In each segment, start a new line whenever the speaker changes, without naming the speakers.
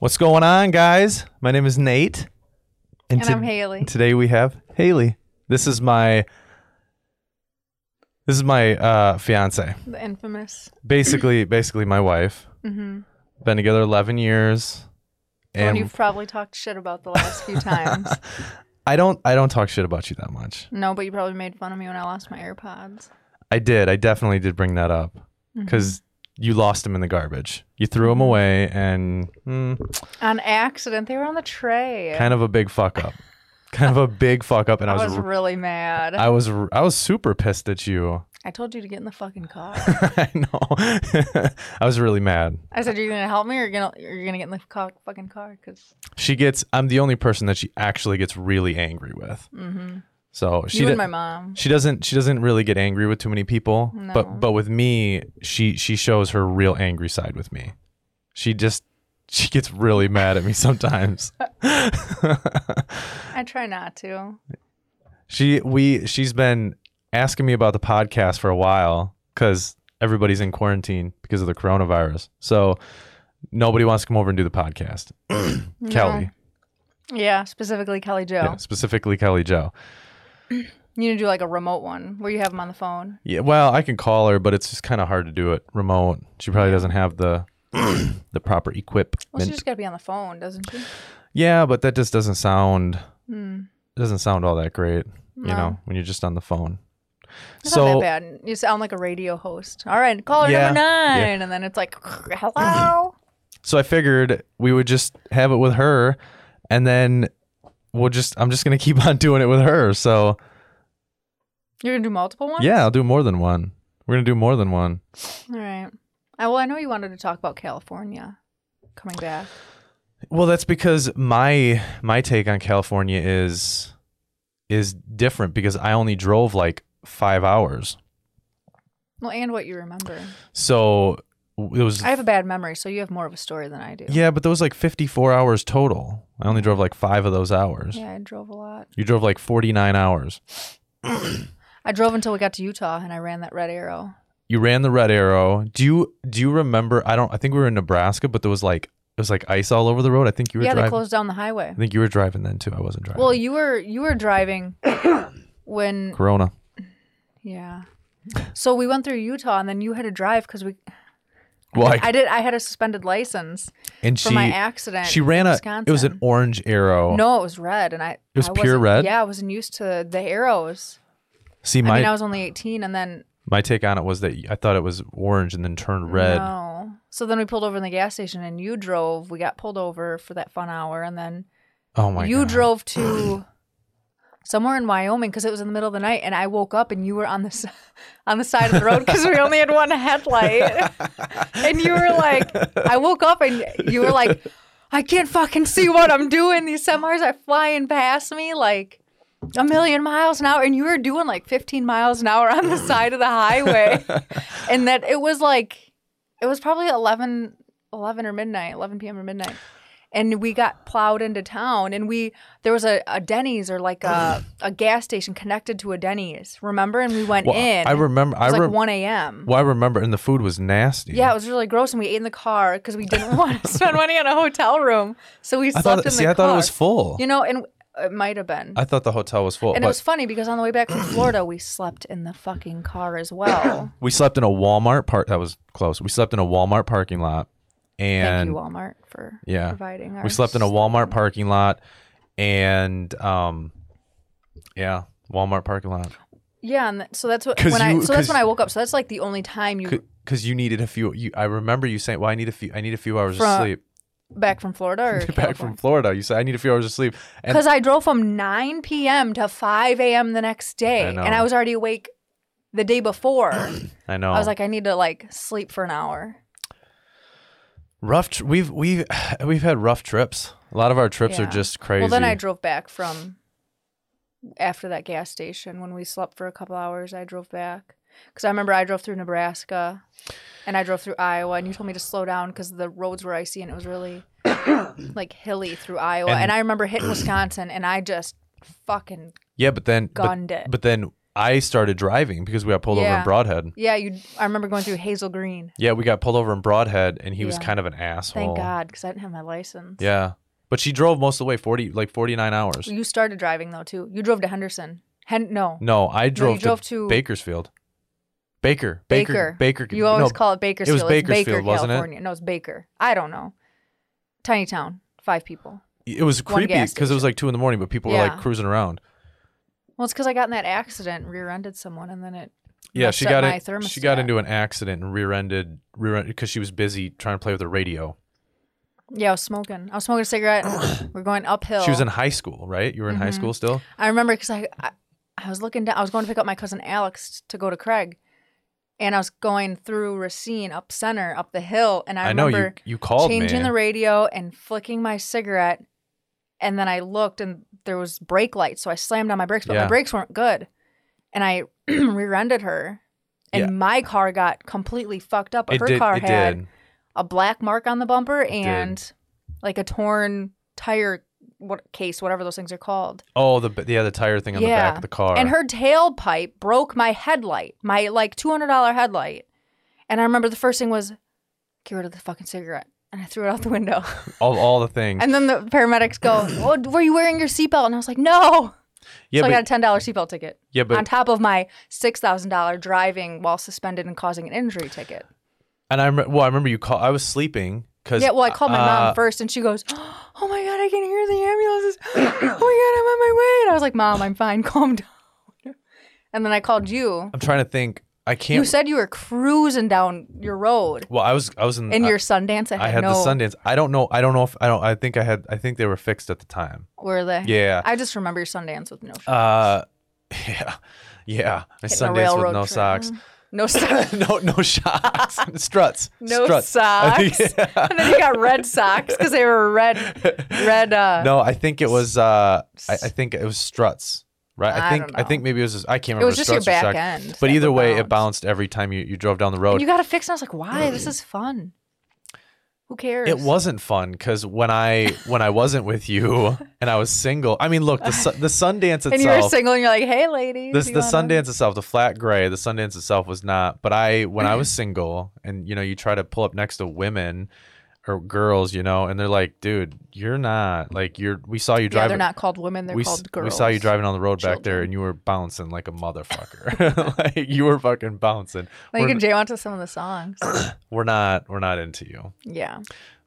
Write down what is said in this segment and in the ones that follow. What's going on, guys? My name is Nate.
And
to-
I'm Haley.
and Today we have Haley. This is my this is my uh fiance.
The infamous.
Basically basically my wife.
Mm-hmm.
Been together 11 years.
And
And
you've probably talked shit about the last few times.
I don't I don't talk shit about you that much.
No, but you probably made fun of me when I lost my AirPods.
I did. I definitely did bring that up
Mm-hmm.
because you lost them in the garbage. You threw them away, and mm,
On accident, they were on the tray.
kind of a big fuck up. kind of a big fuck up, and
I
I
was,
was, r
really mad. I,
I was, r- I was super pissed at you.
told you to get in the fucking car.
I know. I was really mad.
I said, "You're gonna help me, or you're gonna you're gonna get in the co- fucking car?" Because
She gets. I'm the only person that she actually gets really angry with. So she
mm-hmm. you
did.
and my mom.
She doesn't she doesn't really get angry with too many people,
No.
but but with me, she she shows her real angry side with me. She just she gets really mad at me sometimes.
I try not to.
she we she's been asking me about the podcast for a while cuz everybody's in quarantine because of the coronavirus. So nobody wants to come over and do the podcast. Kelly,
Yeah, specifically Kelly Joe.
yeah, specifically Kelly Joe.
You need to do like a remote one where you have them on the phone.
Yeah, well, I can call her, but it's just kind of hard to do it remote. She probably doesn't have the the proper equipment.
Well, she just gotta be on the phone, doesn't she?
Yeah, but that just doesn't sound
Hmm.
it doesn't sound all that great, you
No.
know, when you're just on the phone.
It's not that bad. You sound like a radio host. All right, caller
Yeah,
number nine,
yeah.
and then it's like, hello.
so I figured we would just have it with her and then we'll just I'm just going to keep on doing it with her. So,
You're gonna do multiple ones.
yeah, I'll do more than one. We're going to do more than one.
All right. I, well, I know you wanted to talk about California coming back.
Well, that's because my my take on California is is different because I only drove like 5 hours.
Well, and what you remember.
So, w- it was
I have a bad memory, so you have more of a story than I do.
Yeah, but those like 54 hours total. I only drove like 5 of those hours.
Yeah, I drove a lot.
You drove like 49 hours.
I drove until we got to Utah, and I ran that red arrow.
You ran the red arrow. Do you do you remember I don't I think we were in Nebraska, but there was like it was like ice all over the road. I think you were
yeah, they
driving.
closed down the highway.
I think you were driving then too. I wasn't driving.
Well, you were you were driving when
Corona.
yeah. So we went through Utah, and then you had to drive because we
Well, I,
I did I had a suspended license.
and
for
she
my accident.
she ran
in
a
Wisconsin.
it was an orange arrow.
no, it was red, and I
It was
I
pure
wasn't-
red?
Yeah, I wasn't used to the arrows.
See
I
my
mean, I was only eighteen, and then
my take on it was that I thought it was orange and then turned red.
No, so then we pulled over in the gas station, and you drove. We got pulled over for that fun hour, and then
Oh my
you
god.
drove to somewhere in Wyoming because it was in the middle of the night, and I woke up and you were on the s- on the side of the road because we only had one headlight, and you were like, I woke up and you were like, I can't fucking see what I'm doing. These semis are flying past me like. A million miles an hour, and you were doing like 15 miles an hour on the side of the highway, and that it was like, it was probably 11, 11 or midnight, 11 p.m. or midnight and we got plowed into town and we there was a, a denny's or like a, a gas station connected to a denny's remember and we went
Well,
in
I remember
it
I
was like
rem-
1 a.m
well, I remember and the food was nasty.
yeah it was really gross and we ate in the car because we didn't want to spend money on a hotel room so we
I
slept
thought
in the
see
car
I thought it was full.
you know and it might have been
I thought the hotel was full.
and
but
it was funny because on the way back from Florida, we slept in the fucking car as well.
we slept in a Walmart park that was close. We slept in a Walmart parking lot
Thank
and
you, Walmart, for
yeah.
providing. Our
we slept in a Walmart parking lot and um yeah, Walmart parking lot
yeah, and th- so that's what
'Cause
when I
you-
so
'cause-
that's when I woke up. So that's like the only time you
cuz you needed a few you I remember you saying, "Well, I need a few I need a few hours of
From-
sleep."
back from Florida or
Back
California?
from Florida, you said I need a few hours of sleep. And
because I drove from 9 p.m. to 5 a.m. the next day,
I know.
and I was already awake the day before. I
I know.
was like, I need to like sleep for an hour.
rough tr- we've we've we've had rough trips. A lot of our trips are
Yeah.
just crazy.
Well, then I drove back from after that gas station when we slept for a couple hours. I drove back because I remember I drove through Nebraska and I drove through Iowa, and you told me to slow down because the roads were icy and it was really like hilly through Iowa.
And-
And, I remember hitting Wisconsin, and I just fucking
yeah, but then but,
gunned it.
but then I started driving because we got pulled over in
Yeah.
Broadhead.
Yeah, you. I remember going through Hazel Green.
Yeah, we got pulled over in Broadhead, and he was
Yeah.
kind of an asshole.
Thank God, because I didn't have my license.
Yeah, but she drove most of the way, forty like forty nine hours.
You started driving though too. You drove to Henderson. Hen- no.
No, I
you
drove,
drove
to,
to-
Bakersfield. Baker, Baker, Baker.
You
no,
always call it Bakersfield. It's Baker,
Bakersfield, wasn't it?
California. No, it's Baker. I don't know. Tiny town, five people.
it was
one
creepy
gas
because it was like two in the morning, but people were like
Yeah.
cruising around.
Well, it's because I got in that accident, and rear-ended someone, and then it.
Yeah,
messed
she
up
got
my
in, she got
thermostat.
into an accident and rear-ended rear because she was busy trying to play with the radio.
Yeah, I was smoking. I was smoking a cigarette. and We're going uphill.
She was in high school, right? You were in high
Mhm.
school still.
I remember because I, I I was looking down. I was going to pick up my cousin Alex to go to Craig, and I was going through Racine up center up the hill, and I,
I, know
remember
you you called
changing
me.
the radio and flicking my cigarette, and then I looked and there was brake lights, so I slammed on my brakes, but
Yeah.
my brakes weren't good, and I rear-ended her, and
Yeah.
my car got completely fucked up. But
it
her
did.
car
it
had
did.
a black mark on the bumper
did.
and like a torn tire what case, whatever those things are called.
Oh, the b- yeah, the tire thing on the back
Yeah.
of the car.
And her tailpipe broke my headlight, my like two hundred dollar headlight. And I remember the first thing was, get rid of the fucking cigarette. And I threw it out the window.
all, all the things.
And then the paramedics go, oh, were you wearing your seatbelt? And I was like, no.
yeah,
so I
but,
got a ten dollar seatbelt ticket
yeah, but
on top of my six thousand dollar driving while suspended and causing an injury ticket.
and I rem- well, I remember you call. I was sleeping because
Yeah, well, I called my
uh,
mom first, and she goes, "Oh my god, I can hear the ambulances! Oh my god, I'm on my way!" And I was like, "Mom, I'm fine. Calm down." And then I called you,
I'm trying to think. I can't.
You said you were cruising down your road
well, I was I was in.
in
Mm, I,
your Sundance. I had,
I had
no,
the Sundance. I don't know. I don't know if I don't. I think I had. I think they were fixed at the time.
Were they?
Yeah.
I just remember your Sundance with no
Uh, yeah, yeah. My
hitting a
Sundance with
railroad
no
track. Mm.
socks.
No socks.
no, no socks. Struts.
No
Struts. I
socks.
think-
and then you got red socks because they were red, red. Uh,
No, I think it was. Uh, I, I think it was struts. Right. I,
I
think.
don't
I think maybe it was. Just, I can't remember.
it was just your
struts or
back
socks.
end.
But
that
either
would
way, it bounced every time you, you drove down the road.
And you got to fix. And I was like, why? This is fun. Who cares?
It wasn't fun because when I when I wasn't with you and I was single. I mean, look the su- the Sundance itself.
And you were single, and you're like, hey, ladies.
this
you
the
wanna-
Sundance itself, the flat gray, the Sundance itself was not. But I when I was single and you know you try to pull up next to women or girls, you know, and they're like, dude, you're not like you're. We saw you
Yeah,
driving.
they're not called women. They're
we, s-
called girls.
we saw you driving on the road back there,
Children.
and you were bouncing like a motherfucker. like you were fucking bouncing.
Like, you
we're,
can jam onto some of the songs.
we're not. We're not into you.
yeah.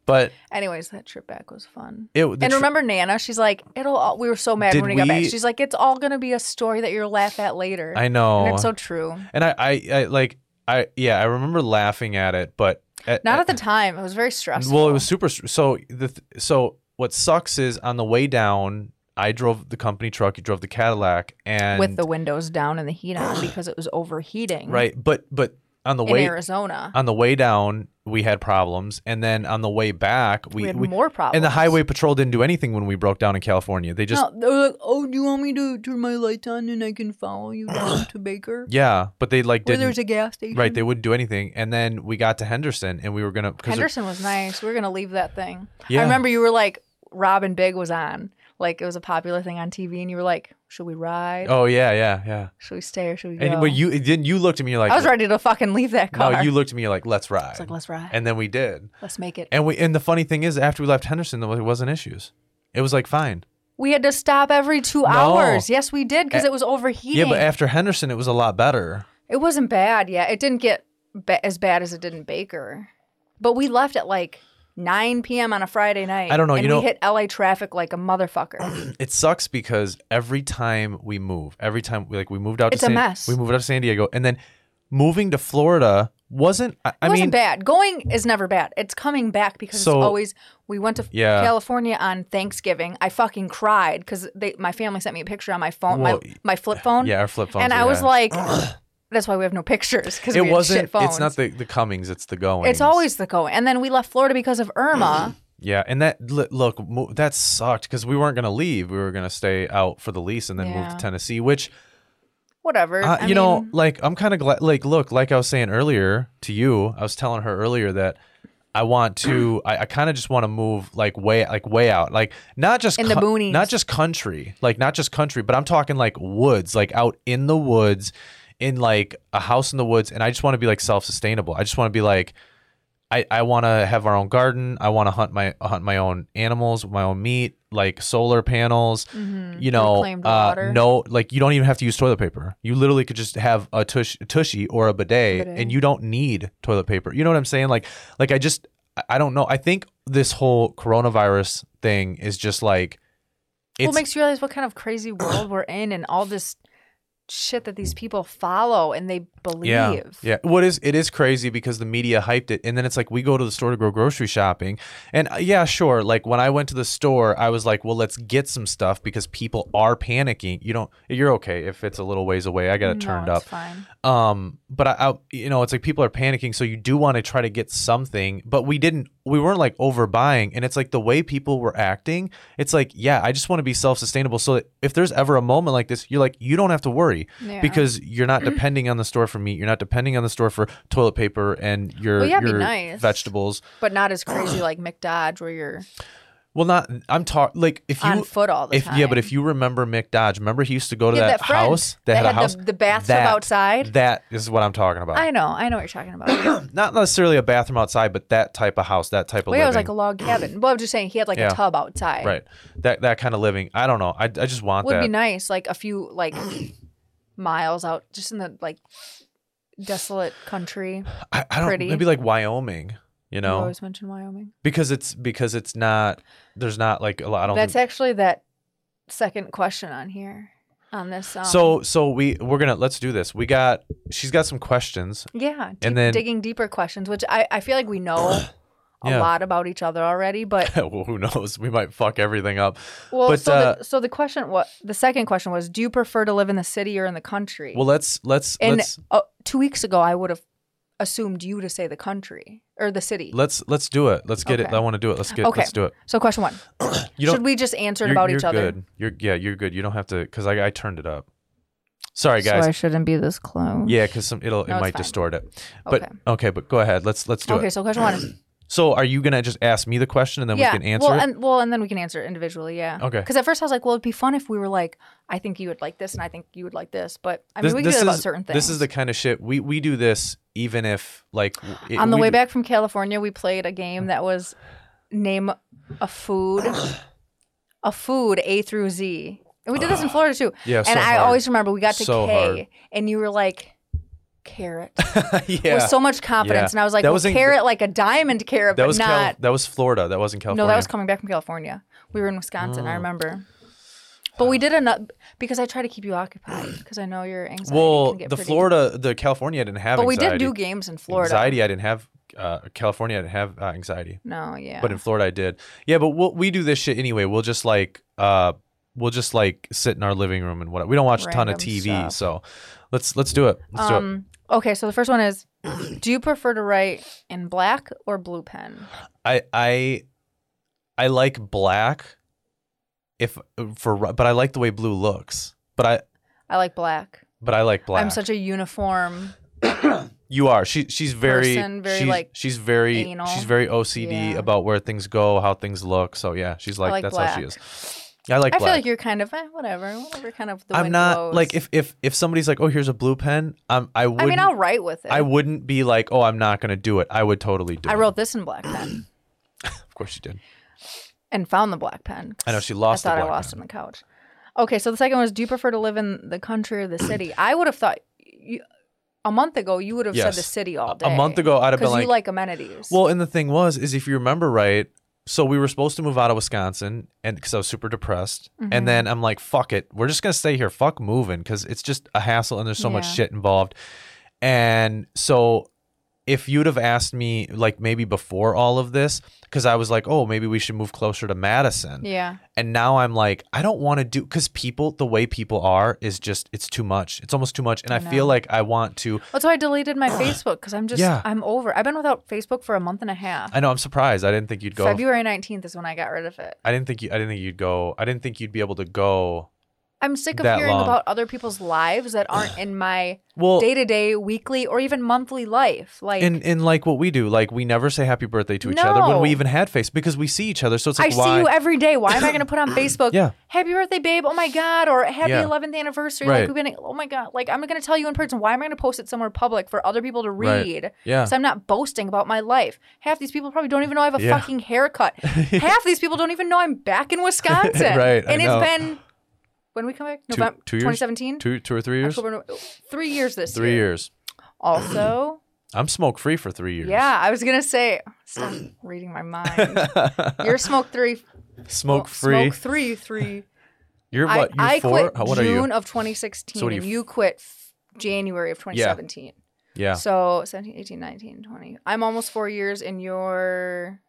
But
Anyways, that trip back was fun.
it. The
and
tr-
remember Nana? She's like, it'll. All, we were so mad
Did
when we, got back.
we-
She's like, it's all gonna be a story that you'll laugh at later.
I know.
And it's so true.
And I, I, I like, I, yeah, I remember laughing at it, but at,
Not at the time. It was very stressful.
Well, it was super. str- So the, th- so what sucks is on the way down, I drove the company truck. You drove the Cadillac, and
with the windows down and the heat on because it was overheating.
right, but but on the
in
way Uh,
Arizona,
on the way down, we had problems, and then on the way back,
we,
we
had
we.
more problems.
and the highway patrol didn't do anything when we broke down in California. They just,
No, they were like, "Oh, do you want me to turn my lights on and I can follow you down to Baker,
yeah, but they like
where
didn't,
there's a gas station?"
right? They wouldn't do anything. And then we got to Henderson, and we were gonna because
Henderson was nice. We were gonna leave that thing.
Yeah.
I remember you were like, Robin Big was on. Like it was a popular thing on TV, and you were like, "Should we ride?
oh yeah, yeah, yeah.
Should we stay or should we go?"
And but you then you looked at me you're like
I was ready to fucking leave that car.
No, you looked at me like, let's ride.
It's like, let's ride.
and then we did.
let's make it.
And we and the funny thing is after we left Henderson, there wasn't issues. It was like fine.
We had to stop every two hours. Yes, we did because it was overheating.
Yeah, but after Henderson it was a lot better.
it wasn't bad. Yeah, it didn't get ba- as bad as it did in Baker. But we left at like 9 p.m. on a Friday night.
I don't know,
And
you
we
know-
hit LA traffic like a motherfucker.
It sucks because every time we move, every time we like we moved out
It's
to
a
San,
mess.
We moved out to San Diego and then moving to Florida wasn't I, I
it wasn't
mean
bad. Going is never bad. It's coming back because
So-
it's always. We went to
Yeah.
California on Thanksgiving. I fucking cried because they my family sent me a picture on my phone,
Whoa.
my my flip phone.
Yeah, our flip phones.
and
were
I was
bad.
like, that's why we have no pictures because
it
Shit
wasn't
phones.
it's not the, the Cummings, it's the going.
It's always the going. And then we left Florida because of Irma.
Yeah, and that li- look mo- that sucked because we weren't gonna leave. We were gonna stay out for the lease and then move
Yeah.
to Tennessee, which
Whatever.
Uh,
I
you know,
mean,
like I'm kind of glad. Like, look, like I was saying earlier to you, I was telling her earlier that I want to. I, I kind of just want to move like way, like way out, like not just
In the boonies.
not just country, like not just country, but I'm talking like woods, like out in the woods, in like a house in the woods, and I just want to be like self-sustainable. I just want to be like, I I want to have our own garden. I want to hunt my hunt my own animals, my own meat, like solar panels. You know,
mm-hmm. Reclaimed
uh,
water.
no, like you don't even have to use toilet paper. You literally could just have a tush, tushy or a bidet,
Bidet.
and you don't need toilet paper. You know what I'm saying? Like, like I just, I- I don't know. I think this whole coronavirus thing is just like, it's
Well, it makes you realize what kind of crazy world we're in and all this shit that these people follow and they believe.
Yeah. Yeah. What is it is crazy because the media hyped it and then it's like we go to the store to go grocery shopping. And uh, yeah, sure, like when I went to the store, I was like, "Well, let's get some stuff because people are panicking." You don't you're okay if it's a little ways away. I got it
No,
turned
it's
up.
Fine.
Um, but I, I you know, it's like people are panicking so you do want to try to get something, but we didn't we weren't like overbuying and it's like the way people were acting, it's like, "Yeah, I just want to be self-sustainable so that if there's ever a moment like this, you're like, you don't have to worry."
Yeah.
because you're not depending on the store for meat. You're not depending on the store for toilet paper and your,
Well, yeah, it'd be
your
nice.
vegetables.
but not as crazy like McDodge where you're
Well, not I'm talking like if you
on foot all the
if
time.
yeah, but if you remember Mick Dodge, remember he used to go to
Yeah,
that,
that friend
house
that
had a
had the-
house
the bathtub outside.
That is what I'm talking about.
I know, I know what you're talking about.
not necessarily a bathroom outside, but that type of house, that type of
well, yeah,
living.
it was like a log cabin. Well, I'm just saying he had like
Yeah.
a tub outside.
right, that that kind of living. I don't know. I, I just want
Would
that.
be nice, like a few like miles out, just in the like desolate country.
I, I don't
pretty.
maybe like Wyoming. You
You
know,
always mention Wyoming.
because it's because it's not there's not like a lot. I don't think-
That's actually that second question on here on this. Um,
So so we we're gonna let's do this. We got she's got some questions.
yeah,
and
deep-
then-
digging deeper questions, which I I feel like we know. A
Yeah.
lot about each other already, but
well, who knows? We might fuck everything up.
well,
But, uh,
so, the, so the question, what the second question was, do you prefer to live in the city or in the country?
Well, let's let's
and
let's
uh, two weeks ago, I would have assumed you to say the country or the city.
let's let's do it. Let's get it.
Okay.
I want to do it. Let's get
Okay.
let's do it.
So question one:
You don't.
Should we just answer it
you're,
about
you're
each other?
good. You're yeah. You're good. You don't have to because I, I turned it up. Sorry guys.
So I shouldn't be this close.
yeah, because some it'll
No,
it
it's
might
fine.
distort it. But okay.
Okay.
but go ahead. Let's let's do
Okay.
it.
So question one is
So are you gonna just ask me the question and then
yeah.
we can answer
well,
it?
and well, and then we can answer it individually. Yeah.
Okay.
Because at first I was like, well, it'd be fun if we were like, I think you would like this, and I think you would like this, but I mean, we can do it about
is,
certain things.
This is the kind of shit we we do this even if like it-
on the
we
way
do-
back from California, we played a game that was name a food, a food A through Z. And we did this in Florida too.
Yeah,
and
so
I
hard.
always remember we got to
So
K
hard.
and you were like carrot
yeah.
with so much confidence.
Yeah.
And I was like,
That
well,
was in-
carrot like a diamond carrot,
That
but
was Cal-
not.
that was Florida. That wasn't California. Oh.
no, that was coming back from California. We were in Wisconsin, I remember. But we did enough because I try to keep you occupied because I know your anxiety.
well.
can get
The
pretty-
Florida, the California didn't have.
But we
anxiety.
did do games in Florida.
Anxiety, I didn't have. Uh, California, I didn't have uh, anxiety,
No, yeah.
but in Florida, I did. Yeah, but we'll, we do this shit anyway. We'll just like, uh, we'll just like sit in our living room and what. We don't watch a ton of
Random
TV,
stuff.
so let's let's do it. Let's do it.
Um, okay, so the first one is Do you prefer to write in black or blue pen?
I I I like black. If for ri- but I like the way blue looks. But I
I like black.
but I like black.
I'm such a uniform.
You are. She she's very
Person, very,
she's,
like,
she's very
anal.
she's very OCD
Yeah.
about where things go, how things look. So yeah, she's like,
like
that's how she
black.
is. I like
I feel
black.
like you're kind of eh, whatever, whatever kind of the
I'm
wind
not
blows.
like if if if somebody's like, "Oh, here's a blue pen." Um I would
I mean, I'll write with it.
I
I
wouldn't be like, "Oh, I'm not going to do it." I would totally do it.
wrote this in black pen
Of course you did.
and found the black pen.
I know, she lost the
I thought
black
I lost
pen.
on the couch. Okay, so the second one is Do you prefer to live in the country or the city? I would have thought you, a month ago you would have said
Yes.
the city all day.
A month ago, I'd have been
because
like,
you like amenities.
Well, and the thing was, is if you remember right, so we were supposed to move out of Wisconsin, and because I was super depressed,
Mm-hmm.
and then I'm like, "Fuck it, we're just gonna stay here. Fuck moving, because it's just a hassle, and there's so much
Yeah.
shit involved." And so, if you'd have asked me, like maybe before all of this, because I was like, "Oh, maybe we should move closer to Madison,"
yeah,
and now I'm like, I don't want to do because people, the way people are, is just it's too much. It's almost too much, and I, feel like I want to.
that's why I deleted my Facebook because I'm just
Yeah.
I'm over. I've been without Facebook for a month and a half.
I know I'm surprised. I didn't think you'd go.
February 19th is when I got rid of it.
I didn't think you. I didn't think you'd go. I didn't think you'd be able to go
I'm sick of
that
hearing
long.
about other people's lives that aren't in my
Well,
day to day, weekly, or even monthly life. Like,
in in like what we do, like we never say happy birthday to each other when we
No.
even had face because we see each other. So it's
I
like
see
why?
you every day. Why am I going to put on Facebook,
Yeah.
happy birthday, babe? Oh my God. Or happy
Yeah.
11th anniversary.
Right.
Like, we've been, oh my God. Like, I'm going to tell you in person. Why am I going to post it somewhere public for other people to
Right.
read?
yeah,
So I'm not boasting about my life. Half these people probably don't even know I have a
Yeah.
fucking haircut. Half these people don't even know I'm back in Wisconsin.
Right, I
And
know.
it's been when we come back,
Two-
November
two years?
2017.
two two or three years,
October, November- three years this
three
year.
years.
Also,
I'm smoke free for three years.
yeah, I was gonna say, stop reading my mind. You're smoke three,
smoke
smoke
free.
three, three.
You're what? You
I, I
four?
quit
How- what are
June
you?
of 2016,
So what are you
and
f-
you quit f- January of 2017.
Yeah,
So 17, 18, 19, 20. I'm almost four years in your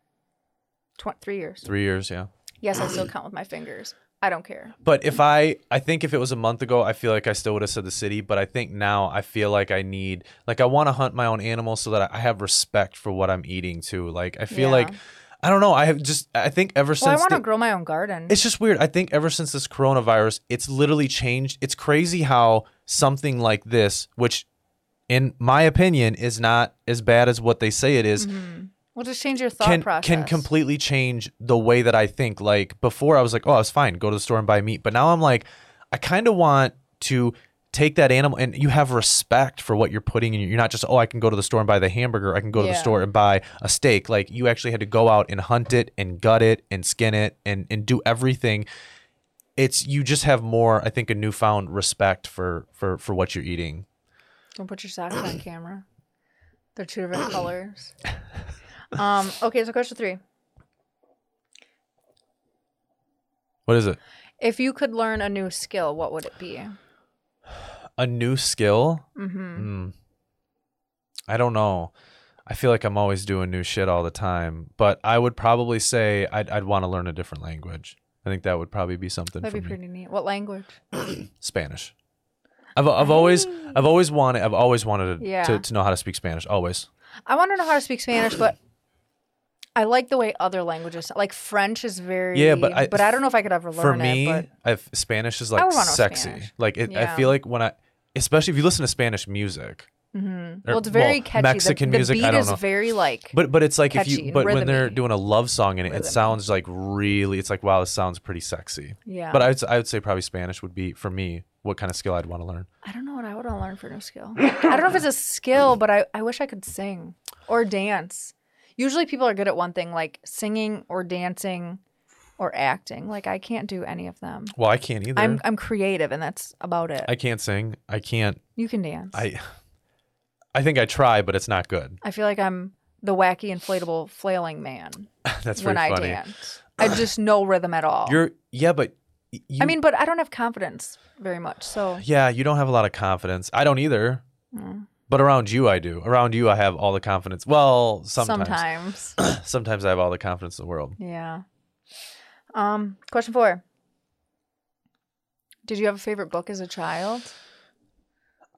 tw- three years.
three years. Yeah.
Yes, I still count with my fingers. I don't care.
But if I, I think if it was a month ago, I feel like I still would have said the city. But I think now I feel like I need, like, I want to hunt my own animals so that I have respect for what I'm eating too. Like, I feel
Yeah.
like, I don't know. I have just, I think ever
Well, I
since
want to
the-
grow my own garden.
it's just weird. I think ever since this coronavirus, it's literally changed. It's crazy how something like this, which in my opinion is not as bad as what they say it is,
Mm-hmm. We'll just change your thought
can
process.
can completely change the way that I think. Like before, I was like, oh, it's fine, go to the store and buy meat. But now I'm like, I kind of want to take that animal and you have respect for what you're putting in. You're not just, oh, I can go to the store and buy the hamburger. I can go to the
Yeah.
store and buy a steak. Like you actually had to go out and hunt it and gut it and skin it and and do everything. It's you just have more, I think, a newfound respect for for for what you're eating.
Don't put your socks on camera. They're two different colors. Um, okay, so question three.
What is it?
If you could learn a new skill, what would it be?
A new skill?
Mm-hmm.
Mm. I don't know. I feel like I'm always doing new shit all the time, but I would probably say I'd, I'd want to learn a different language. I think that would probably be something
That'd
for
be
me.
pretty neat. What language?
Spanish. I've, I've always I've always wanted I've always wanted to,
Yeah.
to, to know how to speak Spanish. Always.
I want to know how to speak Spanish, but I like the way other languages, like French, is very.
Yeah, but I-
don't know if I could ever learn
for me,
it. But
I've, Spanish is like
would wanna know
sexy.
Spanish.
Like it, I
Yeah.
feel like when I, especially if you listen to Spanish music,
Mhm.
or-
well, it's very
well,
catchy.
Mexican
the, the
music, I
beat
don't
is
know.
very like.
But but it's like if
catchy
you
and
but when they're
rhythmy.
doing a love song in it, it
Rhythmy.
sounds like really it's like wow, this sounds pretty sexy.
yeah,
But I would, s- I would say probably Spanish would be for me what kind of skill I'd want to learn.
I don't know what I would want to learn for a new skill. I don't know if it's a skill, but I, I wish I could sing or dance. Usually people are good at one thing, like singing or dancing or acting. Like I can't do any of them.
Well, I can't either.
I'm uh, I'm creative and that's about it.
I can't sing. I can't.
you can dance. I,
I I think I try, but it's not good.
feel like I'm the wacky inflatable flailing man
That's
when
pretty
I
funny.
dance. I just no rhythm at all.
You're yeah, but y- you,
I mean, but I don't have confidence very much. So
yeah, you don't have a lot of confidence. I don't either.
Mm.
But around you, I do. Around you, I have all the confidence. Well, sometimes. Sometimes,
sometimes.
I have all the confidence in the world.
Yeah. Um, question four. Did you have a favorite book as a child?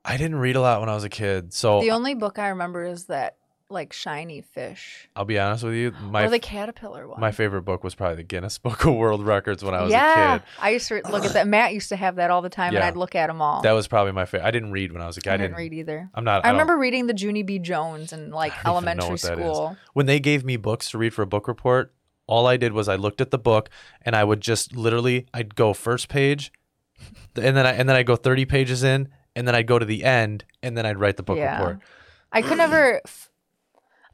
I didn't read a lot when I was a kid, so
The only book I remember is that like shiny fish
I'll be honest with you. My
or the caterpillar one.
my favorite book was probably the Guinness Book of World Records when I was
yeah,
a kid.
I used to look at that. Matt used to have that all the time, and
Yeah.
I'd look at them all.
That was probably my favorite. I didn't read when I was a kid.
Oh. I didn't read either.
I'm not.
I,
I, don't-
remember reading the Junie B. Jones in like
I don't even know
elementary
what that is.
school.
when they gave me books to read for a book report. All I did was I looked at the book and I would just literally I'd go first page, and then I and then I would go thirty pages in, and then I'd go to the end, and then I'd write the book
Yeah.
report.
I could never. F-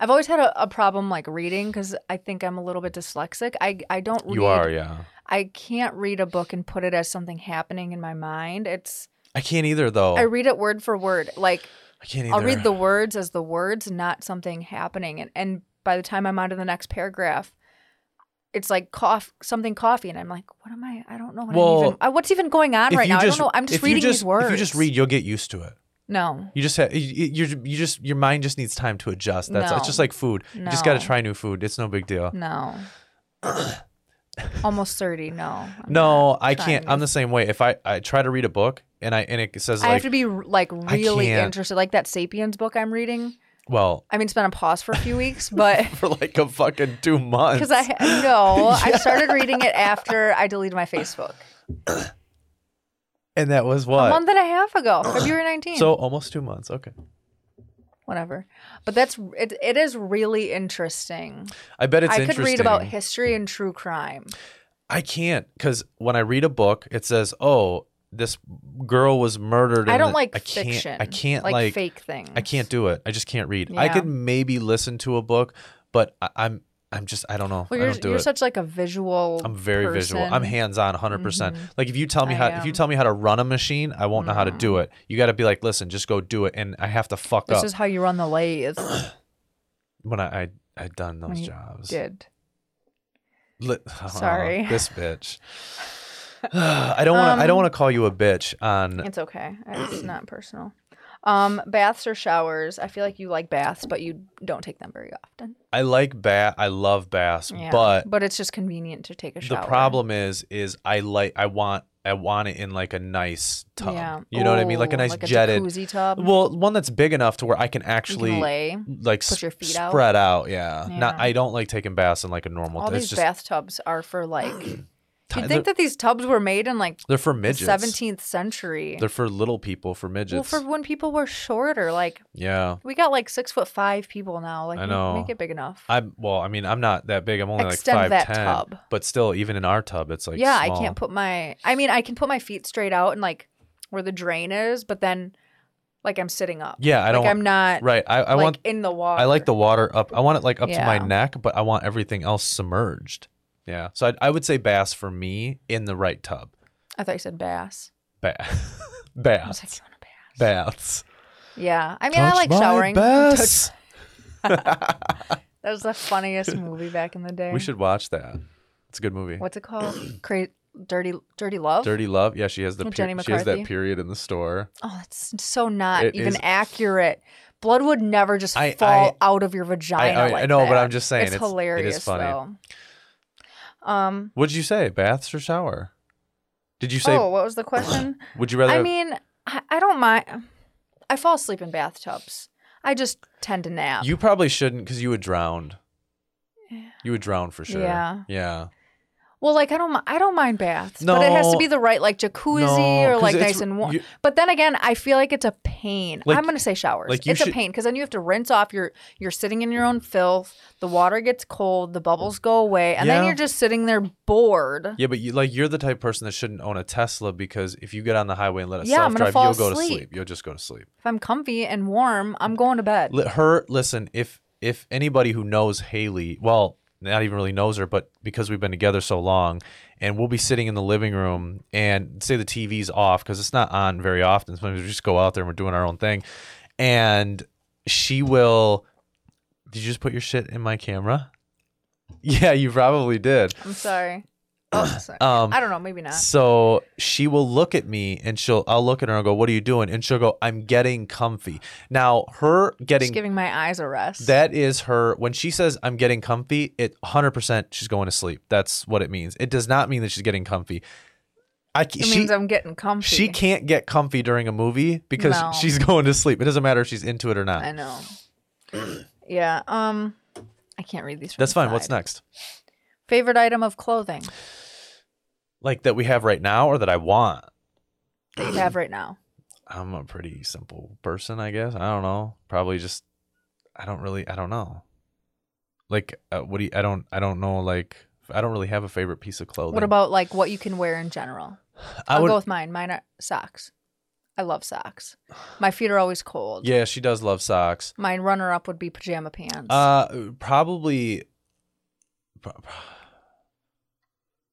I've always had a, a problem like reading because I think I'm a little bit dyslexic. I I don't read.
You are, yeah.
I can't read a book and put it as something happening in my mind. It's
I can't either though.
I
I,
read it word for word. Like
can't either.
I'll read the words as the words, not something happening. And and by the time I'm on to the next paragraph, it's like cough something coffee, and I'm like, what am I? I don't know. What
Well,
I'm even, I, what's even going on
If
right
you
now? I don't know. I'm
if
just
you
reading
just-
these words.
If you just read, you'll get used to it.
no.
You just have you, you you're- you just your mind just needs time to adjust. That's
No.
it's just like food. You just got to
No.
try new food. It's no big deal.
No. Almost 30. No. I'm
No, I
trying
can't.
to-
I'm the same way. If I, I try to read a book and I and it says
I have
like,
to be like really
can't.
interested. Like that Sapiens book I'm reading.
well,
I mean, it's been on pause for a few weeks, but
for like a fucking two months.
because I no, I started reading it after I deleted my Facebook.
And that was
A
what?
month and a half ago, February 19th.
So almost two months. Okay.
whatever. But that's it, it is really interesting.
I bet it's
I could
interesting.
read about history and true crime.
I can't because when I read a book, it says, "Oh, this girl was murdered."
I
in
don't
the-
like
I can't,
fiction.
I can't
like,
like,
fake things.
I can't do it. I just can't read. I
Yeah.
could maybe listen to a book, but I, I'm I'm just I don't know.
Well,
I
you're,
don't do
you're
it.
such like a visual.
I'm very visual. I'm
person.
hands on, 100. percent
Mhm.
Like if you tell me
I
how if you
am. Mm-hmm.
tell me how to run a machine, I won't know how to do it. You got to be like, listen, just go do it, and I have to fuck
This
up
is how you run the lathe.
when I I I done those
you
jobs.
Did
Li- oh,
Sorry.
this bitch. I don't want to I don't
Um,
want to call you a bitch on
it's okay. It's not personal. Um, baths or showers? I feel like you like baths, but you don't take them very often.
I like bath. I love baths,
Yeah.
but
but it's just convenient to take a
Uh, the
shower.
problem is, is I like. I want. I want it in like a nice tub.
Yeah.
You know what I mean, like a
Ooh,
nice
a
jetted.
jacuzzi tub.
well, one that's big enough to where I can
you
actually
can lay.
like
put
s-
your feet out.
spread out. Yeah. Not.
Yeah.
I don't like taking baths in like a normal.
All
tub.
these
it's just
bathtubs are for like.
ti- they're,
You'd think that these tubs were made in like
they're for
the
midgets.
17th century.
They're for little people. For midgets.
well, for when people were shorter, like
yeah.
we got like six foot five people now. Like
I
make-
know.
make it big enough.
I'm well. I mean, I'm not that big. I'm only
Extend
like five
that
ten.
tub.
But still, even in our tub, it's like
yeah, I
small.
can't put my. I mean, I can put my feet straight out and like where the drain is, but then like I'm sitting up.
Yeah, I
like
don't.
I'm not.
right. I, I
like,
want.
in the water.
I like the water up. I want it like up to my
Yeah.
neck, but I want everything else submerged. Yeah. So I, I would say bass for me in the right tub.
I thought you said bass.
Bath.
I was like,
baths.
you want a bass?
Baths.
Oh Yeah, I mean, I like showering. Touch-
Bass.
That was the funniest movie back in the day.
We should watch that. It's a good movie.
What's it called? Cra- Dirty, Dirty Love.
Dirty Love. Yeah, she has the
With
per-
Jenny
she has that
McCarthy.
period in the store.
Oh, that's so not
It
even
is-
accurate. Blood would never just
I-
fall out of your vagina.
I- I
like
know, but
that.
I'm just saying,
it's,
it's- it is
hilarious.
funny.
Though. Um.
What'd you say? Baths or shower? Did you say?
oh, what was the question?
would you rather?
I mean, I, I don't mind. I fall asleep in bathtubs. I just tend to nap.
you probably shouldn't because you would drown. You would drown for sure.
Yeah.
Yeah.
well, like I don't, mi- I don't mind baths, but it has to
No.
be the right like jacuzzi
No,
or
'cause
like
it's-
nice and warm.
you-
but then again, I feel like it's a pain.
Like-
I'm gonna say showers.
like you
it's a
should-
pain because then you have to rinse off. You're you're sitting in your own filth. The water gets cold. The bubbles go away, and then
Yeah.
you're just sitting there bored.
Yeah, but you like you're the type of person that shouldn't own a Tesla because if you get on the highway and let it
Yeah, I'm
self
gonna
drive,
fall
you'll go
asleep.
to sleep. You'll just go to sleep.
If I'm comfy and warm, I'm going to bed.
Li- Her, listen, if if anybody who knows Haley, well, not even really knows her, but because we've been together so long, and we'll be sitting in the living room and say the TV's off because it's not on very often. Sometimes we just go out there and we're doing our own thing, and she will. Did you just put your shit in my camera? Yeah, you probably did.
I'm sorry. Oh, sorry.
Um,
I don't know. Maybe not.
So she will look at me and she'll I'll look at her and go, What are you doing? And she'll go, I'm getting comfy. Now her getting
Just giving my eyes a rest.
that is her when she says I'm getting comfy, it hundred percent she's going to sleep. That's what it means. It does not mean that she's getting comfy. I c-
it
she
means I'm getting comfy.
she can't get comfy during a movie because
No.
she's going to sleep. It doesn't matter if she's into it or not.
I know. yeah. Um, I can't read these. From
That's
the
fine. What's
side.
next?
Favorite item of clothing
Like that we have right now or that I want.
that you have right now?
I'm a pretty simple person, I guess. I don't know. Probably just I don't really I don't know. Like uh, what do you, I don't I don't know like I don't really have a favorite piece of clothing.
What about like what you can wear in general?
I
I'll
would
go with mine. Mine are socks. I love socks. My feet are always cold.
Yeah, she does love socks.
Mine runner up would be pajama pants.
Uh probably pro- pro-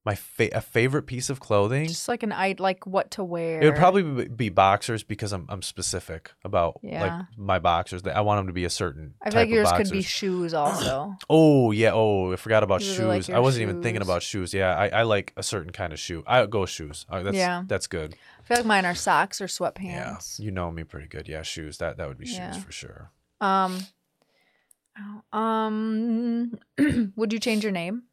my fa- a favorite piece of clothing.
just like an I like what to wear.
It would probably be- be boxers because I'm I'm specific about
Yeah.
like my boxers. I want them to be a certain
I
type
feel like
of
yours
boxers.
could be shoes also.
Oh yeah. Oh, I forgot about
You
shoes.
really like
I
your
wasn't even thinking
shoes.
about shoes. Yeah, I, I like a certain kind of shoe. I go shoes. Uh, that's,
Yeah.
that's good.
I feel like mine are socks or
Yeah,
sweatpants.
you know me pretty good. Yeah, shoes. That that would be shoes
Yeah.
for sure.
Um. oh, Um. would you change your name?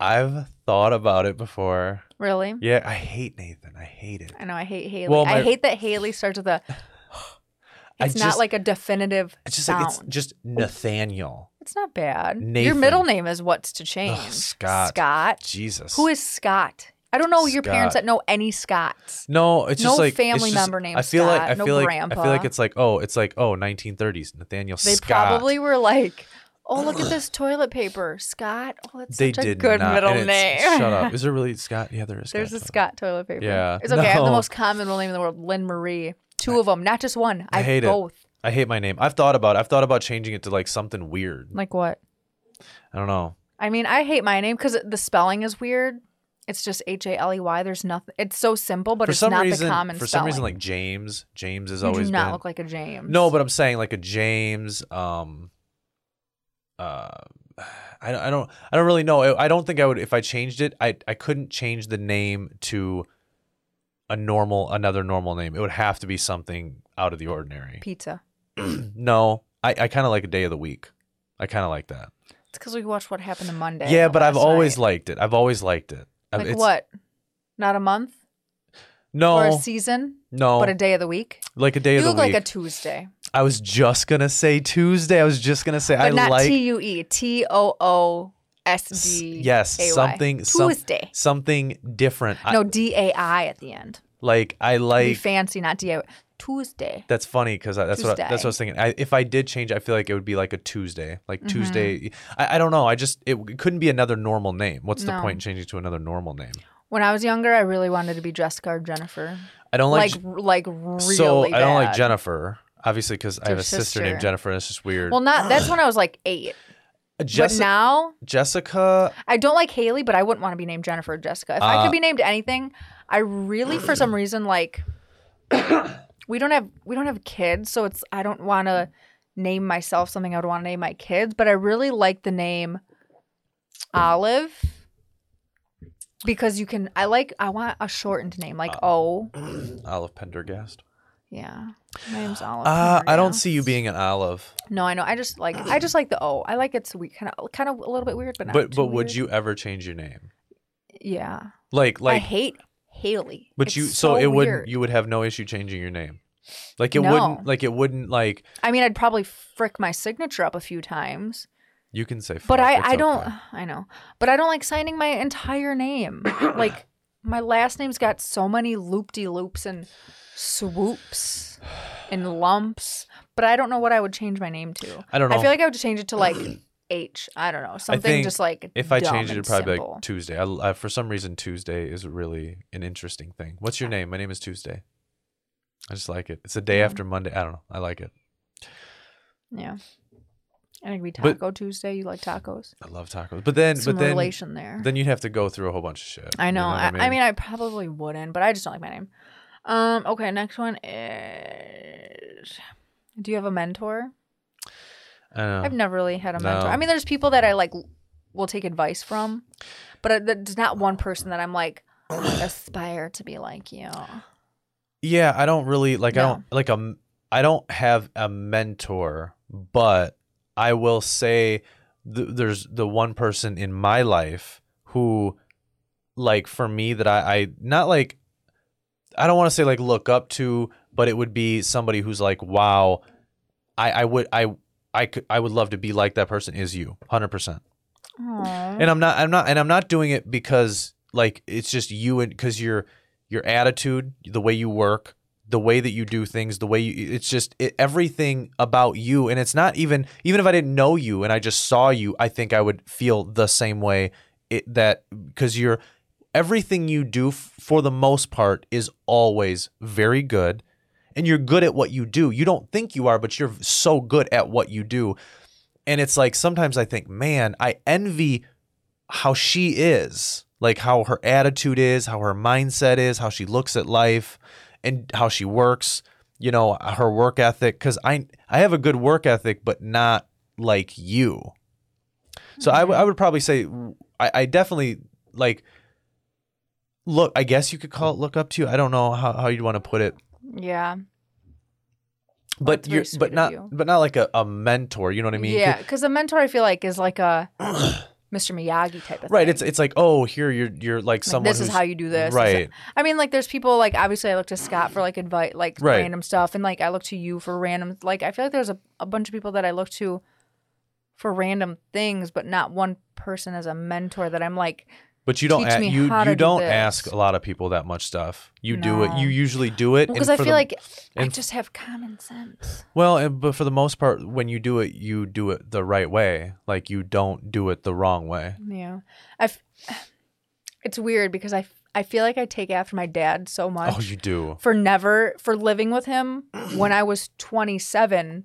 I've thought about it before.
Really?
Yeah, I hate Nathan. I hate it.
I know. I hate Haley.
Well,
I
my-
hate that Haley starts with a.
I
It's not
just-
like a definitive
It's just
sound.
like it's
it's,
just Nathaniel.
not bad. Your
Nathan.
middle name is what's to change.
Scott.
Scott.
Jesus.
Who is Scott I don't know your parents
Scott.
that know any Scots.
No, it's just
No
like it's
family
just-
member named
I feel like I
Scott, no
feel like I
grandpa.
feel like it's like oh, it's like oh, 1930s Nathaniel
They
Scott.
probably were like, "Oh, look at this toilet paper, Scott. Oh, that's
they
such
did
a good
not,
middle
and
name."
it's- Shut up. Is there really Scott? Yeah, there is.
There's a
toilet.
Scott toilet paper.
Yeah.
It's okay. I have the
No.
most common middle name in the world, Lynn Marie. Two of them, not just one. I,
I hate it.
both.
I hate my name. I've thought about. It. I've thought about changing it to like something weird.
Like what?
I don't know.
I mean, I hate my name because the spelling is weird. It's just H A L E Y. There's nothing. It's so simple, but
for
it's
some
not
reason,
the common
for some
spelling.
reason, like James. James has
you
always
do not
been.
look like a James.
no, but I'm saying like a James. Um. Uh. I don't, I don't I don't really know. I I don't think I would if I changed it. I I couldn't change the name to a normal another normal name. It would have to be something out of the ordinary.
pizza.
no, I I kind of like a day of the week. I kind of like that.
It's because we watched What Happened to Monday.
Yeah, but I've
last
always
night.
liked it. I've always liked it. Um,
like
it's-
what? Not a month or a
No,
season,
no,
but a day of the week.
like a day
You
of the
look
week.
like a Tuesday,
I was just gonna say Tuesday. I was just gonna say
but
I
not
like
T U E T O O S
s-
D.
yes
A Y.
something some-
Tuesday.
something different. I,
no D A I at the end.
like I
be
like
fancy, not DIY. Tuesday.
that's funny because that's what I, that's what I
Tuesday. Mm-hmm.
was thinking. I, if I did change, I feel like it would be like a Tuesday, like Tuesday. I, I don't know. I just it, it couldn't be another normal name. What's the
No.
point in changing to another normal name?
When I was younger, I really wanted to be Jessica or Jennifer.
I don't like,
Like, like, really.
so I don't like
bad.
Jennifer. Obviously, because I
your
have a sister named
sister.
Jennifer, and it's just weird.
Well, not that's when I was like eight.
Jessica,
but now
Jessica,
I don't like Haley, but I wouldn't want to be named Jennifer or Jessica. If I
Uh,
could be named anything, I really, for some reason, like we don't have we don't have kids, so it's I don't want to name myself something I would want to name my kids, but I really like the name Olive because you can. I like I want a shortened name
Uh,
like O.
Olive Pendergast.
Yeah, my name's Olive.
Uh, I don't
Maria.
see you being an olive.
No, I know. I just like I just like the O. I like it's weird, kind of kind of a little bit weird, but not
But
too
but would
weird.
you ever change your name?
Yeah.
Like
I
like
hate Haley.
but
It's
you so, it would
weird.
not you would have no issue changing your name. Like it
No.
wouldn't like it wouldn't like
I mean, I'd probably frick my signature up a few times,
you can say
but
fuck,
I,
Oh, it's
I don't.
okay.
I know, but I don't like signing my entire name. like my last name's got so many loop de loops and swoops and lumps, but I don't know what I would change my name to.
I don't know.
I feel like I would change it to like H. I don't know something
think
just like
if I
dumb
change it,
and
it'd probably be
simple.
like Tuesday. I, I, for some reason, Tuesday is really an interesting thing. What's your name? My name is Tuesday. I just like it. It's a day
Yeah.
after Monday. I don't know. I like it.
yeah. And it could be Taco
But-
Tuesday. You like tacos?
I love tacos. But then,
Some
but then,
relation there.
then you'd have to go through a whole bunch of shit.
I
You
know.
what
I, I, mean? I probably wouldn't, but I just don't like my name. Um. Okay. Next one is. Do you have a mentor?
I don't know.
I've never really had a mentor.
No.
I mean, there's people that I like l- will take advice from, but I- that- there's not one person that I'm like I aspire to be like you.
Yeah, I don't really like. I
No.
don't like a. I don't have a mentor, but I will say th- there's the one person in my life who, like, for me that I, I not like. I don't want to say like look up to, but it would be somebody who's like, wow, I, I would I I could I would love to be like that person. Is you hundred percent
Aw.
and I'm not I'm not and I'm not doing it because like it's just you and because your your attitude, the way you work, the way that you do things, the way you it's just it, everything about you and it's not even even if I didn't know you and I just saw you, I think I would feel the same way it, that because you're everything you do f- for the most part is always very good and you're good at what you do. You don't think you are, but you're so good at what you do. And it's like sometimes I think, man, I envy how she is, like how her attitude is, how her mindset is, how she looks at life, and how she works. You know, her work ethic. Because I I have a good work ethic, but not like you. So I, w-
Mm-hmm.
I would probably say I, I definitely like look. I guess you could call it look up to you. I don't know how, how you'd want to put it
yeah.
but
that's very
you're
sweet
but
of
not
you.
but not like a, a mentor you know what i mean 'Cause-
yeah. Because a mentor, I feel like, is like a Mr. Miyagi type of
right
thing.
it's it's like oh here you're you're like
Like,
someone
this is
who's-
how you do this. This is-
right
I mean, like, there's people like obviously I look to Scott for like advice, like
Right.
random stuff, and like I look to you for random. Like, I feel like there's a, a bunch of people that I look to for random things, but not one person as a mentor that I'm like
But you don't
Teach
a-
me
you
how to
you
do
don't
this.
ask a lot of people that much stuff. You do it.
No.
You usually do it
because
and
I
for
feel
the-
like I
and-
just have common sense.
well, and, but for the most part, when you do it, you do it the right way. Like you don't do it the wrong way.
Yeah, I. f- It's weird because I f- I feel like I take after my dad so much.
Oh, you do.
for never for living with him when I was 27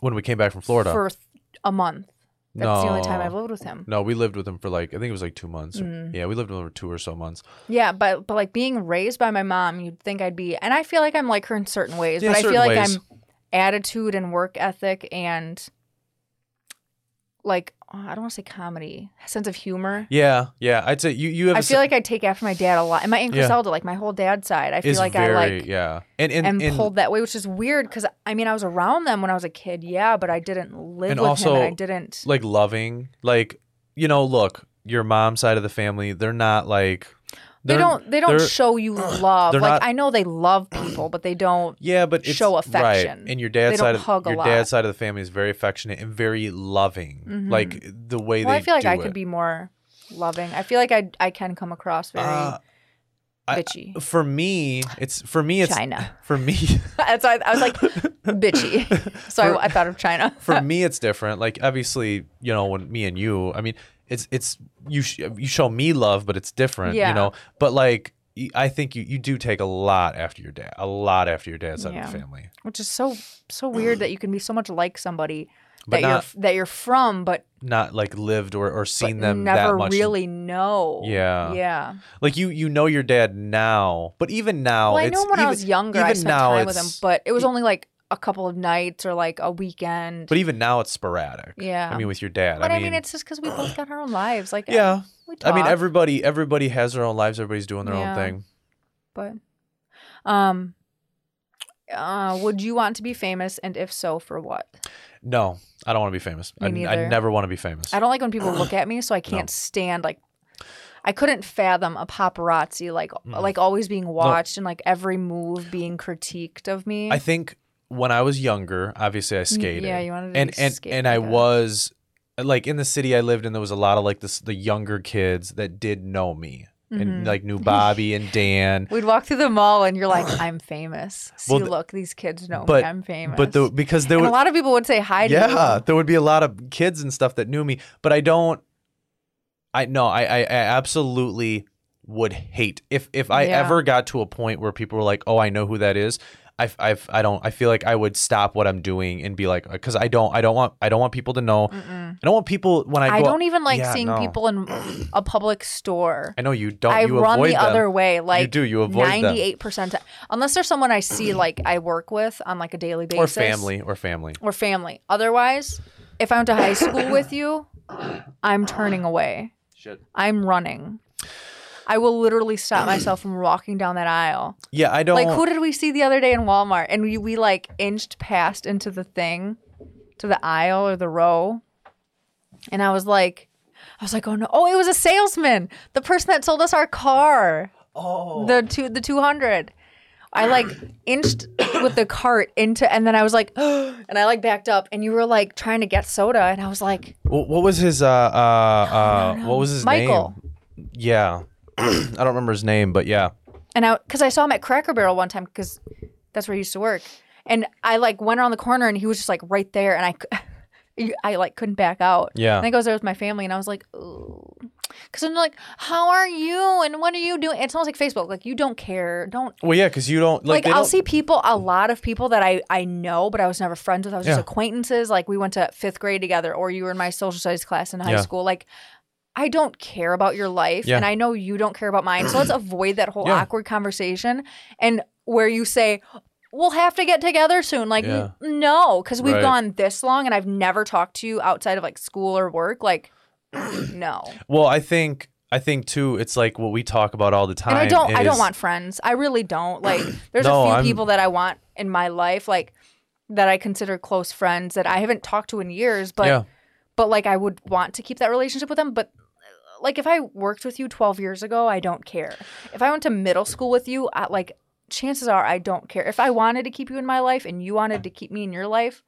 When we came back from Florida,
for th- a month. That's
no,
the only time I've Mm. lived with him.
No, we lived with him for like I think it was like two months. or- Yeah, we lived with him for two or so months.
Yeah, but but like being raised by my mom, you'd think I'd be, and I feel like I'm like her in certain ways,
Yeah,
but I
certain
feel like
ways.
I'm attitude and work ethic and like oh, I don't want to say comedy, sense of humor.
Yeah, yeah. I'd say you you have.
I
a
feel
s-
like I take after my dad a lot, and my Aunt
Yeah.
Griselda, like my whole dad's side. I feel
is
like
very
I like
yeah, and and
am
and,
pulled that way, which is weird because I mean I was around them when I was a kid, yeah, but I didn't live
And
with him,
also,
and I didn't.
like loving. Like you know, look, your mom's side of the family, they're not like
They
they're-
don't. They don't
they're-
show you love.
they're not-
Like I know they love people, but they don't.
Yeah, but it's,
show affection.
Right. And your
They
dad's
don't
side of
hug a
your
lot. Mm-hmm.
dad's side of the family is very affectionate and very loving. Like the way
Well,
they
I feel like
do
I
it.
could be more loving. I feel like I I can come across very
Uh, I-
bitchy.
for me, it's for me it's
China.
for me
That's why I was like bitchy. So I, I thought of China.
for me it's different. Like obviously, you know, when me and you, I mean, it's it's you sh- you show me love, but it's different,
Yeah.
you know. But like y- I think you, you do take a lot after your dad, a lot after your dad's side of the
Yeah.
family.
which is so so weird that you can be so much like somebody
But
that you're
not-
f- that you're from, but,
Not like lived or, or
but
seen them
never
that much.
really know.
Yeah.
yeah.
Like you you know your dad now, but even now,
Well, I
Oh, it's,
know when I
even-
was younger, I
even
spent
now
time with him,
it's- e
but it was only like a couple of nights or like a weekend.
But even now, it's sporadic.
Yeah.
I mean, with your dad.
But
I,
I mean, it's just because we both got our own lives. Like,
yeah.
we talk,
I mean, everybody everybody has their own lives. Everybody's doing their
Yeah.
own thing.
But, um, uh, would you want to be famous, and if so, for what?
No, I don't want to be famous.
Me
I, I
neither.
never want to be famous.
I don't like when people look at me, so I can't stand like. I couldn't fathom a paparazzi like
Mm.
like always being watched and like every move being critiqued of me.
I think when I was younger, obviously I skated.
Mm-hmm. yeah, you wanted to
and
be
and
skate-
and I
like a-
was like in the city I lived in, there was a lot of like this the younger kids that did know me and like knew Bobby and Dan.
Mm-hmm. We'd walk through the mall and you're like, I'm famous. See,
Well, th-
look, these kids know
but-
me. I'm famous.
But the, because there
and
was
a lot of people would say hi to you.
yeah there would be a lot of kids and stuff that knew me but i don't i no i i, I absolutely would hate if if i
Yeah.
ever got to a point where people were like oh i know who that is I, I, I don't I feel like I would stop what I'm doing and be like because I don't I don't want I don't want people to know I don't want people when I go
I don't even like
Yeah,
seeing
no.
people in a public store.
I know you don't
e-, I
you
run
avoid
the
them.
other way. Like
do, you avoid them.
ninety-eight percent, unless there's someone I see like I work with on like a daily basis
or family or family
or family. Otherwise, if I went to high school with you, I'm turning away.
Shit.
I'm running. I will literally stop myself from walking down that aisle.
yeah I don't
Like who did we see the other day in Walmart? And we we like inched past into the thing, to the aisle or the row. And I was like, I was like, oh no! Oh, it was a salesman, the person that sold us our car,
oh
the two the two hundred. I like inched with the cart into, and then I was like, and I like backed up, and you were like trying to get soda, and I was like,
Wh- what was his uh uh, uh what was his
Michael.
name yeah I don't remember his name but yeah
and I because I saw him at Cracker Barrel one time because that's where he used to work, and I like went around the corner and he was just like right there, and I, c- you- I like couldn't back out.
Yeah.
and I goes there with my family, and I was like, ooh, because I'm like, how are you, and what are you doing? It's almost like Facebook, like you don't care, don't.
Well, yeah, because you don't like.
Like,
they
I'll
don't-
see people, a lot of people that I I know, but I was never friends with. I was just
Yeah.
acquaintances. Like we went to fifth grade together, or you were in my social studies class in high
Yeah.
school. Like I don't care about your life,
Yeah.
and I know you don't care about mine. So let's avoid that whole
Yeah.
awkward conversation and where you say. We'll have to get together soon. Like,
Yeah.
n- no, because we've
Right.
gone this long and I've never talked to you outside of like school or work. Like, no.
Well, I think I think too. It's like what we talk about all the time.
and I don't I don't
is-
want friends. I really don't. Like there's
No,
a few
I'm-
people that I want in my life like that I consider close friends that I haven't talked to in years, but
Yeah.
but like I would want to keep that relationship with them, but like if I worked with you 12 years ago, I don't care. If I went to middle school with you, I, like chances are I don't care. If I wanted to keep you in my life and you wanted to keep me in your life,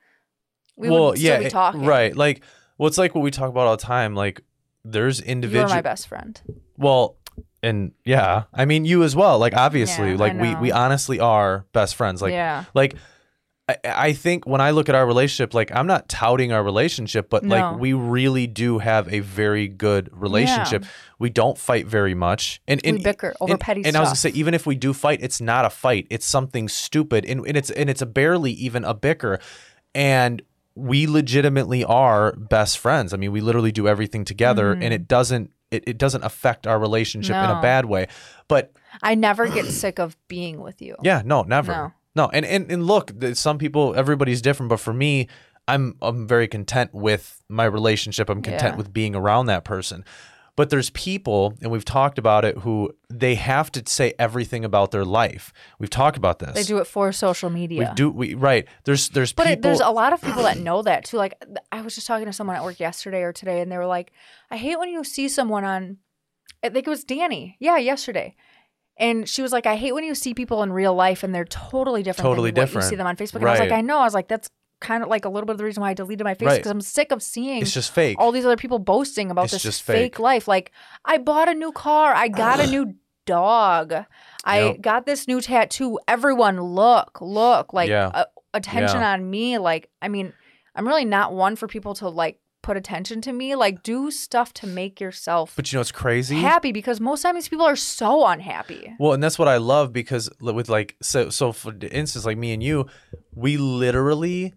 we
well,
would
yeah,
still be
it-
talking.
right. Like, well, it's like what we talk about all the time. Like, there's
You're
individual.
my best friend.
Well, and yeah, I mean you as well. Like obviously,
Yeah, I
like we
know.
we honestly are best friends. Like
yeah.
like I, I think when I look at our relationship, like I'm not touting our relationship, but
No.
like we really do have a very good relationship. We don't fight very much, and, and
we bicker over
and,
petty
and I
stuff.
was gonna say, even if we do fight, it's not a fight. It's something stupid, and, and it's and it's a barely even a bicker, and we legitimately are best friends. I mean, we literally do everything together, and it doesn't it, it doesn't affect our relationship in a
Mm-hmm. No.
bad way. But
I never get sick of being with you.
yeah, no, never.
No.
No, and and and look, th- some people, everybody's different, but for me, I'm I'm very content with my relationship. I'm content
Yeah.
with being around that person. But there's people, and we've talked about it, who they have to say everything about their life. We've talked about this.
They do it for social media.
We do. We right. There's there's
But
people.
it, there's a lot of people that know that too. Like th- I was just talking to someone at work yesterday or today, and they were like, "I hate when you see someone on." I think it was Danny. Yeah, yesterday, and she was like, "I hate when you see people in real life and they're totally different.
Totally
than what
different.
You see them on Facebook." And I was like,
Right.
"I know." I was like, "That's kind of like a little bit of the reason why I deleted my Facebook
Right.
because I'm sick of seeing."
it's just fake.
all these other people boasting about
It's
this
just
fake.
fake.
life. Like, I bought a new car. I got a new dog. I
Yep.
got this new tattoo. Everyone, look, look. Like,
Yeah.
uh, attention
Yeah.
on me. Like, I mean, I'm really not one for people to like put attention to me. Like, do stuff to make yourself
but you know it's crazy.
happy because most times these people are so unhappy.
Well, and that's what I love because li- with like so so for instance, like me and you, we literally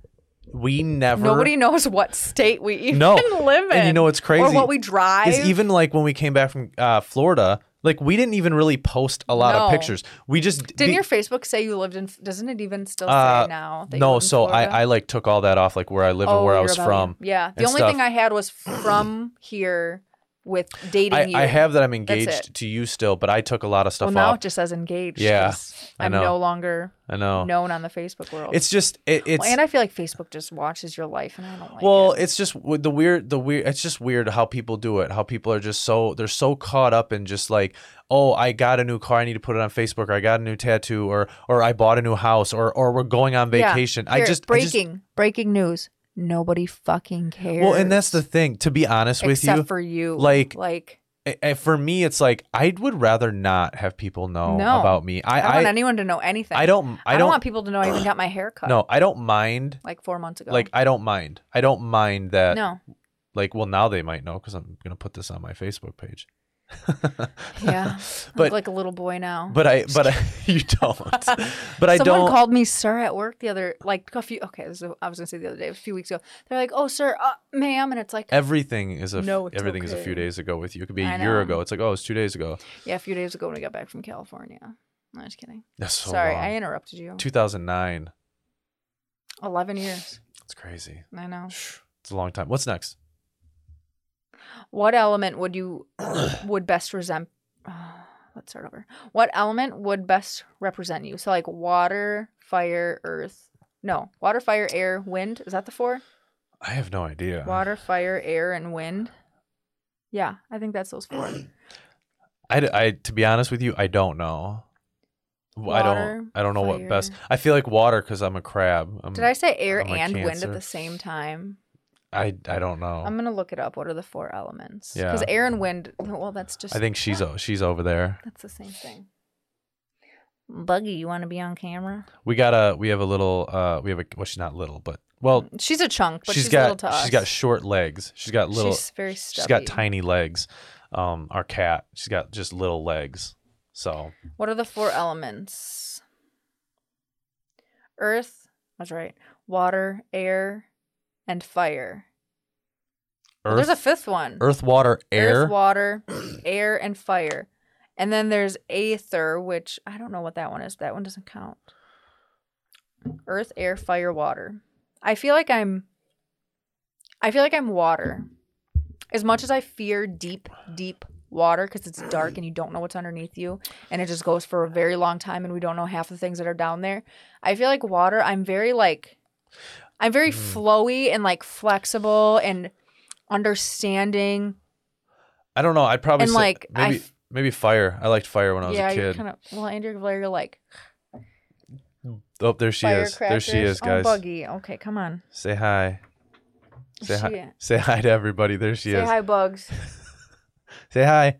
we never
Nobody knows what state we even
No.
live in.
And you know what's
Or
crazy
what we drive.
is even like when we came back from uh, Florida, like we didn't even really post a lot of
No.
pictures. We just
Didn't
be-
your Facebook say you lived in? Doesn't it even still say
Uh,
now? that you
no.
live in
So I
Florida? Oh,
I like took all that off, like where I live and where I
you're
was
about-
from.
Yeah. The
and
only
stuff.
thing I had was from here with dating
I,
you.
I have that I'm
it.
engaged to you still, but I took a lot of
Well,
stuff
now
off.
it just says engaged.
Yeah,
'cause
I
I'm
know.
no longer
I know.
known on the Facebook world.
It's just it, it's
Well, and I feel like Facebook just watches your life, and I don't like
Well,
it.
it's just w- the weird, the weird. It's just weird how people do it. How people are just so they're so caught up in just like, oh, I got a new car, I need to put it on Facebook, or I got a new tattoo, or or I bought a new house, or or we're going on
Yeah.
vacation. I
Here,
just I just-
breaking breaking news. Nobody fucking cares.
well, and that's the thing. To be honest with
except
you,
for you.
like-
like
a- a- for me, it's like I would rather not have people know
No.
about me.
I, don't
I
want
I,
anyone to know anything.
I don't
I
I don't
want people to know I even got my hair cut.
no I don't mind.
like four months ago.
Like uh, I don't mind. I don't mind that.
no,
Like well now they might know because I'm gonna put this on my Facebook page.
yeah, I
But-
look like a little boy now.
But I, but I, you don't. But I
Someone
don't.
called me sir at work the other like a few okay this is, I was gonna say the other day a few weeks ago they're like oh sir uh, ma'am and it's like
everything is a f-
No, it's
everything is a few
okay.
days ago with you. It could be
I
a year
know.
ago. It's like oh, it's two days ago.
yeah a few days ago when we got back from California no just kidding
That's so
sorry
long.
I interrupted you
2009.
eleven years
It's crazy.
I know
It's a long time. What's next?
what element would you would best resent let's start over what element would best represent you so like water fire earth no water fire air wind is that the four
I have no idea.
water fire air and wind yeah I think that's those four.
I, d- I- to be honest with you, I don't know. W- I
Water,
don't. I don't know what best.
fire.
I feel like water because I'm a crab. I'm,
Did I say air
I'm a
and wind at
Cancer.
the same time?
I I don't know.
I'm gonna look it up. What are the four elements? Because
Yeah.
air and wind. Well, that's just.
I think she's o- she's over there.
that's the same thing. Buggy, you want to be on camera?
We got a we have a little uh we have a well she's not little but well
She's a chunk, but she's,
she's got
little to us.
she's got short legs. She's got little
She's very stubby.
She's got tiny legs. Um, our cat, she's got just little legs. So
What are the four elements? Earth. That's right. Water, air, and fire. Well,
earth,
there's a fifth one.
earth, water, air.
Earth, water, air, and fire. And then there's aether, which I don't know what that one is. That one doesn't count. Earth, air, fire, water. I feel like I'm I feel like I'm water. As much as I fear deep, deep water because it's dark and you don't know what's underneath you and it just goes for a very long time and we don't know half the things that are down there. I feel like water, I'm very like I'm very flowy and like flexible and understanding
I don't know. I'd probably
And,
say-
like, I
maybe
f-
maybe fire. I liked fire when I was
yeah,
a
you're
kid.
kind of well, Andrea Valer, you're like
oh, there she is. There she
firecrackers.
is, guys.
Oh, buggy. Okay, come on.
Say hi. Say
She-
hi. Say hi to everybody. There she
Say
is.
hi, bugs.
Say hi.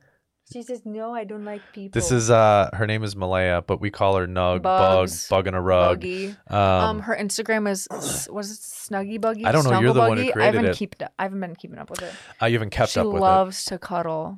She says, "No, I don't like people."
This is uh her name is Malaya, but we call her Nug,
Bugs.
Bug, Bug in a Rug.
buggy.
Um,
Um, her Instagram is s- was it Snuggy Buggy?
I don't know. You're
Snuggle
the one who
Buggy? I
created
haven't
it.
kept. I haven't been keeping up with it.
uh, you haven't kept
she
up with
loves to cuddle.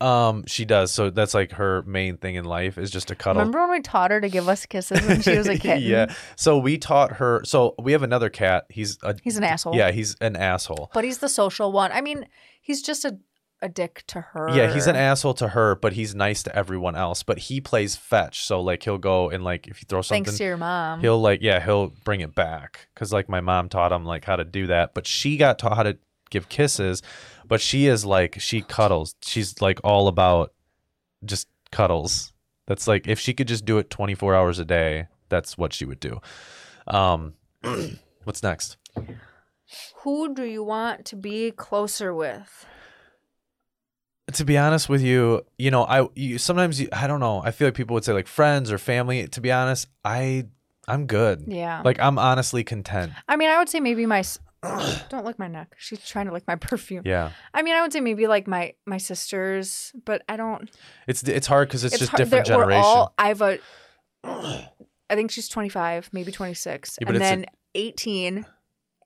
it. Um she does. So that's like her main thing in life is just to cuddle.
Remember when we taught her to give us kisses when she was a kitten?
yeah. So we taught her so we have another cat. He's a
He's an asshole.
Yeah, he's an asshole.
But he's the social one. I mean, he's just a, a dick to her.
Yeah, he's an asshole to her, but he's nice to everyone else. But he plays fetch, so like he'll go and like if you throw something,
Thanks to your mom.
he'll like yeah he'll bring it back because like my mom taught him like how to do that. But she got taught how to give kisses, but she is like she cuddles. She's like all about just cuddles. That's like if she could just do it twenty four hours a day, that's what she would do. Um, what's next?
Who do you want to be closer with?
to be honest with you, you know, I you, sometimes you, I don't know. I feel like people would say like friends or family. To be honest, I I'm good.
Yeah.
Like I'm honestly content.
I mean, I would say maybe my. s- Don't lick my neck. She's trying to lick my perfume.
Yeah.
I mean, I would say maybe like my my sisters, but I don't.
It's it's hard because it's, just
hard-
different
they're-
generation.
We're all. I have a. I think she's twenty five, maybe twenty six,
Yeah, but
and
it's a-
then eighteen,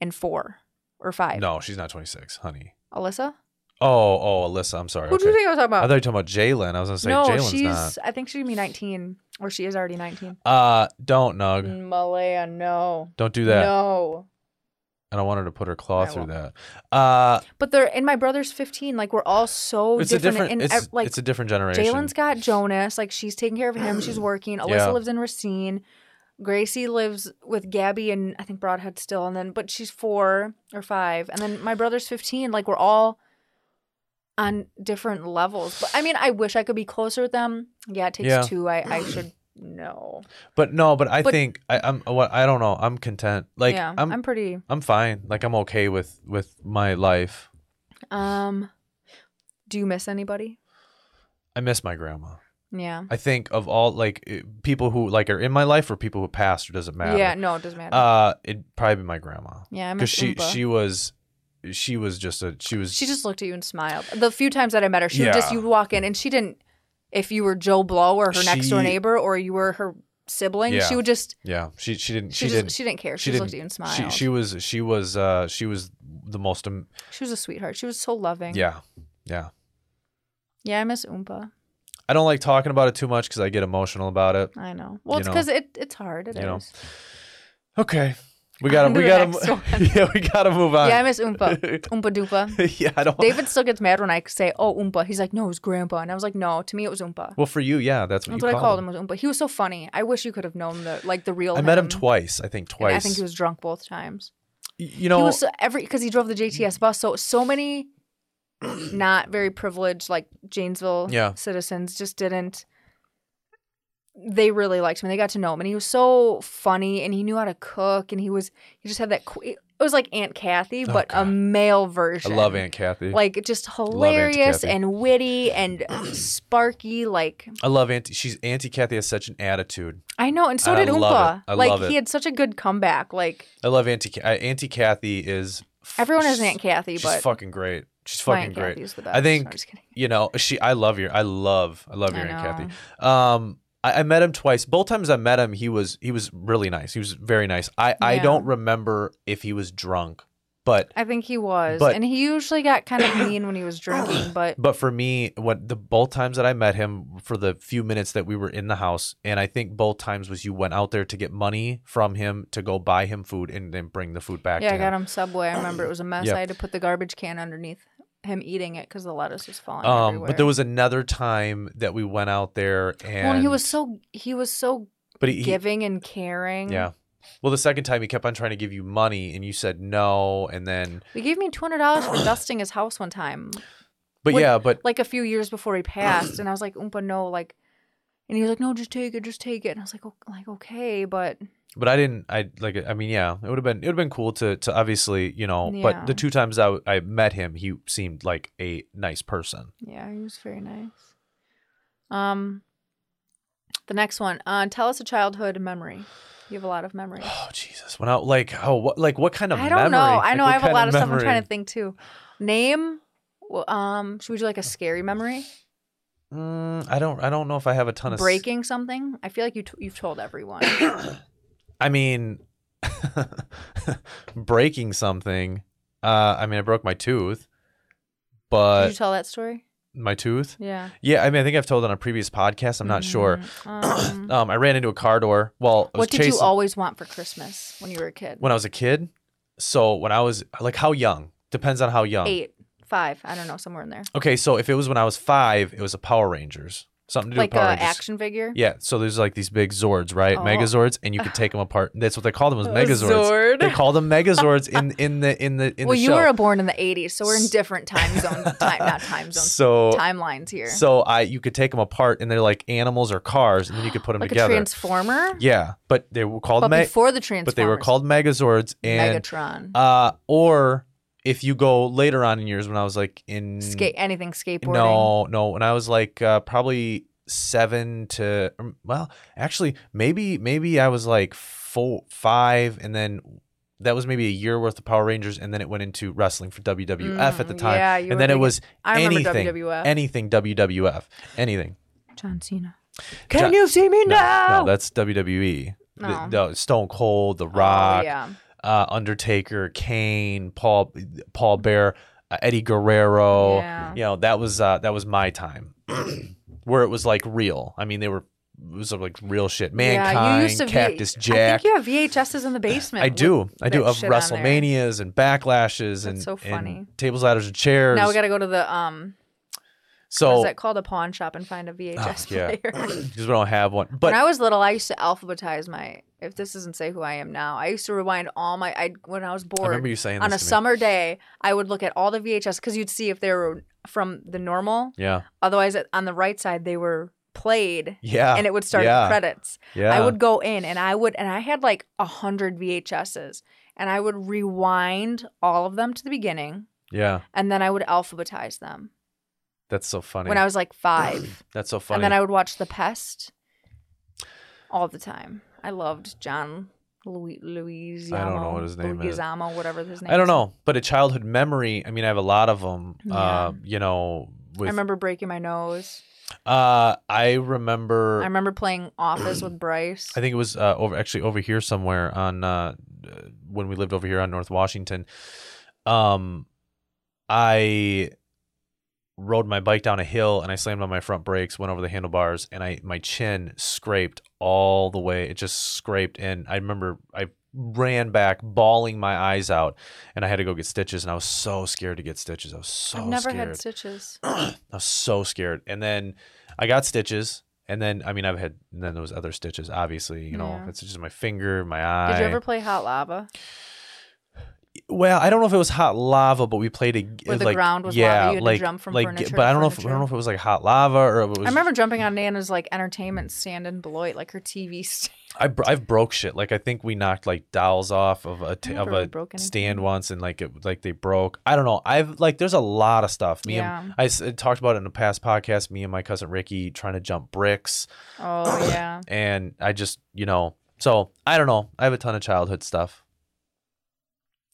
and four or five.
no, she's not 26, honey.
Alyssa.
Oh, oh, Alyssa, I'm sorry.
Who
okay.
do you think I was talking
I
about?
thought you were talking about Jalen. I was gonna say
no,
Jalen's
she's.
not.
I think she'd be nineteen, or she is already nineteen.
Uh, don't nug.
Malaya, no,
Don't do that.
Mm, no.
I don't want her to put her claw
I
through
won't.
that. Uh,
But they're and my brother's fifteen. Like we're all so
it's a
Oh, different.
different.
and
It's,
ev- like
it's a different generation.
Jalen's got Jonas. Like she's taking care of him. She's working. Alyssa
Yeah.
lives in Racine. Gracie lives with Gabby and I think Broadhead still. And then, but she's four or five. And then my brother's 15. Like we're all on different levels. But I mean, I wish I could be closer with them. Yeah, it takes
Yeah.
two. I, I should know.
but no, but I
But-
think I, I'm. What I don't know. I'm content. Like
yeah,
I'm
I'm pretty.
I'm fine. Like I'm okay with with my life.
Um, do you miss anybody?
I miss my grandma.
Yeah.
I think of all like eh, people who like are in my life or people who passed or doesn't matter.
Yeah. No, it doesn't matter.
Uh, it'd probably be my grandma
yeah, I miss
because she
Oompa.
she was she was just a she was
She just looked at you and smiled. The few times that I met her, she would just
Yeah.
you'd walk in and she didn't. If you were Joe Blow or her next door
She-
neighbor or you were her sibling,
Yeah.
she would just
yeah she she didn't
she,
she,
just
didn't.
she didn't care. She,
she
just looked
didn't-
at you and
She,
smiled. She,
she was she was uh she was the most um,
was a sweetheart. She was so loving.
yeah yeah
yeah. I miss Oompa.
I don't like talking about it too much because I get emotional about it
I know.
You
Well, it's
know.
because it it's hard. It is.
You know. okay we gotta
On to
we
the
gotta
next
mo- yeah we gotta move on
Yeah, I miss Oompa. Oompa Doopa.
yeah I don't
David still gets mad when I say, "Oh, Oompa." He's like, "No, it was Grandpa," and I was like, "No, to me it was Oompa."
well for you yeah that's what
That's
you
what I
call
called
them.
him. was Oompa. He was so funny. I wish you could have known the like the real.
I met him
him
twice I think
and
twice
I think he was drunk both times.
Y- you know
he was so- every because he drove the JTS bus. So so many not very privileged like Janesville
Yeah.
citizens just didn't. They really liked him. They got to know him, and he was so funny, and he knew how to cook, and he was he just had that. qu- It was like Aunt Kathy,
Oh,
but a
God.
male
I
version.
love Aunt Kathy.
Like just
Aunt
hilarious
Kathy.
and witty and sparky. Like
I love Auntie. She's Auntie Kathy has such an attitude.
I know, and so
I
did
love
Oompa.
it. I
like
love it.
he had such a good comeback. Like
I love Auntie. Ca- Auntie Kathy is f-
everyone has an
she's-
Aunt Kathy,
She's
but
fucking great. She's
my
fucking
Aunt
great.
Kathy is the best.
I think
I'm just kidding.
You know, she. I love your. I love. I love your
I
Aunt
know.
Kathy. Um, I, I met him twice. Both times I met him, he was he was really nice. He was very nice. I I
Yeah.
don't remember if he was drunk, but
I think he was.
But-
and he usually got kind of mean when he was drinking, but
But for me, what the both times that I met him for the few minutes that we were in the house, and I think both times was you went out there to get money from him to go buy him food and then bring the food back.
yeah,
to
I
him.
got him Subway. I remember it was a mess.
Yeah.
I had to put the garbage can underneath him eating it because the lettuce was falling
Um,
everywhere.
but there was another time that we went out there and
well, and he was so he was so
but he, he-
giving and caring.
yeah. Well, the second time he kept on trying to give you money and you said no, and then
he gave me two hundred dollars for dusting his house one time,
but
What-
yeah, but
like a few years before he passed, and I was like, "Oompa, no!" Like, and he was like, "No, just take it, just take it." And I was like, oh, "Like, okay, but
but I didn't. I like. I mean, yeah, it would have been it would have been cool to to obviously you know.
Yeah.
But the two times I w- I met him, he seemed like a nice person.
Yeah, he was very nice. Um, the next one. Uh, tell us a childhood memory. You have a lot of memories.
Oh Jesus! When I like oh what like what kind of
I don't
memory?
know. I
Like,
know
what
I have a
kind
lot of, stuff. I'm
memory?
trying to think too. Name. Well, um, should we do like a scary memory?
Mm, I don't. I don't know if I have a ton of s- Uh,
breaking something? I feel like you t- you've told everyone.
I mean, breaking something. Uh, I mean, I broke my tooth,
Did
but
you tell that story?
my tooth.
Yeah.
Yeah, I mean, I think I've told on a previous podcast. I'm not sure.
Mm, um,
Um, I ran into a car door. Well, I was
what did you
chasing
always want for Christmas when you were a kid?
when I was a kid. So when I was like, how young? Depends on how young.
Eight, five, I don't know, somewhere in there.
Okay, so if it was when I was five, it was a Power Rangers, something to do
Like
with Power
a
Rangers.
action figure.
Yeah, so there's like these big Zords, right?
Oh.
Megazords, and you could take them apart. That's what they called them was
A
Megazords.
Zord.
They called them Megazords in in the in the in
well,
the
you
show.
were born in the '80s, so we're in different time zones. Time, not time zones.
so
timelines here.
so I you could take them apart, and they're like animals or cars, and then you could put them
like
together.
a transformer.
yeah, but they were called
But
Me-
before the transformers,
but they were called Megazords, and
Megatron.
uh, or if you go later on in years when I was like in
Skate anything skateboarding.
No, no. When I was like uh, probably seven to um, well, actually, maybe maybe I was like four, five, and then that was maybe a year worth of Power Rangers, and then it went into wrestling for WWF at the
Mm,
time,
yeah, you were
and then it
big-
was
I remember
anything,
WWF.
anything WWF, anything.
John Cena.
Can John-
you see me
No, no, that's WWE.
No.
The, the Stone Cold, The Rock,
Oh, yeah.
uh, Undertaker, Kane, Paul Paul Bear, uh, Eddie Guerrero.
Yeah.
You know that was uh, that was my time, where it was like real. I mean, they were it was uh, like real shit. Mankind,
yeah, you used to
Cactus
v-
Jack.
I think you have VHSs in the basement.
I
with
do, I do
that
of
shit on there.
WrestleManias and backlashes and,
so
and
funny.
tables, ladders, and chairs.
Now we got to go to the um,
so
what's that called? A pawn shop and find a VHS
Oh, yeah.
player.
because we don't have one, but
when I was little, I used to alphabetize my. If this doesn't say who I am now, I used to rewind all my. I when I was
I
bored
remember you saying
on a
this to me.
summer day, I would look at all the VHS because you'd see if they were from the normal.
Yeah,
Otherwise, it- on the right side they were played,
yeah,
and it would start
Ah, yeah.
the credits.
yeah.
I would go in and I would and I had like a hundred VHSs, and I would rewind all of them to the beginning,
yeah.
and then I would alphabetize them
That's so funny.
when I was like five.
That's so funny.
And then I would watch The Pest all the time. I loved John Louis Louisiamo.
I don't know what his name is.
Louisiamo, whatever his name.
I don't
is.
know, but a childhood memory. I mean, I have a lot of them.
Yeah.
Uh, you know, with
I remember breaking my nose.
uh, I
I
remember. i
remember playing Office with Bryce.
think it was uh, over actually over here somewhere on uh, uh, when we lived over here on North Washington. Um, I rode my bike down a hill and I slammed on my front brakes, went over the handlebars, and I my chin scraped all the way. It just scraped, and I remember I ran back, bawling my eyes out, and I had to go get stitches, and I was so scared to get stitches. I was so
I've never
scared.
had stitches.
I was so scared. And then I got stitches. And then I mean I've had and then there was other stitches, obviously, you know,
Yeah.
it's just my finger, my eye.
Did you ever play Hot Lava?
Well, I don't know if it was hot lava, but we played a
Where the
like,
ground was lava,
yeah,
you had to
like,
jump from
like,
furniture
But
to
I don't know if I
furniture.
don't know if it was like hot lava or if it was
I remember jumping on Nana's like entertainment stand in Beloit, like her TV stand.
I br- I've broke shit. Like I think we knocked like dowels off of a t-
I
of
never
a
really broke anything.
stand once, and like it like they broke. I don't know. I've like there's a lot of stuff. Me and
Yeah.
I s- talked about it in a past podcast. Me and my cousin Ricky trying to jump bricks.
Oh yeah.
and I just you know so I don't know I have a ton of childhood stuff.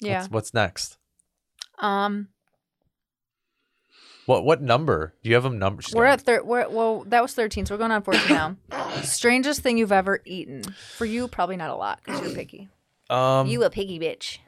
Yeah.
What's, what's next?
Um
What what number? Do you have them number? she's
we're
gonna-
at thir- we're, well, that was 13, so we're going on 14 now. Strangest thing you've ever eaten. For you, probably not a lot cuz you're picky.
um
you a piggy bitch.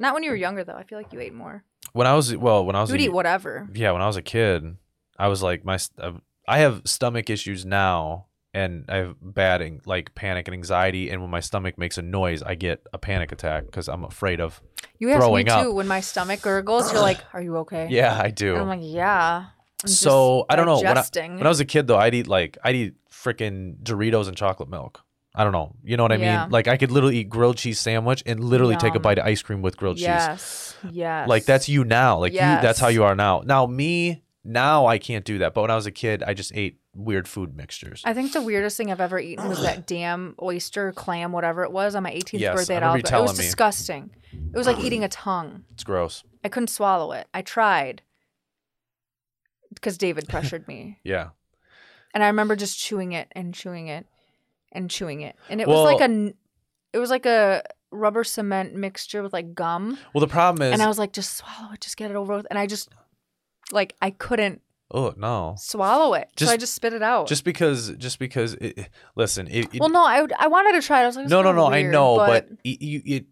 Not when you were younger though. I feel like you ate more.
when I was well when I was
You'd
a,
eat whatever.
yeah when I was a kid I was like my st- um, I have stomach issues now and I have bad an- like panic and anxiety and when my stomach makes a noise I get a panic attack because I'm afraid of
You asked me
Throwing up.
too when my stomach gurgles. You're like, "Are you okay?"
yeah I do.
And I'm like, "Yeah." I'm just
so I don't know when I,
digesting.
when I was a kid though I'd eat like I'd eat freaking Doritos and chocolate milk. I don't know. You know what I
Yeah.
mean? Like I could literally eat grilled cheese sandwich and literally take a
Yum.
bite of ice cream with grilled cheese.
yes. Yes.
Like that's you now. Like you that's how
Yes.
you are now. Now me now I can't do that. But when I was a kid I just ate weird food mixtures.
I think the weirdest thing I've ever eaten was that damn oyster, clam, whatever it was, on my 18th
Yes,
birthday
I
at
remember you
Olive Garden. It was
telling me.
disgusting. It was like eating a tongue.
It's gross.
I couldn't swallow it. I tried because David pressured me,
Yeah.
and I remember just chewing it and chewing it and chewing it, and it
Well-
was like a, n- it was like a rubber cement mixture with like gum,
Well the problem is
and I was like, just swallow it, just get it over with, and I just, like, I couldn't
oh no.
swallow it.
Just-
so I just spit it out.
Just because, just because. It, it- listen, it, it-
well, no, I, would- I wanted to try it. I was like, it's
no, no,
kinda
no. I
weird,
know, but, y you, it.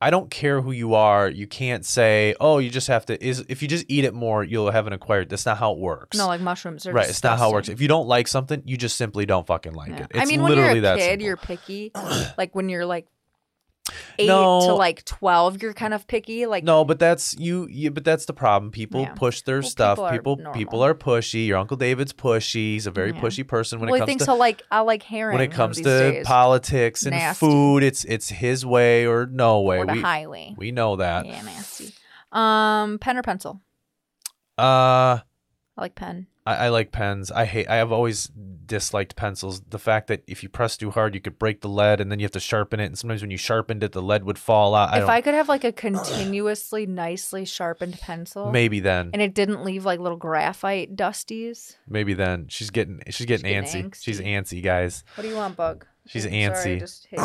I don't care who you are. You can't say, "Oh, you just have to." Is if you just eat it more, you'll have an acquired. That's not how it works.
no, like mushrooms are
right. It's not how it works.
disgusting.
If you don't like something, you just simply don't fucking like
Yeah.
it. It's
I mean, when
literally
you're a
that
kid,
simple.
you're picky. like when you're like eight to
No.
like twelve, you're kind of picky. Like
no, but that's you, you. But that's the problem. People
Yeah.
push their
Well,
stuff.
people are
People, people, are
normal.
pushy. Your uncle David's pushy. He's a very
Yeah.
pushy person when
well,
it
he
comes
thinks
to
he'll like I like herring.
when it comes to
these days,
politics and
Nasty.
food. It's it's his way or no way.
or the
we
highway.
we know that.
yeah, nasty. Um, pen or pencil?
Uh,
I like pen.
I, I like pens. I hate. I have always disliked pencils. The fact that if you press too hard, you could break the lead, and then you have to sharpen it. And sometimes when you sharpened it, the lead would fall out. I
if
don't.
I could have like a continuously nicely sharpened pencil,
maybe then.
and it didn't leave like little graphite dusties.
Maybe then. She's getting. She's getting
getting
antsy. She's
angsty.
antsy, guys.
What do you want, bug?
She's
Sorry, I
antsy.
just hit you.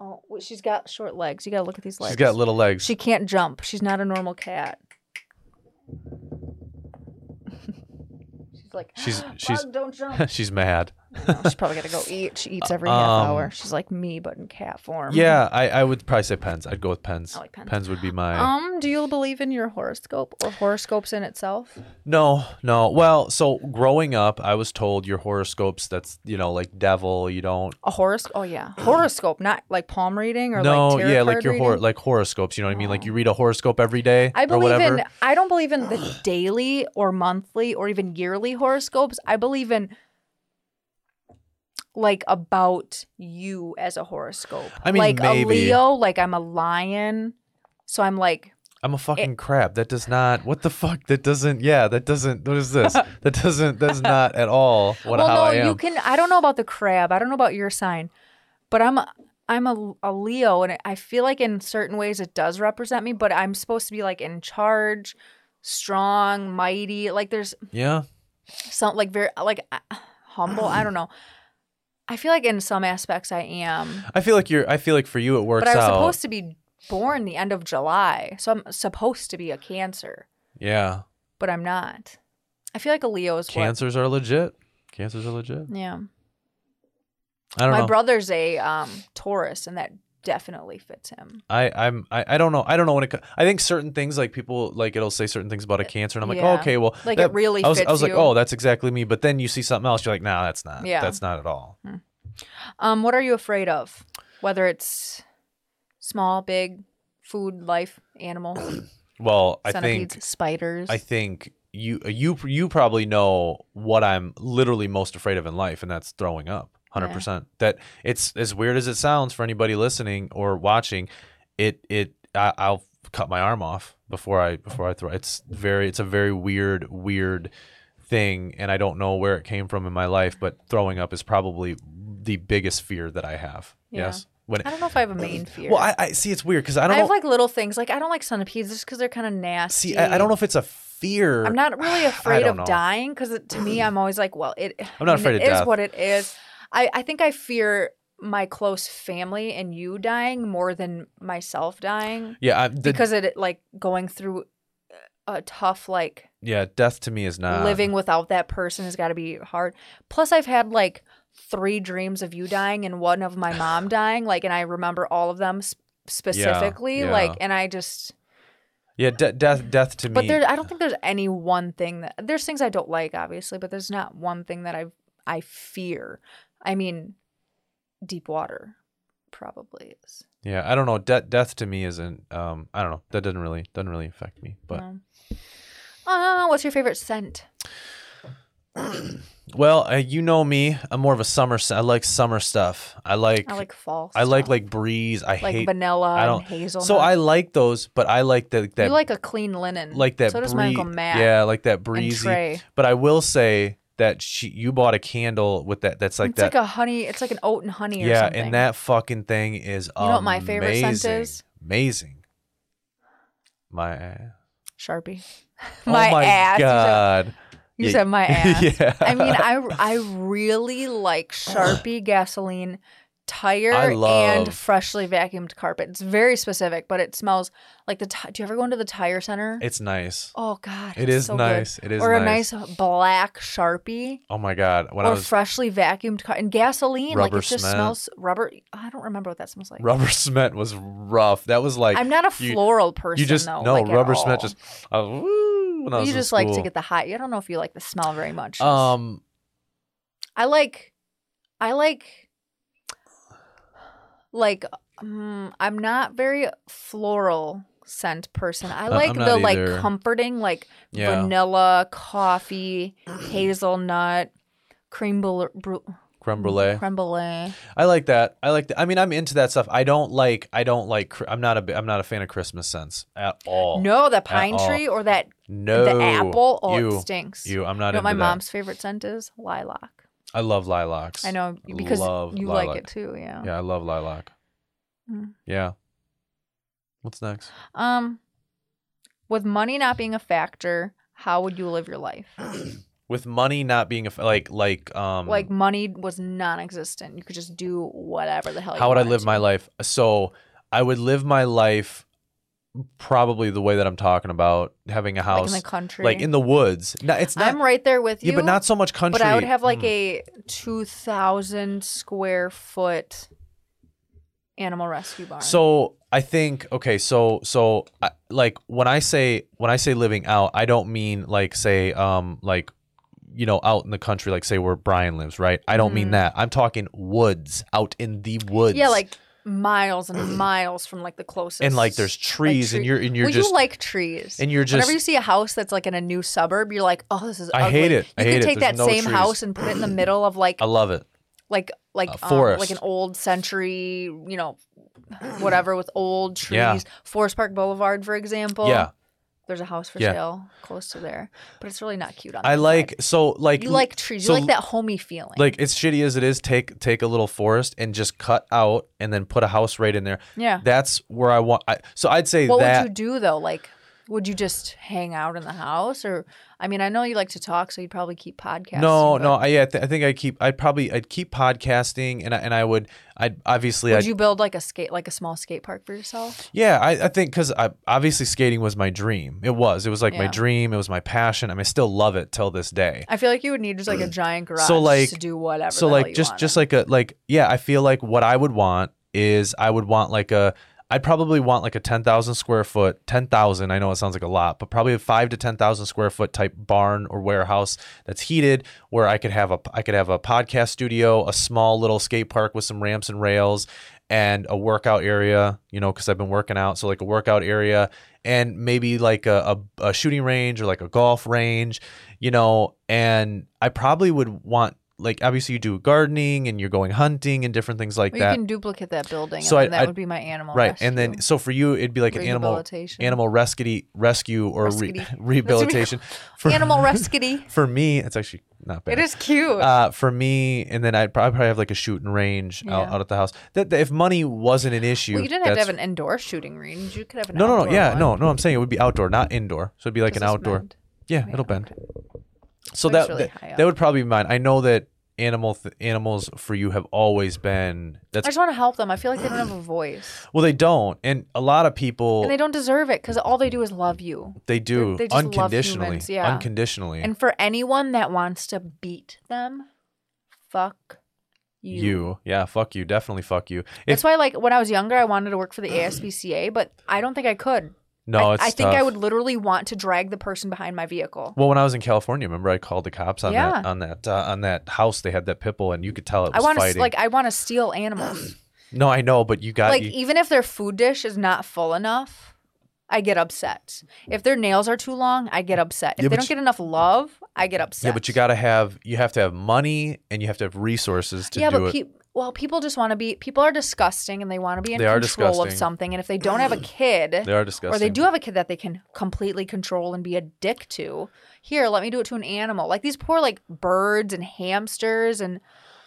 oh, well, she's got short legs. You gotta look at these legs.
She's got little legs.
She can't jump. She's not a normal cat. she's like,
She's-
"Bug,
she's-
don't jump.
she's mad.
No, she's probably gotta go eat. She eats every half
Um,
hour. She's like me, but in cat form.
Yeah, I, I would probably say pens. I'd go with pens.
I like pens.
would be my.
Um, do you believe in your horoscope or horoscopes in itself?
No, no. Well, so growing up, I was told your horoscopes. That's you know like devil. You don't.
A horoscope? Oh yeah, horoscope, not like palm reading or
no,
like tarot
yeah,
card
like your hor-
reading. Oh.
like horoscopes. You know what I mean? Like you read a horoscope every day
I
or
believe
whatever.
in. I don't believe in the daily or monthly or even yearly horoscopes. I believe in like about you as a horoscope.
I mean,
like a
maybe.
Leo, like I'm a lion, so I'm like
I'm a fucking crab. That does not. What the fuck? That doesn't. Yeah, that doesn't. What is this? that doesn't. That's not at all what
well,
how
no,
I am.
you can. I don't know about the crab. I don't know about your sign, but I'm a, I'm a, a Leo, and I feel like in certain ways it does represent me. But I'm supposed to be like in charge, strong, mighty. Like there's
yeah.
some like very like uh, humble. I don't know. I feel like in some aspects I am,
I feel like you're. I feel like for you it works
but I was
out.
supposed to be born the end of July, so I'm supposed to be a Cancer,
yeah.
but I'm not. I feel like a Leo is what.
Cancers are legit. Cancers are legit.
Yeah.
I don't
My
know.
brother's a um, Taurus, and that definitely fits him.
I I'm I, I don't know I don't know when it co- I think certain things like people like it'll say certain things about a cancer and I'm like oh,
Uh, Yeah.
okay well
Like,
that-
it really
I was
fits
I was like
you.
oh that's exactly me but then you see something else you're like nah that's not
Yeah.
that's not at all
Um, what are you afraid of? Whether it's small, big, food, life, animal,
well I
centipedes,
think
spiders.
I think you you you probably know what I'm literally most afraid of in life, and that's throwing up. Hundred percent. That it's as weird as it sounds for anybody listening or watching. It it I, I'll cut my arm off before I before I throw. It's very it's a very weird weird thing, and I don't know where it came from in my life, but throwing up is probably the biggest fear that I have.
Yeah.
Yes. When
I don't know if I have a main fear.
well, I, I see it's weird because I
I
don't
have
know,
like little things. Like I don't like centipedes just because they're kind of nasty.
see I, I don't know if it's a fear.
I'm not really afraid of
don't know.
dying because to me, I'm always like, well, it.
I'm not
I mean,
afraid of
it is
death.
what it is. I I think I fear my close family and you dying more than myself dying
Yeah, I, the,
because it like going through a tough like
yeah, death to me is not
living without that person has got to be hard. Plus, I've had like three dreams of you dying and one of my mom dying. Like, and I remember all of them sp- specifically.
yeah.
Like, and I just,
Yeah, de- death, death to
but
me.
there, I don't think there's any one thing that there's things I don't like, obviously, but there's not one thing that I I fear. I mean, deep water probably is.
yeah, I don't know. De- death to me isn't. Um, I don't know. That doesn't really doesn't really affect me. But
Um, uh, what's your favorite scent?
well, uh, you know me. I'm more of a summer. s- I like summer stuff. I like.
I like fall.
I like
stuff.
like breeze. I
like
hate.
vanilla
I don't.
and hazelnut.
So I like those, but I like the, that.
you like a clean linen.
like that
So does my
bree-
uncle Matt.
Yeah, like that
and
breezy.
Trey.
But I will say that she, you bought a candle with that. That's like
it's
that.
like a honey. It's like an oat and honey. or
yeah,
something.
and that fucking thing is.
You know what my favorite scent is?
Amazing. My ass.
Sharpie. my, ass. You said-
Oh god.
You,
Yeah.
said my ass.
yeah.
I mean, I I really like Sharpie gasoline tire and
love-
freshly vacuumed carpet. It's very specific, but it smells like the. T- Do you ever go into the tire center?
It's nice.
oh God,
it
it's
is
so good.
nice. It is
or a
nice.
nice black sharpie.
Oh my god! When I
or
was
freshly vacuumed car and gasoline, like
Rubber
it just
cement.
smells rubber. I don't remember what that smells like.
rubber cement was rough. That was like
I'm not a
you-
floral person.
you just
though,
no
like, at
rubber cement
all.
just. I was, woo, when I was
you
in
just like to
school.
get the hot. I don't know if you like the smell very much.
Um,
I like, I like, like. Um, I'm not very floral scent person. I
No,
like
Uh, I'm
the
not either.
like comforting, like
yeah.
vanilla, coffee, hazelnut, cream brulee.
creme brulee.
Creme brulee.
I like that. I like. That. I mean, I'm into that stuff. I don't like. I don't like. cr- I'm not a. bi- I'm not a fan of Christmas scents Oh. at all.
No, the pine
all.
tree or that
No.
the apple. Oh,
you,
it stinks.
You. I'm
You
not
know
into
what my
that.
mom's favorite scent is? Lilac.
I love lilacs.
I know because
love
you like
lilac.
it too, yeah.
Yeah, I love lilac.
Mm.
Yeah. What's next?
Um with money not being a factor, how would you live your life?
With money not being a f- like like um
like money was non-existent. You could just do whatever the hell you
how would I
wanted
live
to.
my life? So I would live my life probably the way that I'm talking about having a
like in
house
the
like
country?
in the, woods. No, it's not.
I'm right there with
yeah,
you.
but not so much country.
But I would have like
Mm.
a 2000 square foot animal rescue barn.
So I think okay, so so I, like when I say when I say living out, I don't mean like say um like you know out in the country like say where Brian lives, right? I don't mean
Mhm.
that. I'm talking woods, out in the woods.
Yeah, like miles and miles from like the closest.
and like there's trees and
tree-
you're and you're
well,
just
you like trees.
and you're
Whenever
just
you see a house that's like in a new suburb, you're like, oh, this is.
I
ugly.
hate it.
You
I
could
hate it.
take
There's
that
no
same
trees.
house and put it in the middle of like,
I love it.
like, like,
a
um, like
forest.
an old century, you know, whatever with old trees.
Yeah.
Forest Park Boulevard, for example.
Yeah.
There's a house for
Yeah.
sale close to there, but it's really not cute on.
I
the
like
inside.
so like
You like trees.
so
you like that homey feeling.
like as shitty as it is take take a little forest and just cut out and then put a house right in there.
yeah.
That's where I want I, so I'd say
What
that
would you do though? Like, would you just hang out in the house, or I mean, I know you like to talk, so you'd probably keep podcasts.
No, no. I, yeah, I, th- I think I keep. I would probably I'd keep podcasting, and I, and I would. I'd obviously.
Would
I'd,
you build like a skate, like a small skate park for yourself?
yeah, I, I think because I obviously skating was my dream. It was. It was like my
Yeah.
dream. It was my passion. I mean, I still love it till this day.
I feel like you would need just like a giant garage
Mm. So, like-
to do whatever.
so like just just like a like yeah, I feel like what I would want is I would want like a. I'd probably want like a ten thousand square foot, ten thousand. I know it sounds like a lot, but probably a five to ten thousand square foot type barn or warehouse that's heated, where I could have a I could have a podcast studio, a small little skate park with some ramps and rails, and a workout area. You know, because I've been working out, so like a workout area, and maybe like a, a a shooting range or like a golf range. You know, and I probably would want like obviously you do gardening and you're going hunting and different things like
well,
that.
you can duplicate that building.
So
So
I-
that
I-
would be my animal.
Right, and then
rescue.
so for you, it'd be like an animal
Rehabilitation.
animal rescue rescue or re-
Rescue.
rehabilitation. For,
animal rescue.
for me, it's actually not bad.
It is cute.
Uh, for me, and then I'd probably have like a shooting range out,
Yeah.
out at the house. That, that- if money wasn't an issue,
well, you didn't have to
that's-
have an indoor shooting range. You could have an
No, no, no.
outdoor
Yeah,
one.
no, no. I'm saying it would be outdoor, not indoor. So it'd be like
Does
an
this
outdoor.
bend?
Yeah,
Yeah,
it'll bend.
okay.
So
But it's
that
really high
that,
up.
that would probably be mine. I know that animal th- animals for you have always been
I
that's
just want to help them. I feel like they don't have a voice,
well they don't, and a lot of people
and they
they,
don't deserve it because all they do is love you.
do
they just love
unconditionally,
humans, yeah.
unconditionally.
And for anyone that wants to beat them, fuck you.
you. yeah, fuck you, definitely fuck you.
That's
It's
why, like, when I was younger, I wanted to work for the ASPCA, but I don't think I could.
no,
I,
it's
I think I
tough.
would literally want to drag the person behind my vehicle.
Well, when I was in California, remember I called the cops on that
Yeah.
on that uh, on that house they had that pit bull, and you could tell it
I
was
want to
fighting.
like I want to steal animals.
no, I know, but you got
like
you-
even if their food dish is not full enough, I get upset. If their nails are too long, I get upset. If
Yeah,
they
but
don't
you-
get enough love, I get upset.
yeah, but you got to have you have to have money and you have to have resources to
yeah,
do
but
it.
peop well, people just want to be. People are disgusting, and they want to be in
They are
control of
disgusting.
something. And if they don't have a kid,
they are disgusting.
or they do have a kid that they can completely control and be a dick to. Here, let me do it to an animal. Like these poor like birds and hamsters and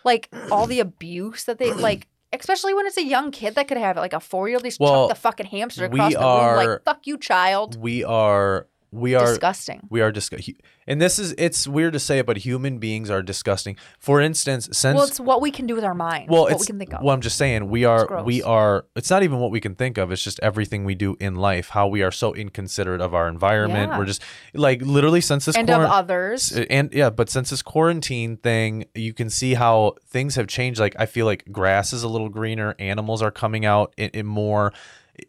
like all the abuse that they like. Especially when it's a young kid that could have it, like a four year old, just
Well,
chuck the fucking hamster
we
across the room.
are-
Like fuck you, child.
we are we are
Disgusting.
we are disgusting. And this is it's weird to say it, but human beings are disgusting. For instance, since
Well, it's what we can do with our mind.
well,
what
it's
we can think of.
well, I'm just saying we
It's
are
gross.
we are. It's not even what we can think of. It's just everything we do in life. How we are so inconsiderate of our environment.
Yeah.
We're just like literally since this
and
quaran-
of others.
and yeah, but since this quarantine thing, you can see how things have changed. Like I feel like grass is a little greener. Animals are coming out in, in more.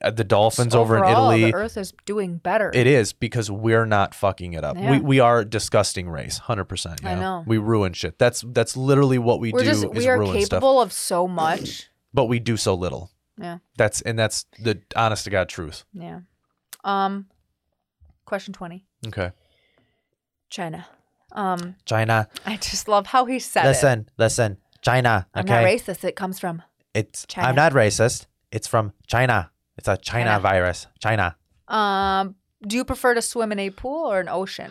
uh, The dolphins over in
Overall,
Italy.
the Earth is doing better.
It is because we're not fucking it up.
Yeah.
We we are a disgusting race, hundred percent.
I know.
We ruin shit. That's that's literally what we
We're
do
just
is
we are
ruin stuff.
capable of so much.
But we do so little.
Yeah.
That's and that's the honest to god truth.
Yeah. Um. Question twenty.
Okay.
China. Um.
China.
I just love how he said it.
Listen, listen. China.
I'm not
okay.
racist. It comes from
It's
China.
I'm not racist. It's from China. It's a China,
China.
virus. China.
Um, do you prefer to swim in a pool or an ocean?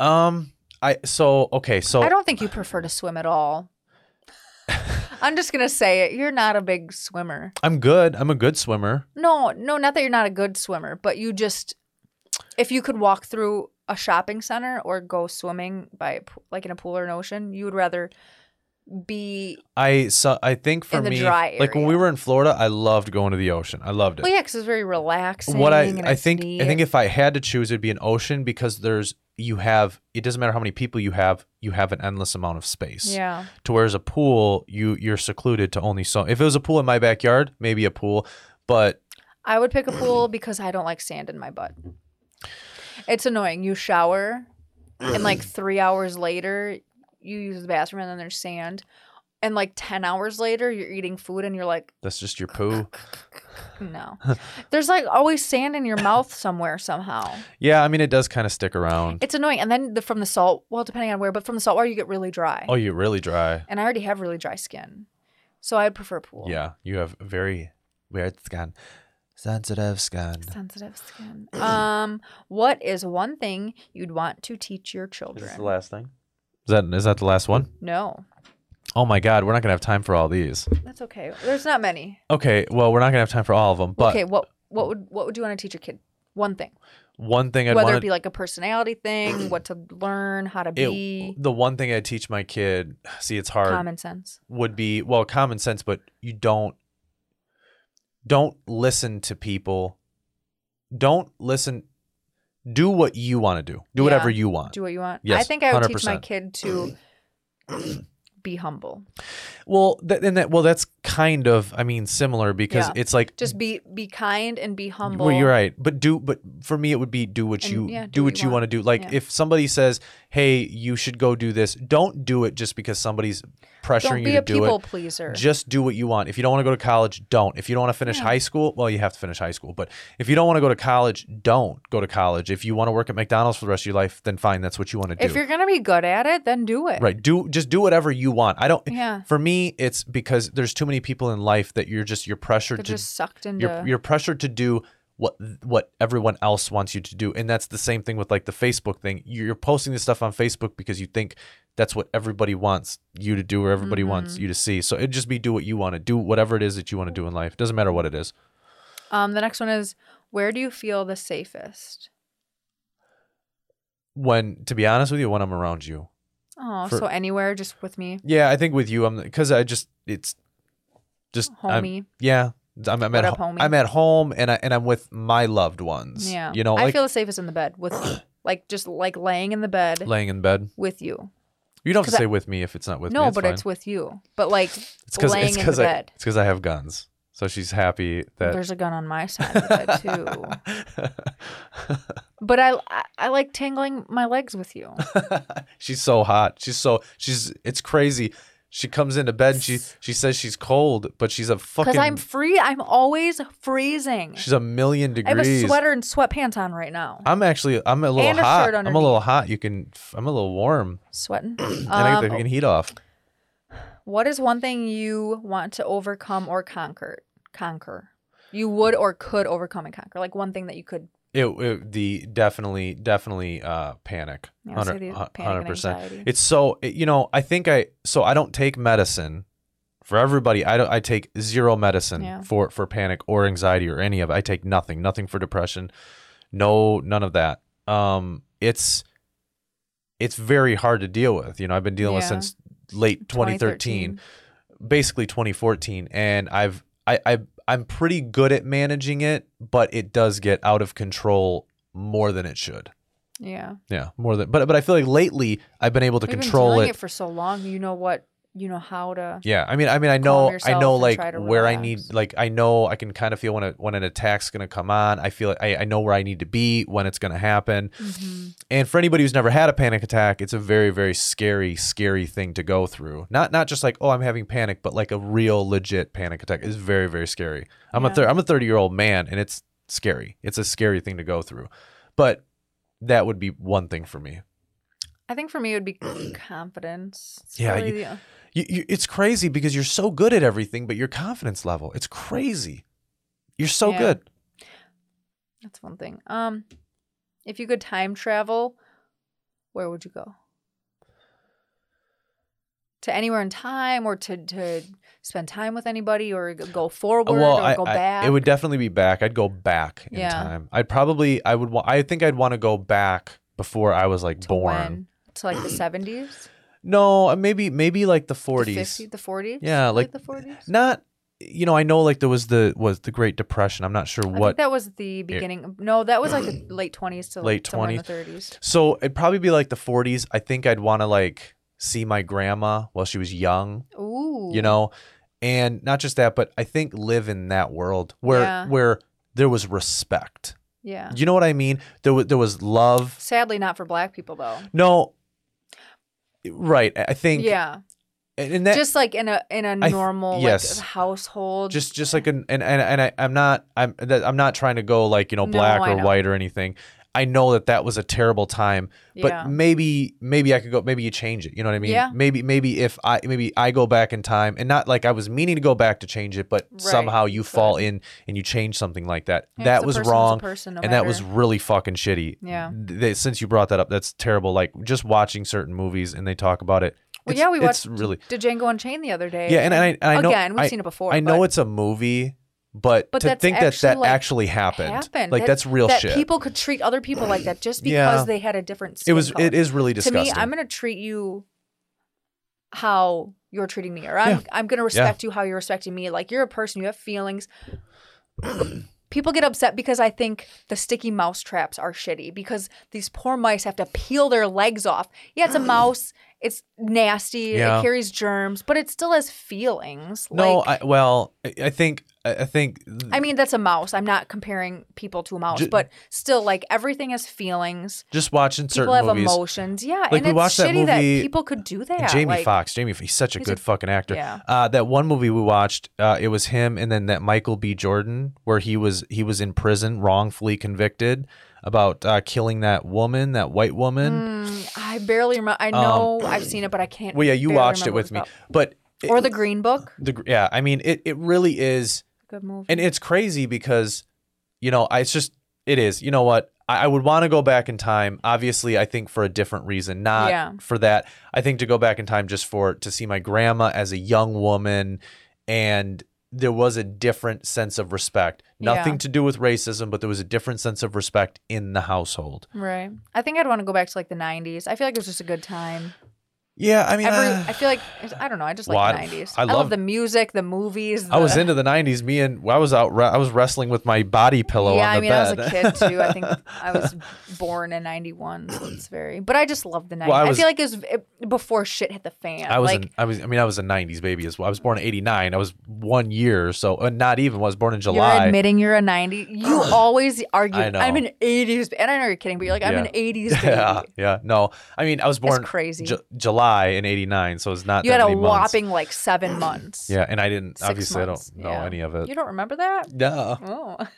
Um I so okay, so
I don't think you prefer to swim at all. I'm just gonna say it. You're not a big swimmer.
I'm good. I'm a good swimmer.
No, no, not that you're not a good swimmer, but you just if you could walk through a shopping center or go swimming by a pool, like in a pool or an ocean, you would rather be
I so I think for
In the
me
dry
like when
area.
we were in Florida, I loved going to the ocean. I loved it.
well, yeah, because it's very relaxing.
what I,
and
I
it's
think I
neat.
think if I had to choose, it'd be an ocean because there's you have it doesn't matter how many people you have, you have an endless amount of space.
yeah,
To whereas a pool, you you're secluded to only so. If it was a pool in my backyard, maybe a pool, but
I would pick a pool because I don't like sand in my butt. It's annoying. You shower, and like three hours later, you use the bathroom, and then there's sand. And like 10 hours later, you're eating food and you're like,
that's just your poo.
no. There's like always sand in your mouth somewhere somehow.
Yeah, I mean it does kind of stick around.
It's annoying. And then the, from the salt, well, depending on where, but from the salt water, you get really dry.
oh, you're really dry.
And I already have really dry skin. So I'd prefer pool.
Yeah, you have very weird skin, sensitive skin.
Sensitive skin. Um, what is one thing you'd want to teach your children?
last thing? Is that is that the last one?
No.
Oh my God, we're not gonna have time for all these.
That's okay. There's not many.
Okay, well we're not gonna have time for all of them. But
okay, what what would what would you want to teach your kid? One thing,
one thing I'd
whether
want
it be like a personality thing, what to learn, how to be,
it, the one thing I teach my kid, see, it's hard,
common sense.
would be well, common sense, but you don't don't listen to people. Don't listen. Do what you want to do. Do whatever
Yeah.
you want.
Do what you want. I
Yes,
think I would teach my
100%.
kid to be humble.
well, th- and that well, that's kind of I mean similar because
Yeah.
it's like
Just be be kind and be humble.
Well, you're right, but do but for me it would be do what
And,
you
yeah,
do, what you want to do. Like
Yeah.
if somebody says, "Hey, you should go do this," don't do it just because somebody's pressuring
Don't
you
be
to
a
do
people
it.
pleaser.
Just do what you want. If you don't want to go to college, don't. If you don't want to finish
Yeah.
high school, well, you have to finish high school. But if you don't want to go to college, don't go to college. If you want to work at McDonald's for the rest of your life, then fine. That's what you want to
if
do.
you're gonna be good at it, then do it.
Right. Do just do whatever you want. I don't.
Yeah.
For me, it's because there's too many people in life that you're just you're pressured
They're
to
just sucked into.
you're you're pressured to do what what everyone else wants you to do and that's the same thing with like the facebook thing you're posting this stuff on facebook because you think that's what everybody wants you to do or everybody
Mm-hmm.
wants you to see so it just be do what you want to do whatever it is that you want to do in life doesn't matter what it is
um, the next one is where do you feel the safest?
when to be honest with you when i'm around you
Oh,
For-
so anywhere, just with me,
yeah i think with you i'm because i just it's just I'm,
homie.
yeah I'm, I'm
What
at
up,
home.
homie?
I'm at home and I and I'm with my loved ones.
Yeah.
you know,
I
like
feel the safest in the bed with you. Like just like laying in the bed
laying in bed.
with you.
You don't have to
'Cause I-
say with me if it's not with me.
no,
it's
but
fine.
it's with you. But like
It's because
laying
it's
in the
because I,
bed.
it's 'cause I have guns, so she's happy that.
There's a gun on my side of the bed too. But I, I I like tangling my legs with you.
she's so hot. She's so she's. It's crazy. She comes into bed. And she she says she's cold, but she's a
Because
fucking.
I'm free. I'm always freezing.
she's a million
I have a
degrees.
sweater and sweatpants on right now.
I'm actually. I'm a little
And a
hot.
shirt
I'm a little hot. You can. I'm a little warm,
Sweating.
and I get
Um,
the fucking heat off.
what is one thing you want to overcome or conquer? Conquer. You would or could overcome and conquer. Like one thing that you could
It, it the definitely definitely uh panic.
Yeah, say the panic and anxiety.
It's so it- you know. I think I so I don't take medicine for everybody. I don't. I take zero medicine
Yeah.
for for panic or anxiety or any of. it. I take nothing. Nothing for depression. no none of that um it's it's very hard to deal with you know i've been dealing with
Yeah.
since late 2013, basically 2014 and i've I, I i'm pretty good at managing it but it does get out of control more than it should
Yeah.
yeah more than but but i feel like lately i've been able to
We've been
control
doing
it
it. for so long. You know what? You know how to.
Yeah, I mean, I mean, I
calm
know, I
yourself
know,
and
like
try to
where I need,
relax.
like I know, I can kind of feel when a, when an attack's gonna come on. I feel, I, I know where I need to be when it's gonna happen.
Mhm.
And for anybody who's never had a panic attack, it's a very, very scary, scary thing to go through. Not, not just like, oh, I'm having panic, but like a real, legit panic attack is very, very scary. I'm a,
Yeah.
thir- I'm a 30 year old man, and it's scary. It's a scary thing to go through, but that would be one thing for me.
I think for me it would be confidence. It's
Yeah,
really
you-
the- uh,
You, you, it's crazy because you're so good at everything, but your confidence level, it's crazy. You're so
Yeah.
good.
that's one thing. Um, if you could time travel, where would you go? To anywhere in time, or to to spend time with anybody, or g- go forward, or
I-
go
I-
back.
it would definitely be back. I'd go back in
Yeah.
time. I'd probably, I would, wa- I think I'd want to go back before I was like
to
born.
when? to like the seventies,
No, uh, maybe, maybe like the
the
40s.
fifties, the forties.
Yeah, like-
the forties.
Not, you know, I know like there was the, was the Great Depression. I'm not sure
I think
what.
that was the beginning. No, that was like the late twenties to
Late
late twenties, thirties.
so it'd probably be like the 40s. I think I'd want to like see my grandma while she was young.
Ooh,
you know and not just that but i think live in that world where
Yeah.
where there was respect
yeah.
you know what i mean there was there was love
Sadly, not for black people though.
no right i I think
Yeah,
and and that just
just like in a in a
th-
normal
yes.
like, household.
just, like an and and, and I, i'm not i'm that, i'm not trying to go like you know
No,
black
I
or
know.
white or anything i know that that was a terrible time but
yeah.
maybe maybe I could go maybe you change it you know what I mean
Yeah.
maybe maybe if I maybe I go back in time and not like I was meaning to go back to change it but
Right,
somehow you
you
fall
could.
in and you change something like that
Yeah, 'cause
that
a
was
person's a
wrong
person, no
and that was
matter.
really fucking shitty
Yeah.
Th- they- since you brought that up that's terrible like just watching certain movies and they talk about it
Well,
it's-
yeah, we
it's
watched
really
did Django Unchained the other day.
yeah and, and I and I know
again, we've
I,
seen it before.
I know
but
it's a movie but,
But
to
that's
think that
actually,
that
like,
actually happened,
happened.
like
That-
that's real
that
shit
people could treat other people like that just
Yeah.
because they had a different.
it
skin
was
color.
it is really
to
disgusting
me, I'm gonna treat you how you're treating me, or I'm I'm gonna respect you how you're respecting me. Like you're a person, you have feelings. People get upset because I think the sticky mouse traps are shitty because these poor mice have to peel their legs off. Yeah, it's a mouse. It's nasty.
Yeah.
It carries germs, but it still has feelings.
no
like,
I, well I, I think I I think
I mean that's a mouse. I'm not comparing people to a mouse,
Ju-
but still, like everything has feelings.
just watching
People
certain
have
movies.
emotions. Yeah,
Like,
and
we
it's
watched that
shitty that,
movie-
people could do that.
And Jamie
like,
Foxx, Jamie, he's such a
He's
good
a-
fucking actor.
yeah.
Uh, that one movie we watched, uh, it was him, and then that Michael B. Jordan, where he was he was in prison, wrongfully convicted about uh, killing that woman, that white woman.
Mm, I barely remember.
Um,
I know I've seen it, but I can't.
Well, yeah, you
Mm, barely
watched it
remember
with me,
what it's
but
about. Or the Green Book.
the yeah, I mean, it it really is.
Good movie.
and it's crazy because you know I, it's just it is you know what i, I would want to go back in time obviously i think for a different reason not
Yeah.
for that i think to go back in time just for to see my grandma as a young woman and there was a different sense of respect nothing
Yeah.
to do with racism but there was a different sense of respect in the household
right. I think I'd want to go back to like the 90s. I feel like it was just a good time.
yeah i mean uh,
Every,
I,
I feel like I don't know. I just like
Well, I-
the 90s.
I
I,
love-
love the music, the movies.
I was
the-
into the 90s me and i was out re- i was wrestling with my body pillow on
yeah,
the
I mean,
bed
I was a kid too. I think I was born in '91, so it's very. But I just love the '90s.
I
I,
was-
feel like it was it, before shit hit the fan.
I was
like,
an, I was I mean I was a 90s baby as well. I was born in 89. I was 1 year or so uh, not even I was born in
You're
July.
admitting you're a 90. You always argue,
I know.
I'm an 80s. ba-" And I know you're kidding, but you're like, I'm
Yeah.
an 80s baby.
yeah, yeah. No. I mean I was
That's
born
crazy.
Ju- July in 89, so it's not
you
that
had a
many months.
whopping like seven months.
Yeah, and I didn't
Six
obviously
months.
I don't know
Yeah.
any of it.
You don't remember that?
No.
Oh.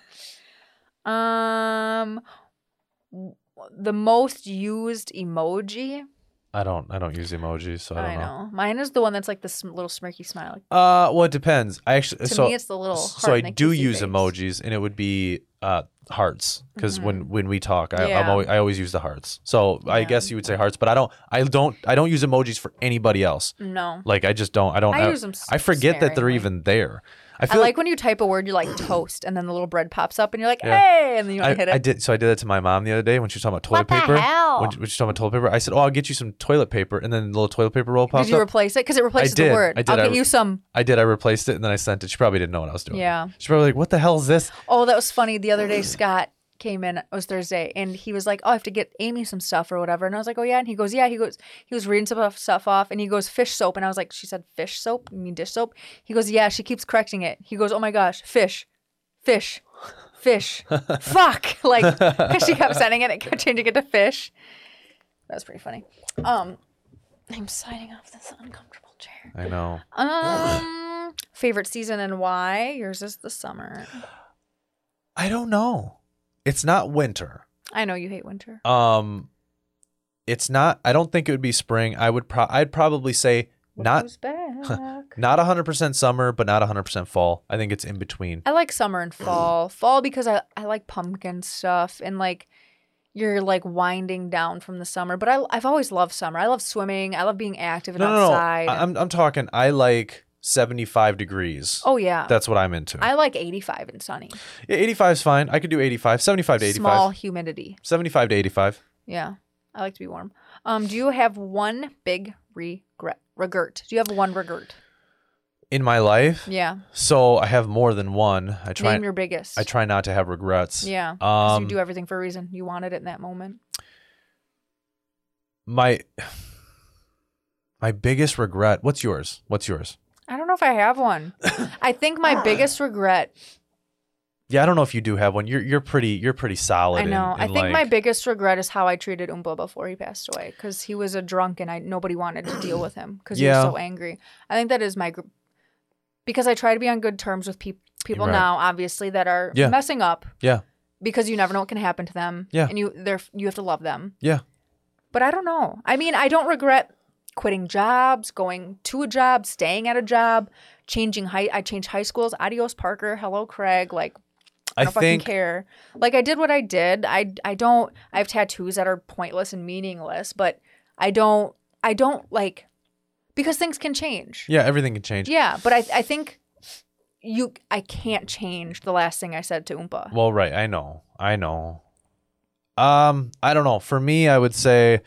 Um, w- the most used emoji.
I don't I don't use emojis, so I don't know.
Mine is the one that's like this sm- little smirky smile. Like,
Uh well it depends. I actually
to
so
me, it's the little.
so
heart
I
and the
do
kissy
use
face.
emojis and it would be uh hearts because
Mhm.
when when we talk, I, I'm
Yeah.
always, I always use the hearts. So I
Yeah.
guess you would say hearts, but I don't I don't I don't use emojis for anybody else.
No.
Like I just don't I don't
I use them
I forget that they're
sparingly.
even there. I
I
feel
like when you type a word, you're like toast, and then the little bread pops up, and you're like,
Yeah.
hey, and then you
I,
want to hit it.
I did so I did that to my mom the other day when she was talking about toilet
What the
paper.
hell?
When, she, when she was talking about toilet paper, I said, "Oh, I'll get you some toilet paper," and then the little toilet paper roll
Did
popped
you
up.
replace it? Because it replaces
did.
the word.
I did.
will
I
get
re-
you some.
I did. I replaced it and then I sent it. She probably didn't know what I was doing.
Yeah.
She's probably like, "What the hell is this?"
Oh, that was funny. The other day, Scott came in. It was Thursday, and he was like, "Oh, I have to get Amy some stuff or whatever." And I was like, "Oh yeah." And he goes, "Yeah." He goes, he was reading some of- stuff off, and he goes, "Fish soap." And I was like, "She said fish soap? You mean dish soap?" He goes, "Yeah." She keeps correcting it. He goes, "Oh my gosh, fish, fish, fish, fuck!" Like, 'cause she kept sending it, and kept changing it to fish. That was pretty funny. Um, I'm signing off this uncomfortable chair.
I know.
Um, favorite season and why? Yours is the summer.
I don't know. It's not winter.
I know you hate winter.
Um, it's not. I don't think it would be spring. I would. Pro- I'd probably say not.
Goes back.
Not 100% summer, but not 100% fall. I think it's in between.
I like summer and fall. fall because I, I like pumpkin stuff and like you're like winding down from the summer. But I I've always loved summer. I love swimming. I love being active and
No, no, no. I,
outside.
I'm I'm talking. I like 75 degrees.
oh yeah.
That's what I'm into.
I like 85 and sunny.
Yeah, 85 is fine. I could do 85, 75 to 85.
Small humidity.
75 to 85.
Yeah. I like to be warm. Um, do you have one big regret? Regret. Do you have one regret?
In my life,
Yeah.
so I have more than one. I try
Name your biggest.
I try not to have regrets.
Yeah. 'Cause
Um
you do everything for a reason. You wanted it in that moment.
my my biggest regret. What's yours? What's yours?
I don't know if I have one. I think my biggest regret
Yeah, I don't know if you do have one. You're you're pretty you're pretty solid.
I know.
In,
I
in
think my
like-
biggest regret is how I treated Oompa before he passed away because he was a drunk and I nobody wanted to deal with him because
Yeah.
he was so angry. I think that is my gr- because I try to be on good terms with peop people
Right.
now, obviously that are
Yeah.
messing up.
Yeah.
Because you never know what can happen to them.
Yeah.
And you they're you have to love them.
Yeah.
But I don't know. I mean, I don't regret quitting jobs, going to a job, staying at a job, changing high. I changed high schools. Adios, Parker. Hello, Craig. Like I
I
don't fucking
think
care. Like I did what I did. I I don't I have tattoos that are pointless and meaningless, but I don't I don't like because things can change.
yeah, everything can change.
Yeah, but I I think you I can't change the last thing I said to Oompa.
Well, right. I know. I know. Um, I don't know. For me, I would say,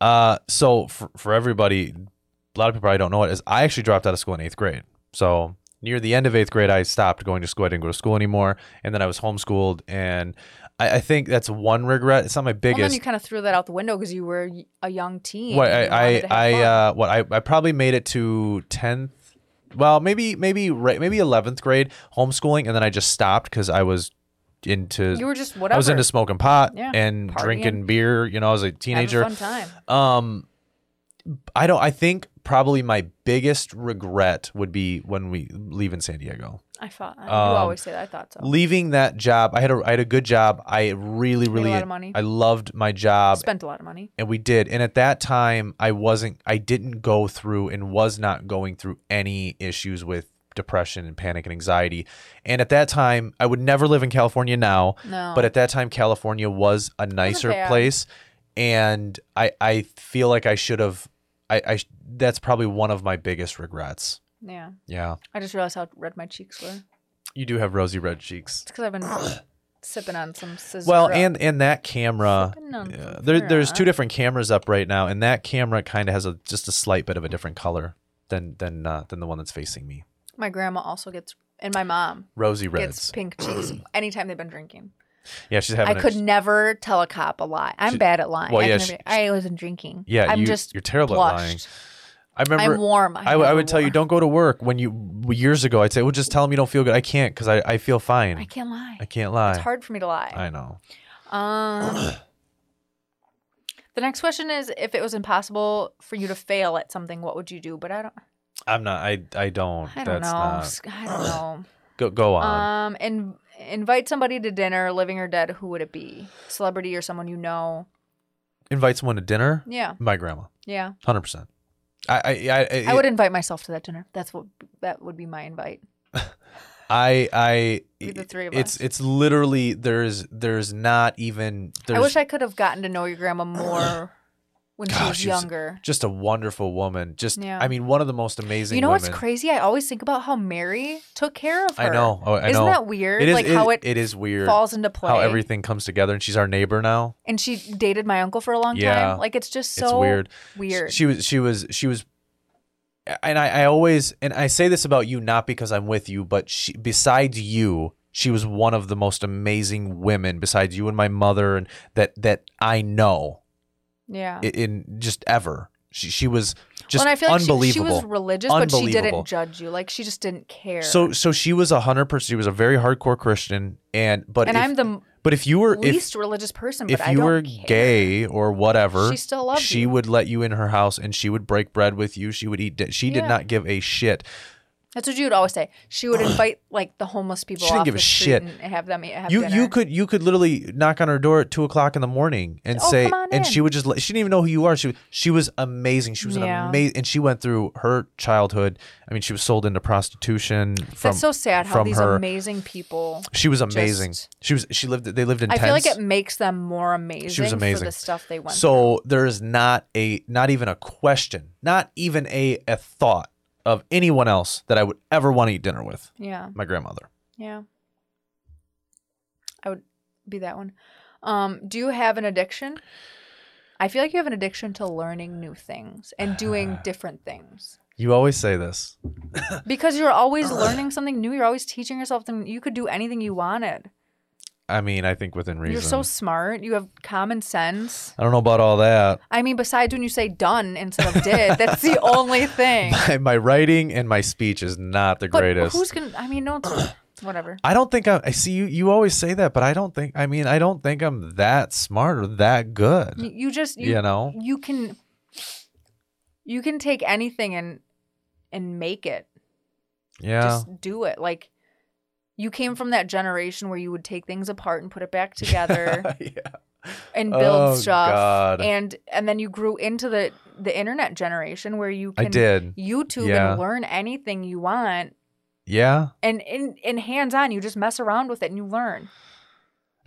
uh, so for, for everybody, a lot of people probably don't know it is I actually dropped out of school in eighth grade. So near the end of eighth grade, I stopped going to school. I didn't go to school anymore. And then I was homeschooled. And I, I think that's one regret. It's not my
Well, then
biggest.
you kind of threw that out the window because you were y- a young teen.
what
and you
I, I,
wanted to have
I,
fun.
uh, what I, I probably made it to 10th. Well, maybe, maybe, right, maybe 11th grade homeschooling. And then I just stopped because I was into
you were just whatever.
uh, I was into smoking pot
Yeah.
and
Partying.
drinking beer. You know, I was a
Having a
teenager.
fun time.
Um, I don't. I think probably my biggest regret would be when we leave in San Diego.
I thought I-
Um,
you always say that. I thought so.
Leaving that job, I had a I had a good job. I really
Made
really
a lot of money.
I loved my job,
Spent a lot of money.
and we did. And at that time, I wasn't. I didn't go through and was not going through any issues with depression and panic and anxiety. And at that time, I would never live in California now.
No,
But at that time, California was a nicer
bad.
place, and I I feel like I should have. I, I sh- that's probably one of my biggest regrets.
yeah,
Yeah,
I just realized how red my cheeks were.
you do have rosy red cheeks.
It's because I've been sipping on some scissor.
Well, and and that camera.
Sipping on
yeah,
some
there, there's
Ciroc.
two different cameras up right now, and that camera kind of has a just a slight bit of a different color than than uh, than the one that's facing me.
my grandma also gets, and my mom
Rosy
gets
reds.
pink cheeks anytime they've been drinking.
Yeah, she's
I
having. a-
could never tell a cop a lie. I'm
She-
bad at lying.
well,
I,
yeah,
can
she-
never- I wasn't drinking.
yeah,
I'm
you,
just
you're terrible at lying.
blushed.
I remember.
I'm warm. I'm
I, w- I
never
would tell you
warm.
don't go to work when you years ago I'd say well just tell them you don't feel good I can't because I, I feel fine
I
I,
can't lie.
can't lie
It's hard for me to lie.
I know
Um. The next question is if it was impossible for you to fail at something, what would you do? But I don't
I'm not I I don't
I don't
that's
know.
not
S- I don't know.
go go on
Um, and invite somebody to dinner, living or dead. Who would it be? Celebrity or someone you know?
invite someone to dinner
Yeah,
my grandma
yeah.
hundred percent I I I,
I would invite myself to that dinner. That's what that would be my invite.
I I
Be the three of
it's
us.
it's literally there's there's not even there's
I wish I could have gotten to know your grandma more when she
God,
was
she was
younger.
just a wonderful woman. Just
Yeah.
I mean one of the most amazing
You know what's
women.
crazy? I always think about how Mary took care of her.
I know. Oh, I
Isn't
know.
that weird?
It is
like how it,
it is weird
falls into play.
how everything comes together and she's our neighbor now.
and she dated my uncle for a long
Yeah.
time. Like it's just so
it's weird.
weird.
She was she was she was and I, I always and I say this about you not because I'm with you, but she besides you, she was one of the most amazing women besides you and my mother and that that I know
yeah.
i- in, just ever. She she was
Well,
just
and I feel like she- She,
unbelievable.
was religious, but she
Unbelievable.
didn't judge you. Like she just didn't care.
so so she was a hundred percent she was a very hardcore Christian and but
and
if,
I'm the
but if you were if,
least religious person, but
if
I
you
don't
were
care.
gay or whatever
she still loves
she
you.
would let you in her house and she would break bread with you she would eat di- she did
Yeah.
not give a shit
That's what you would always say. She would invite like the homeless people.
She didn't
off
give a
the street
shit.
and have them eat, have
you
dinner.
you could you could literally knock on her door at two o'clock in the morning and
Oh,
say
come on
and
in.
she would just let, she didn't even know who you are she she was amazing she was an
Yeah.
amazing and she went through her childhood I mean she was sold into prostitution from
That's so sad how
from
these
her-
amazing people.
she was amazing
just-
she was she lived they lived in
I
tents.
feel like it makes them more amazing. for
amazing.
the stuff they went. through.
So there is not a not even a question, not even a a thought of anyone else that I would ever want to eat dinner with.
yeah,
My grandmother.
yeah. I would be that one. Um, do you have an addiction? I feel like you have an addiction to learning new things and doing different things
You always say this.
because you're always learning something new. You're always teaching yourself something. You could do anything you wanted.
I mean, I think within reason.
You're so smart. You have common sense.
I don't know about all that.
I mean, besides when you say done instead of did, that's the only thing.
My, my writing and my speech is not the
But
greatest.
who's gonna? I mean, no, it's- whatever.
I don't think I, I see you. You always say that, but I don't think. I mean, I don't think I'm that smart or that good.
You, you just you,
you know.
you can you can take anything and and make it.
Yeah.
Just do it. Like you came from that generation where you would take things apart and put it back together
yeah.
and build
Oh,
stuff,
God.
and and then you grew into the the internet generation where you
I
can
did.
YouTube
Yeah.
and learn anything you want.
Yeah.
and in in hands on, you just mess around with it and you learn.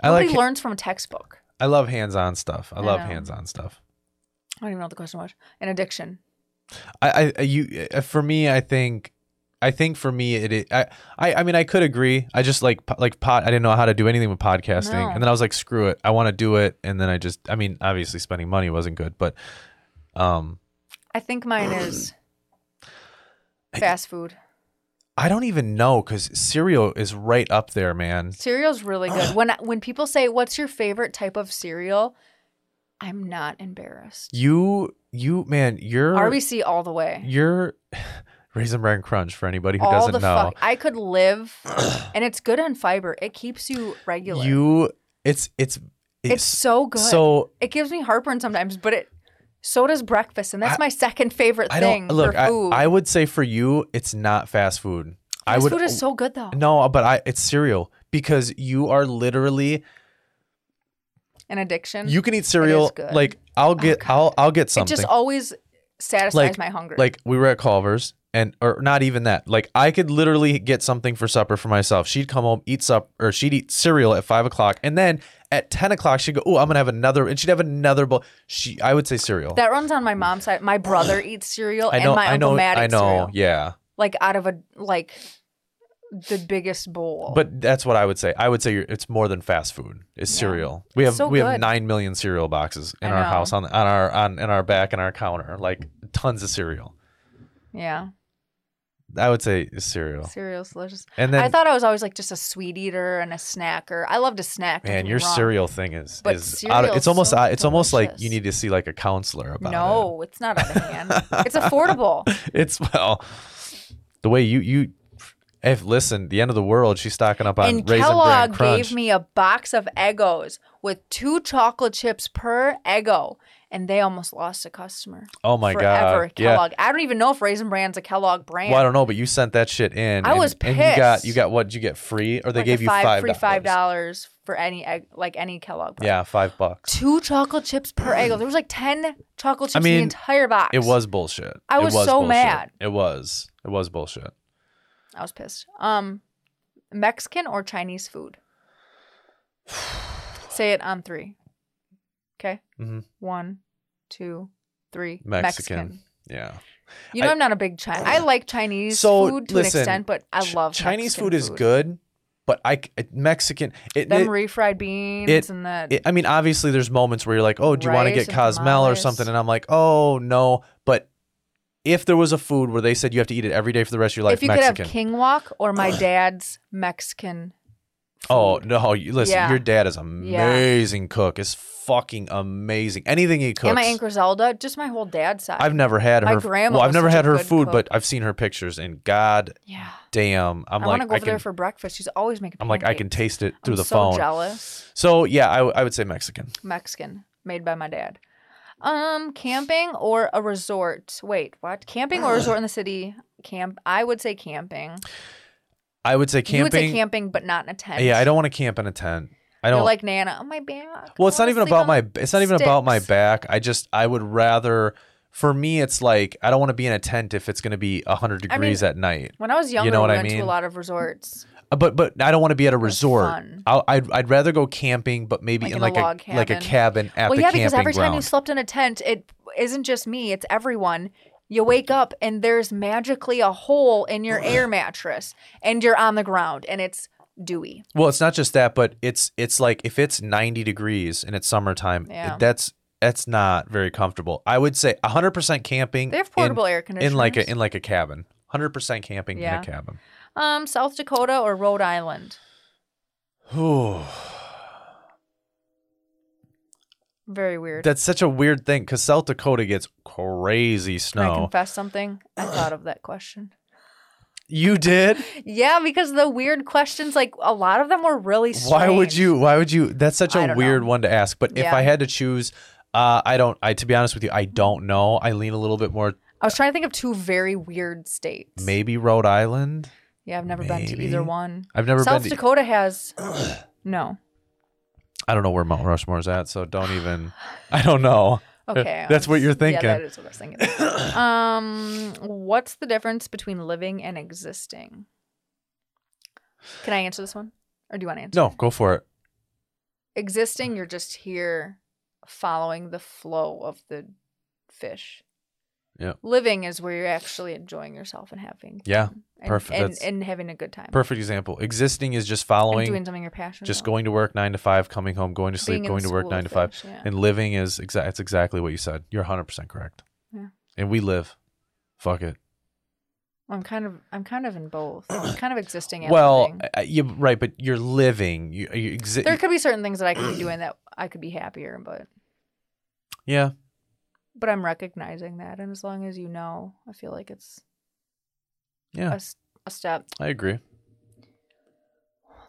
I
Nobody
like.
learns from a textbook.
I love hands-on stuff. I
I
love
know.
hands-on stuff.
I don't even know what the question was. An addiction.
I, I you uh, for me I think I think for me it, it I, I I mean I could agree I just like po- like pot I didn't know how to do anything with podcasting
No.
and then I was like screw it I want to do it and then I just I mean obviously spending money wasn't good but um
I think mine is fast food.
I don't even know cuz cereal is right up there man
Cereal's really good. When when people say what's your favorite type of cereal, I'm not embarrassed.
you you man you're
RBC all the way.
you're Raisin Bran Crunch for anybody who
All
doesn't
the
know
fuck. I could live and it's good on fiber. It keeps you regular.
you it's it's
it's so good.
so
it gives me heartburn sometimes, but it so does breakfast, and that's
I-
my second favorite
I
thing
don't look.
for
I,
food.
I would say for you, it's not fast food. I
Fast
would
food is so good though.
no, but I it's cereal because you are literally
An addiction.
you can eat cereal.
good.
Like I'll get I'll I'll get
it
something.
just always satisfies
Like-
my hunger.
like we were at Culver's and or not even that. Like I could literally get something for supper for myself. She'd come home, eat sup or she'd eat cereal at five o'clock, and then at ten o'clock she'd go, "Oh, I'm gonna have another," and she'd have another bowl. She I would say cereal.
that runs on my mom's side. My brother eats cereal,
I know.
and my
I
uncle
know.
Matt
I
eats
know.
cereal.
Yeah.
Like out of a like the biggest bowl.
But that's what I would say. I would say you're, it's more than fast food. It's
Yeah.
cereal. We have
so
we have
good.
nine million cereal boxes in
I
our
know.
house on on our on in our back and our counter. Like tons of cereal.
yeah,
I would say it's cereal.
cereal's delicious.
And then
I thought I was always like just a sweet eater and a snacker. I love to snack. don't get
man,
me
your
wrong.
cereal thing is
But
is out of,
cereal's
it's almost
so
out- it's almost like you
delicious.
need to see like a counselor about
No, it's not out of hand. it's affordable.
it. It's well the way you you if listen, the end of the world. She's stocking up on
and
raisin bran
Kellogg
crunch.
gave me a box of Eggos with two chocolate chips per Eggo, and they almost lost a customer.
oh my
forever
god! Yeah,
Kellogg. I don't even know if Raisin Bran's a Kellogg brand.
Well, I don't know, but you sent that shit in.
I
and,
was
And you got
pissed.
you got what? Did you get free, or they
Like a
gave you
five,
five
free five
dollars?
dollars for any egg, like any Kellogg brand.
Yeah, five bucks.
Two chocolate chips per egg. There was like ten chocolate chips in
mean,
the entire box.
It was bullshit.
I
It
was so
bullshit.
mad.
It was. It was bullshit.
I was pissed. Um, Mexican or Chinese food? Say it on three. Okay.
Mhm.
One, two, three.
Mexican. Yeah.
You know,
I-
I, am not a big Chinese. I like Chinese
So,
food to
listen,
an extent, but I
Ch-
love
Chinese
Mexican
food is good, but I c- it- Mexican it,
Them
it-
refried beans
it-
and that.
it- I mean obviously there's moments where you're like, "Oh, do you want to get
Rice and
Cosmel or
tamales.
something?" and I'm like, "Oh, no." But if there was a food where they said you have to eat it every day for the rest of your life,
if you
Mexican.
could have King Wok or my dad's Mexican. Food.
Oh no! You, listen,
Yeah.
your dad is amazing cook. Is fucking amazing. Anything he cooks.
and my Aunt Griselda, just my whole dad's side.
I've never had her.
my grandma
Well, I've
was
never
such a
had her
good
food,
cook.
but I've seen her pictures, and god
yeah,
damn, I'm
i want
like,
to go
I
over
can.
there for breakfast. She's always making.
I'm like, I can
pancakes.
taste it through
I'm
the
so
phone.
Jealous
So yeah, I, I would say Mexican.
Mexican made by my dad. Um, camping or a resort? Wait, what? Camping or resort in the city? Camp. I would say camping.
I would say
You would say
camping.
camping, but not in a tent.
Yeah, I don't want to camp in a tent. I
You're
don't.
like Nana. Oh my back.
well, it's
I
not
wanna
even
sleep
about
on
my. It's not even about my
sticks."
back. I just I would rather. For me, it's like I don't want to be in a tent if it's going to be hundred
I mean-
degrees at night.
When I was younger,
know what
we
I
went to
mean?
a lot of resorts.
Uh, But but I don't want to be at a resort.
fun.
I'll, I'd I'd rather go camping, but maybe
Like
in
in a
like a,
log
like a cabin at
well,
the
yeah,
camping
because every time you
ground.
slept in a tent, it isn't just me; it's everyone. You wake up and there's magically a hole in your air mattress, and you're on the ground, and it's dewy.
well, it's not just that, but it's it's like if it's ninety degrees and it's summertime,
Yeah.
that's that's not very comfortable. I would say hundred percent camping.
They have
in-
portable air
in,
conditioners
like a in like a cabin. Hundred percent camping in
Yeah.
a cabin.
um South Dakota or Rhode Island.
Whew.
Very weird.
That's such a weird thing because South Dakota gets crazy
Can I
snow.
confess something? I thought of that question.
You did?
Yeah, because the weird questions, like a lot of them, were really. Strange.
Why would you? Why would you? That's such
I
a
don't
weird
know.
one to ask. But if
Yeah.
I had to choose, uh, I don't. I to be honest with you, I don't know. I lean a little bit more.
I was trying to think of two very weird states.
Maybe Rhode Island.
Yeah, I've never been to
Maybe.
either one.
I've never
South
been. To, e-
Dakota has no.
I don't know where Mount Rushmore's at, so don't even. I don't know.
Okay, I
That's what
was-
you're
Yeah, that
thinking.
is what I was thinking. um, what's the difference between living and existing? Can I answer this one, or do you want to answer?
No, go for it. Mm.
Existing, you're just here, following the flow of the fish.
Yeah.
Living is where you're actually enjoying yourself and having.
Yeah,
fun and-
perfect.
And,
That's
and having a good time.
Perfect example. Existing is just
And
following,
doing something you're passionate.
just
about.
going to work nine to five, coming home, going to sleep,
Being in
going
the
to work
school
nine to
of
five.
fish, yeah.
And living is exact. It's exactly what you said. You're 100 percent correct.
Yeah.
And we live. Fuck it.
I'm kind of. I'm kind of in both. I'm kind of existing. And
well,
living.
uh, you right, but you're living. You, you exist.
there could be certain things that I could be doing that I could be happier, but.
yeah.
but I'm recognizing that, and as long as you know, I feel like it's
Yeah.
a s a a step.
I agree.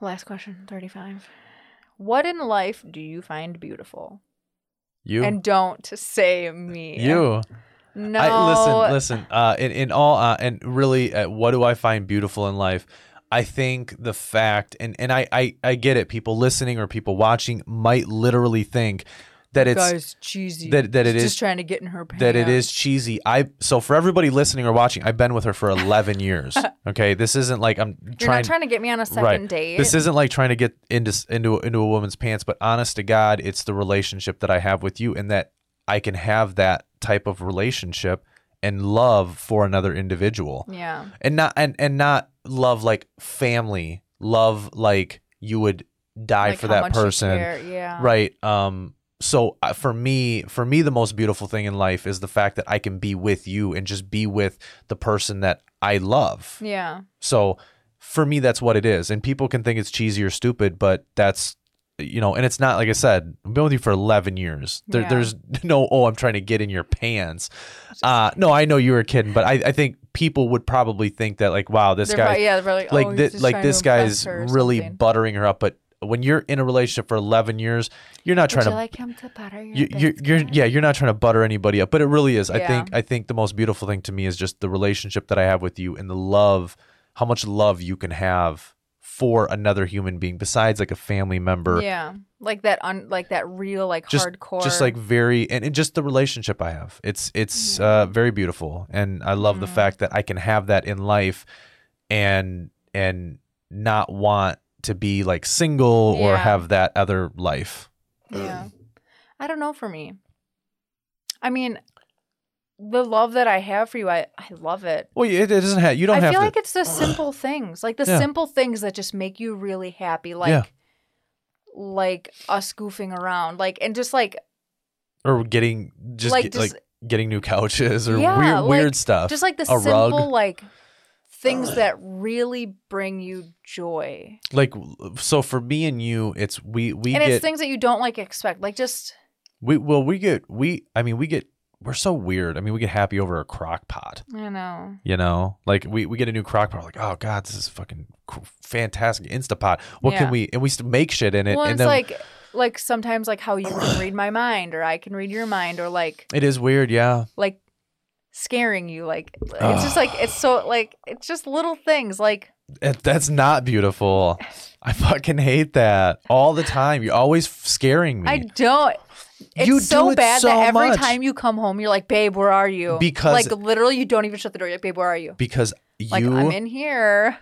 Last question, thirty-five. What in life do you find beautiful?
You,
And don't say me.
you.
No.
I, listen, listen. Uh, in in all, uh, and really, uh, what do I find beautiful in life? I think the fact, and and I, I I get it. People listening or people watching might literally think that it's
Guys, cheesy.
that- that it
She's
is-
just trying to get in her pants.
that it is cheesy. I so for everybody listening or watching, I've been with her for 11 years. Okay, this isn't like I'm
You're
trying.
not trying to get me on a second
right.
date.
This isn't like trying to get into into into a woman's pants, but honest to God, it's the relationship that I have with you, and that I can have that type of relationship and love for another individual,
yeah.
and not and and not love like family, love like you would die
Like
for
how
that
much you
person,
care, Yeah.
right? Um. So uh, for me, for me, the most beautiful thing in life is the fact that I can be with you and just be with the person that I love.
Yeah.
So for me, that's what it is. And people can think it's cheesy or stupid, but that's you know, and it's not like I said. I've been with you for eleven years. There,
Yeah.
There's no oh, I'm trying to get in your pants. Uh, no, I know you were kidding, but I, I think people would probably think that like, wow, this
They're
guy,
probably, yeah, they're probably like,
like
oh, he's
this,
just
like
trying to
this guy's
impress her or
really
something.
buttering her up. But when you're in a relationship for eleven years, you're not
Would
trying
you
to
like him to butter your
you, you're, you're
biscuit?
yeah you're not trying to butter anybody up but it really is i
Yeah.
think i think the most beautiful thing to me is just the relationship that i have with you and the love how much love you can have for another human being besides like a family member
Yeah, like that on like that real like
Just-
hardcore.
just like very and, and just the relationship i have it's
Mm-hmm.
it's uh, very beautiful and i love the
Mm.
fact that i can have that in life and and not want to be like single or
Yeah.
have that other life.
Yeah. I don't know for me. I mean, the love that I have for you, I, I love it.
Well, it, it doesn't have you don't
I
have
feel
to.
like it's the simple things, like the
Yeah.
simple things that just make you really happy, like
Yeah.
like us goofing around, like and just like
or getting just
like
get-
just
like getting new couches or
Yeah,
weird
like,
weird stuff.
just like the
a
simple
rug.
like things that really bring you joy,
like so for me and you, it's we we
and
get
it's things that you don't like expect, like just
we well we get we I mean we get we're so weird. I mean we get happy over a crock pot.
I don't know.
You know, like we, we get a new crock pot, we're like, oh God, this is fucking c- fantastic Instapot. What
Yeah.
can we, and we st- make shit in it.
well,
and
it's
then
like like sometimes like how you can read my mind, or I can read your mind, or like
it is weird. Yeah.
like scaring you like it's just like it's so like it's just little things like
It- that's not beautiful. I fucking hate that all the time. You're always f- scaring me.
i don't it's
You
so
do it
bad
so
that every
much.
time you come home you're like babe where are you
Because-
like literally you don't even shut the door you're like babe where are you
because
like
you,
i'm in here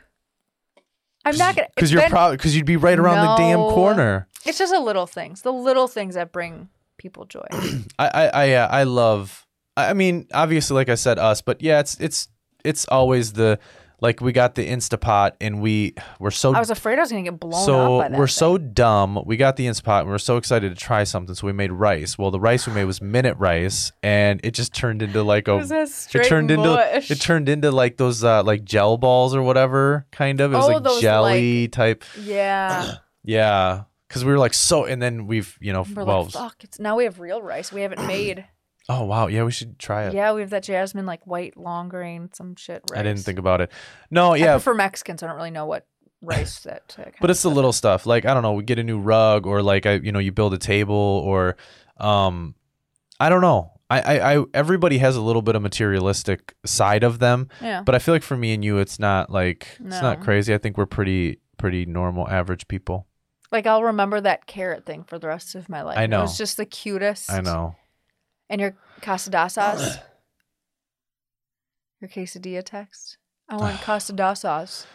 i'm not gonna
because
it's
you're
been-
probably, because you'd be right around the damn
No.
corner.
it's just the little things the little things that bring people joy
I, I, I, uh, I love, I I mean, obviously, like I said, us, but yeah, it's, it's, it's always the, like we got the Instapot and we, we're so
i was afraid i was gonna get blown
so
up by that
we're
thing.
so dumb. We got the Instapot and we are so excited to try something. So we made rice. Well, the rice we made was minute rice, and it just turned into like a.
it was a straight
turned
mush.
into it turned into like those uh, like gel balls or whatever kind of. It was
Oh,
like
those,
jelly type.
yeah
Yeah, because we were like so, and then we've you know
we're
well
like fuck it's now we have real rice we haven't made
oh wow yeah we should try it.
Yeah, we have that jasmine like white long grain some shit rice.
I didn't think about it. No,
I
yeah,
prefer Mexicans. I don't really know what rice that. Uh,
but it's the little stuff like i don't know we get a new rug or like i you know you build a table or um i don't know I, I i everybody has a little bit of materialistic side of them
yeah.
but i feel like for me and you it's not like it's not
No.
crazy i think we're pretty pretty normal average people
Like I'll remember that carrot thing for the rest of my life.
I
It
know.
was just the cutest.
i know
And your casadasas. your quesadilla text. I want casadasas.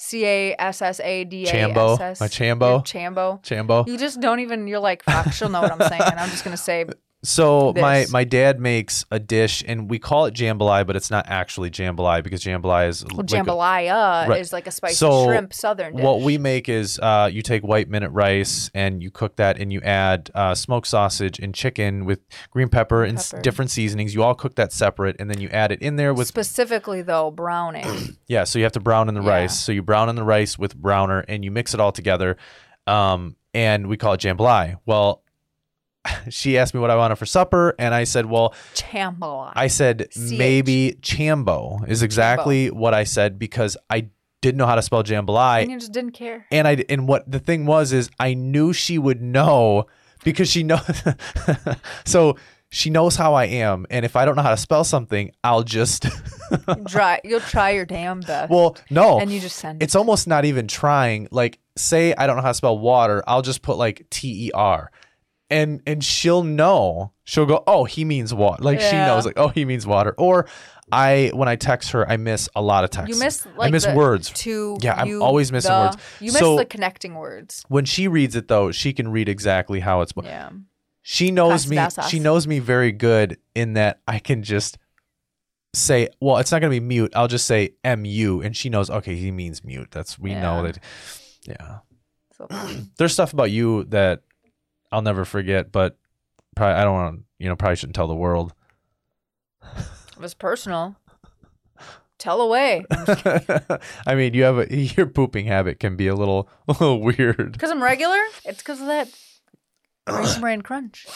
C a s s a d a s s.
Chambo. My chambo.
Your Chambo.
chambo
You just don't even. You're like, fuck. She'll know what I'm saying. I'm just gonna say.
So my
This.
my dad makes a dish and we call it jambalaya, but it's not actually jambalaya because jambalaya is
Well,
like a-
jambalaya
right.
is like a spicy
So,
shrimp southern dish.
What we make is uh, you take white minute rice and you cook that, and you add uh, smoked sausage and chicken with green pepper and s
Pepper.
different seasonings. You all cook that separate, and then you add it in there with
specifically though browning
yeah. So you have to brown in the
Yeah.
rice. So you brown in the rice with browner, and you mix it all together, um, and we call it jambalaya. Well, she asked me what I wanted for supper, and I said, well,
jambalaya.
I said
CH.
maybe chambo is exactly what I said because I didn't know how to spell jambalaya,
and you just didn't care.
and I and what the thing was is I knew she would know because she knows. so she knows how I am, and if I don't know how to spell something, I'll just.
Try you'll try your damn best.
well, no,
and you just send it.
it's almost not even trying. Like, say I don't know how to spell water, I'll just put like T E R, and and she'll know. She'll go, oh, he means water. Like she
Yeah.
knows, like oh, he means water. Or I when I text her, I miss a lot of texts.
You miss
I
like
miss
the
words.
To
Yeah, I'm
you,
always missing
the-
words.
You miss
So-
the connecting words.
When she reads it though, she can read exactly how it's.
Yeah.
she knows
Pasta
me
dot sauce.
she knows me very good in that I can just say well it's not going to be mute I'll just say mu and she knows okay he means mute that's we know
Yeah.
that yeah
So
there's stuff about you that I'll never forget but probably I don't want to you know probably shouldn't tell the world
it was personal. Tell away.
I mean you have a your pooping habit can be a little a little weird
Because I'm regular. It's because of that rosemary and crunch.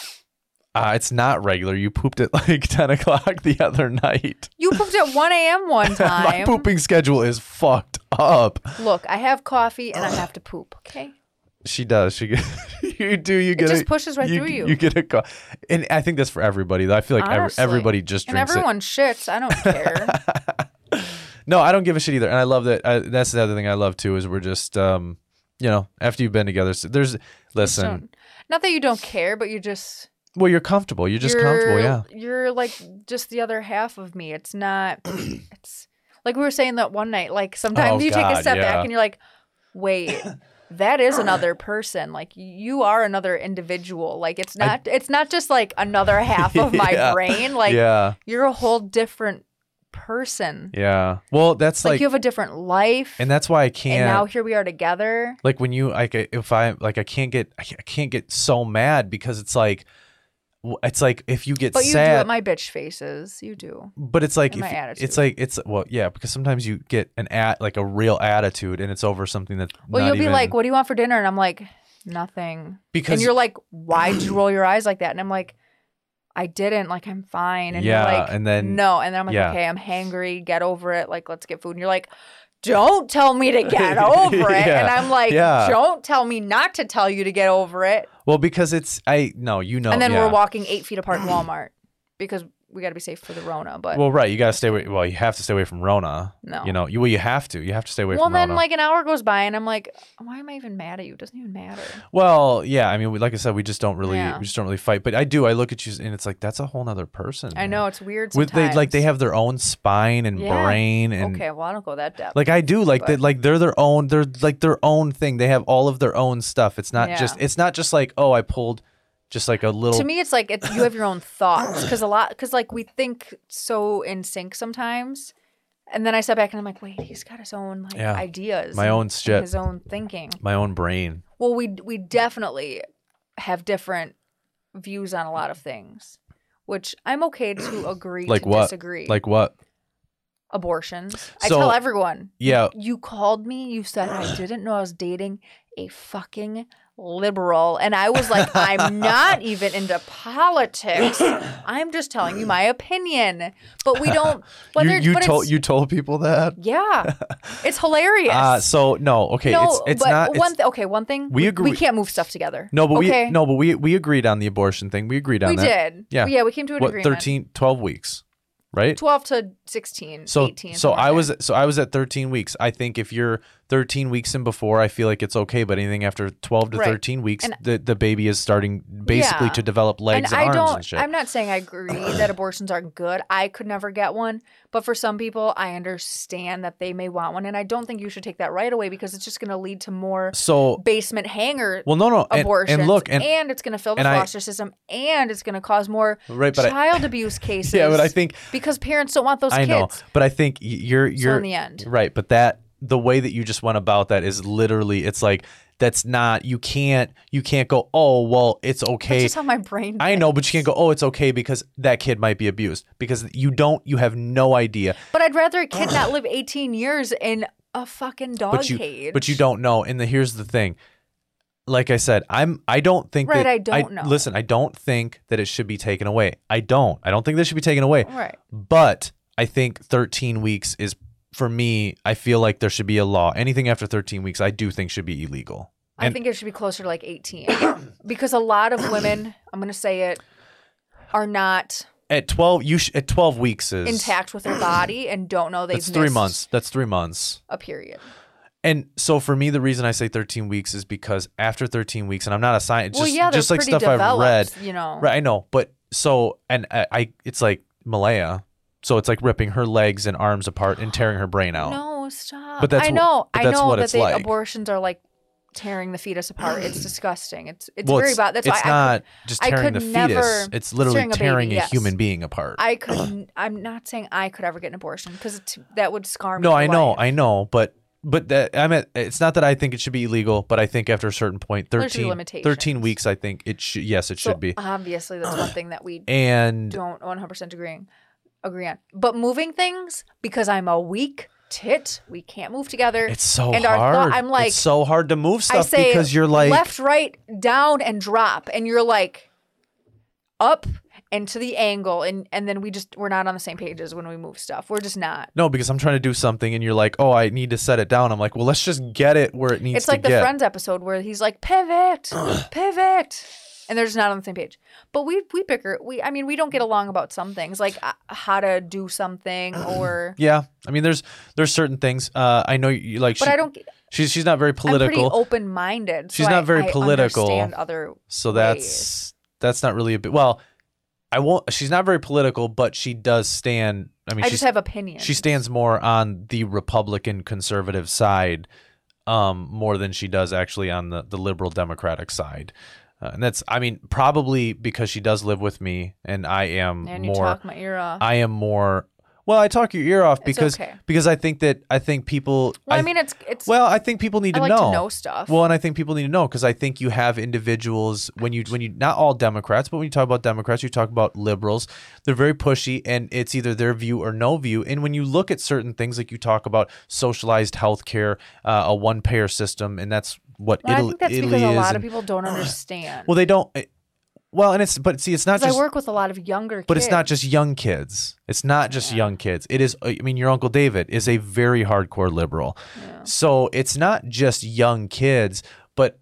uh, it's not regular you pooped at like 10 o'clock the other night
You pooped at 1 a.m. one
my
time.
pooping schedule is fucked up
Look, I have coffee and I have to poop. Okay.
She does. She get- you do. You get
just
a-
pushes right through you.
You get a call, and I think that's for everybody. Though I feel like every,
Honestly.
everybody just
And
drinks
everyone shits. I don't care.
it. No, I don't give a shit either, and I love that. I, that's the other thing I love too is we're just, um, you know, after you've been together, so there's listen.
Don't- Not that you don't care, but you just
Well, you're comfortable. You're just comfortable. Yeah.
You're like just the other half of me. It's not. It's Like we were saying that one night, like sometimes
Oh,
you take
God,
a step
yeah.
back and you're like, wait, that is another person. Like you are another individual. Like it's
I-
not it's not just like another half of my
Yeah.
brain. Like
yeah,
you're a whole different person.
yeah. Well, that's
Like,
like,
you have a different life.
and that's why I
and
can't.
now here we are together.
like when you like if I like I can't get I can't- I can't get so mad because it's like w- it's like if you get
But you do
sad,
at my bitch faces. You do.
but it's like
and
if,
my
you-
attitude.
it's like it's well yeah because sometimes you get an at like a real attitude and it's over something that's
Well,
not
you'll be
even-
like, "What do you want for dinner?" And I'm like, "Nothing."
because
And you're like, "Why'd you roll your eyes like that?" And I'm like, "I didn't. Like, I'm fine." And
Yeah,
you're like,
and then-
no. And then I'm like,
yeah.
"Okay, I'm hangry. Get over it. Like, let's get food." And you're like, "Don't tell me to get over it."
Yeah,
And I'm like,
yeah.
"Don't tell me not to tell you to get over it."
well because it's I no you know
and then
Oh, yeah.
we're walking eight feet apart in Walmart because we got to be safe for the Rona. But
well right you gotta stay away well you have to stay away from Rona
No.
you know you well you have to you have to stay away
well,
from
then
Rona
like an hour goes by, and I'm like, "Why am I even mad at you? It doesn't even matter."
well yeah I mean we, like I said we just don't really
Yeah.
we just don't really fight but I do I look at you and it's like that's a whole nother person
I
man.
know it's weird.
with
Sometimes.
they like they have their own spine and
Yeah.
brain and
okay, well, I don't go that depth.
like I do like they
But-
like they're their own they're like their own thing. They have all of their own stuff. It's not just it's not just like oh I pulled just like a little
to me, it's like it's, you have your own thoughts because a lot because like we think so in sync sometimes, and then I step back and I'm like, wait, he's got his own like
Yeah.
ideas,
My
and-
own
and
shit.
his own thinking.
my own brain.
Well, we we definitely have different views on a lot of things, which I'm okay to agree
Like
to
what?
disagree.
Like what?
abortions. I
So-
tell everyone.
Yeah.
You called me. You said I didn't know I was dating a fucking liberal. And I was like, I'm not even into politics. I'm just telling you my opinion. But we don't. But
you
there-
you
but
told
it's-
you told people that?
Yeah. It's hilarious.
Uh so no, okay,
no,
it's it's
but
not it's-
one. th- okay, one thing.
We agree-
We can't move stuff together.
No, but
okay?
we no, but we we agreed on the abortion thing. We agreed on
We
that.
did.
Yeah.
Yeah. We came to an
What
agreement.
13 12 weeks, right?
12 to 16.
So
18,
so
something
I
like
was so I was at 13 weeks. I think if you're 13 weeks and before, I feel like it's okay. But anything after 12 to
Right.
13 weeks,
And-
the the baby is starting basically
Yeah.
to develop legs and,
I
arms
don't,
and shit.
I'm not saying I agree that abortions aren't good. I could never get one, but for some people, I understand that they may want one, and I don't think you should take that right away because it's just going to lead to more
so
basement hanger
well, no, no, and,
abortions.
and look, and,
it's going to fill the
and I-
foster system, and it's going to cause more
right, but I,
child abuse cases.
yeah, but I think
because parents don't want those
I
kids.
know, but I think y- you're
So
you're
in the end,
right, but that the way that you just went about that is literally it's like that's not you can't you can't go oh well it's
that's
okay
just how my brain.
I know, but you can't go, oh, it's okay because that kid might be abused because you don't, you have no idea,
But I'd rather a kid not live 18 years in a fucking dog
but you,
cage.
but you don't know. And the, here's the thing. Like I said, I'm, I don't think
Right,
that,
I don't know.
Listen, I don't think that it should be taken away. I don't, I don't think that should be taken away,
Right.
but I think 13 weeks is for me, I feel like there should be a law. Anything after 13 weeks, I do think should be illegal.
I
And-
think it should be closer to like 18 because a lot of women, I'm going to say it, are not
At 12, you sh- at 12 weeks is
intact with their body and don't know they've
That's three
missed
months. That's three months.
a period.
And so for me, the reason I say 13 weeks is because after 13 weeks, and I'm not a scientist,
well,
just,
yeah, they're
just like
pretty
stuff I've read.
developed, you know.
Right, I know, but so and I, I, it's like Malaya, so it's like ripping her legs and arms apart and tearing her brain out.
No, stop.
But that's
I
wh-
know.
but
I
that's
know
what
that
it's
they,
like.
abortions are like tearing the fetus apart. It's disgusting. It's it's
well,
very
it's,
bad. That's
it's
why
not just
I
tearing
could
the fetus;
never-
it's literally
tearing a baby,
tearing a
yes.
human being apart.
I could. I could. I'm not saying I could ever get an abortion because that would scar me.
no,
for
I know,
life.
I know, but but that I'm at, it's not that I think it should be illegal, but I think after a certain point,
There should be
13, 13
limitations.
weeks, I think it should. Yes, it
So
should be.
Obviously, that's one thing that we
And
don't 100% agreeing agree on but moving things because i'm a weak tit we can't move together
It's so
And our
hard.
thought- I'm like-
it's so hard to move
i
stuff
say
because you're like
left right down and drop and you're like up and to the angle and and then we just we're not on the same pages when we move stuff we're just not
no, because I'm trying to do something, and you're like, oh, I need to set it down. I'm like, well, let's just get it where it needs
it's like
to
the
get.
friends episode where he's like pivot pivot and they're just not on the same page but we we bicker we i mean we don't get along about some things like uh, how to do something or
yeah, I mean, there's there's certain things. Uh, I know you like,
but
she-
i don't
She's she's not very
I'm
political,
pretty open minded.
She's not very political,
Other
so
ways.
that's that's not really a bit. Well, I won't. She's not very political, but she does stand I mean,
I
she's-
just have opinions.
she stands more on the Republican conservative side um, more than she does actually on the, the liberal democratic side. Uh, and that's, I mean, probably because she does live with me and I am
and you
more,
talk my ear off.
I am more, well, I talk your ear off because,
okay.
because I think that, I think people,
well, I, mean, it's it's.
well, I think people need
I
to
like
know.
to know stuff.
Well, and I think people need to know because I think you have individuals when you when you not all Democrats, but when you talk about Democrats, you talk about liberals. They're very pushy, and it's either their view or no view. And when you look at certain things, like you talk about socialized healthcare, uh, a one payer system, and that's what
Well, I
Italy,
think that's
Italy
because a
is.
lot
and-
of people don't understand.
well, they don't. it- well, and it's but see, it's not
'Cause
just
I work with a lot of younger kids.
but it's not just young kids. It's not just young kids. It is, I mean, your Uncle David is a very hardcore liberal. So it's not just young kids, but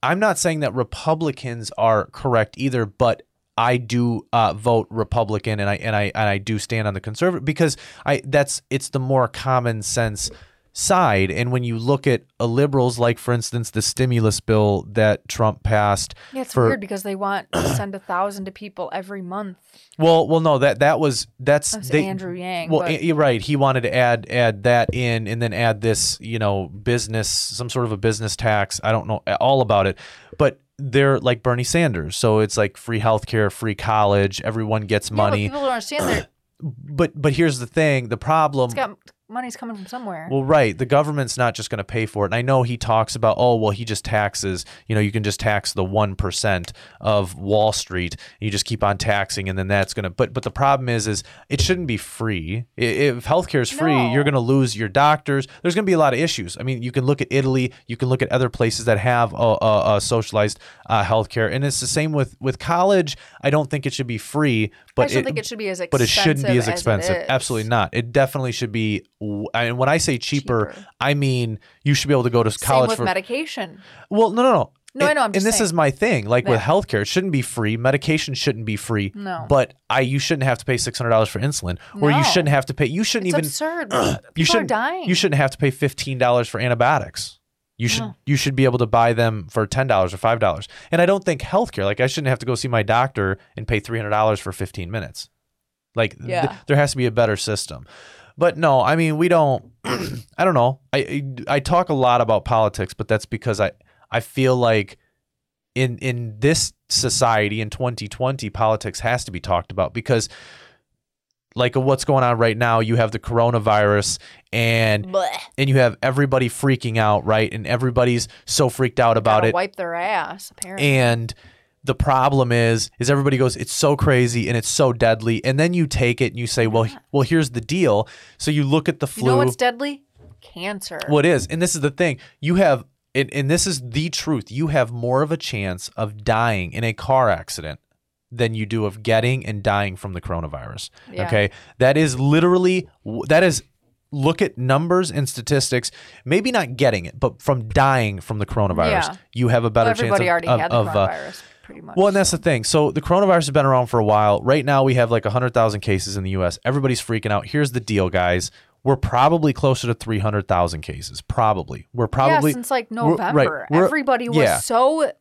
I'm not saying that Republicans are correct either, but I do uh, vote Republican and I and I and I do stand on the conservative because I that's it's the more common sense side and when you look at uh, liberals like for instance the stimulus bill that Trump passed
Yeah, it's
for-
weird because they want to send a thousand to people every month.
well well no that that was that's
That's
they,
Andrew Yang.
Well,
but-
a- you're right. He wanted to add add that in, and then add this, you know, business, some sort of a business tax. I don't know all about it, but they're like Bernie Sanders, so it's like free healthcare, free college, everyone gets
Yeah, but
money.
people don't understand that
but but here's the thing: the problem.
it's got money's coming from somewhere.
Well, right. The government's not just going to pay for it. And I know he talks about, oh, well, he just taxes, you know, you can just tax the 1% of Wall Street. You just keep on taxing and then that's going to, but, but the problem is, is it shouldn't be free. I- If healthcare is free,
No.
you're going to lose your doctors. There's going to be a lot of issues. I mean, you can look at Italy, you can look at other places that have a, a, a socialized uh, healthcare. And it's the same with, with college. I don't think it should be free,
I
but
just don't think it should be as expensive.
but it shouldn't be as
it
expensive.
is.
Absolutely not. It definitely should be. w- And when I say cheaper,
Cheaper.
I mean you should be able to go to
Same
college
with
for.
medication.
well, no, no, no.
No, I
And-
know, I'm
and
just
this
saying.
is my thing. Like with
Yeah.
healthcare, it shouldn't be free. Medication shouldn't be free.
No.
But I, you shouldn't have to pay six hundred dollars for insulin, or you
No.
shouldn't have to pay. You
It's
shouldn't even.
absurd.
you
people
shouldn't.
are dying.
You shouldn't have to pay fifteen dollars for antibiotics. You should you should be able to buy them for ten dollars or five dollars. And I don't think healthcare like I shouldn't have to go see my doctor and pay three hundred dollars for fifteen minutes. Like th-
Yeah.
there has to be a better system. But no, I mean we don't. I don't know. I I I talk a lot about politics, but that's because I I feel like in in this society in 2020 politics has to be talked about because like what's going on right now you have the coronavirus and
Blech.
and you have everybody freaking out, right? And everybody's so freaked out about
Gotta
it.
Wipe their ass. Apparently.
And the problem is, is everybody goes, it's so crazy and it's so deadly. And then you take it and you say, well, well, here's the deal. So you look at the
you
flu.
know what's deadly? Cancer.
What is? And this is the thing. You have, and, and this is the truth. You have more of a chance of dying in a car accident than you do of getting and dying from the coronavirus.
Yeah.
Okay. That is literally, that is, look at numbers and statistics, maybe not getting it, but from dying from the coronavirus,
Yeah.
you have a
Well,
better chance
everybody
of,
already
of,
had the
of, uh,
coronavirus, pretty much.
well, and that's the thing. So the coronavirus has been around for a while. Right now, we have like 100,000 cases in the US. Everybody's freaking out. Here's the deal, guys. We're probably closer to 300,000 cases. Probably. We're probably.
yeah, since like
we're- right,
November,
we're-
everybody was
yeah.
so.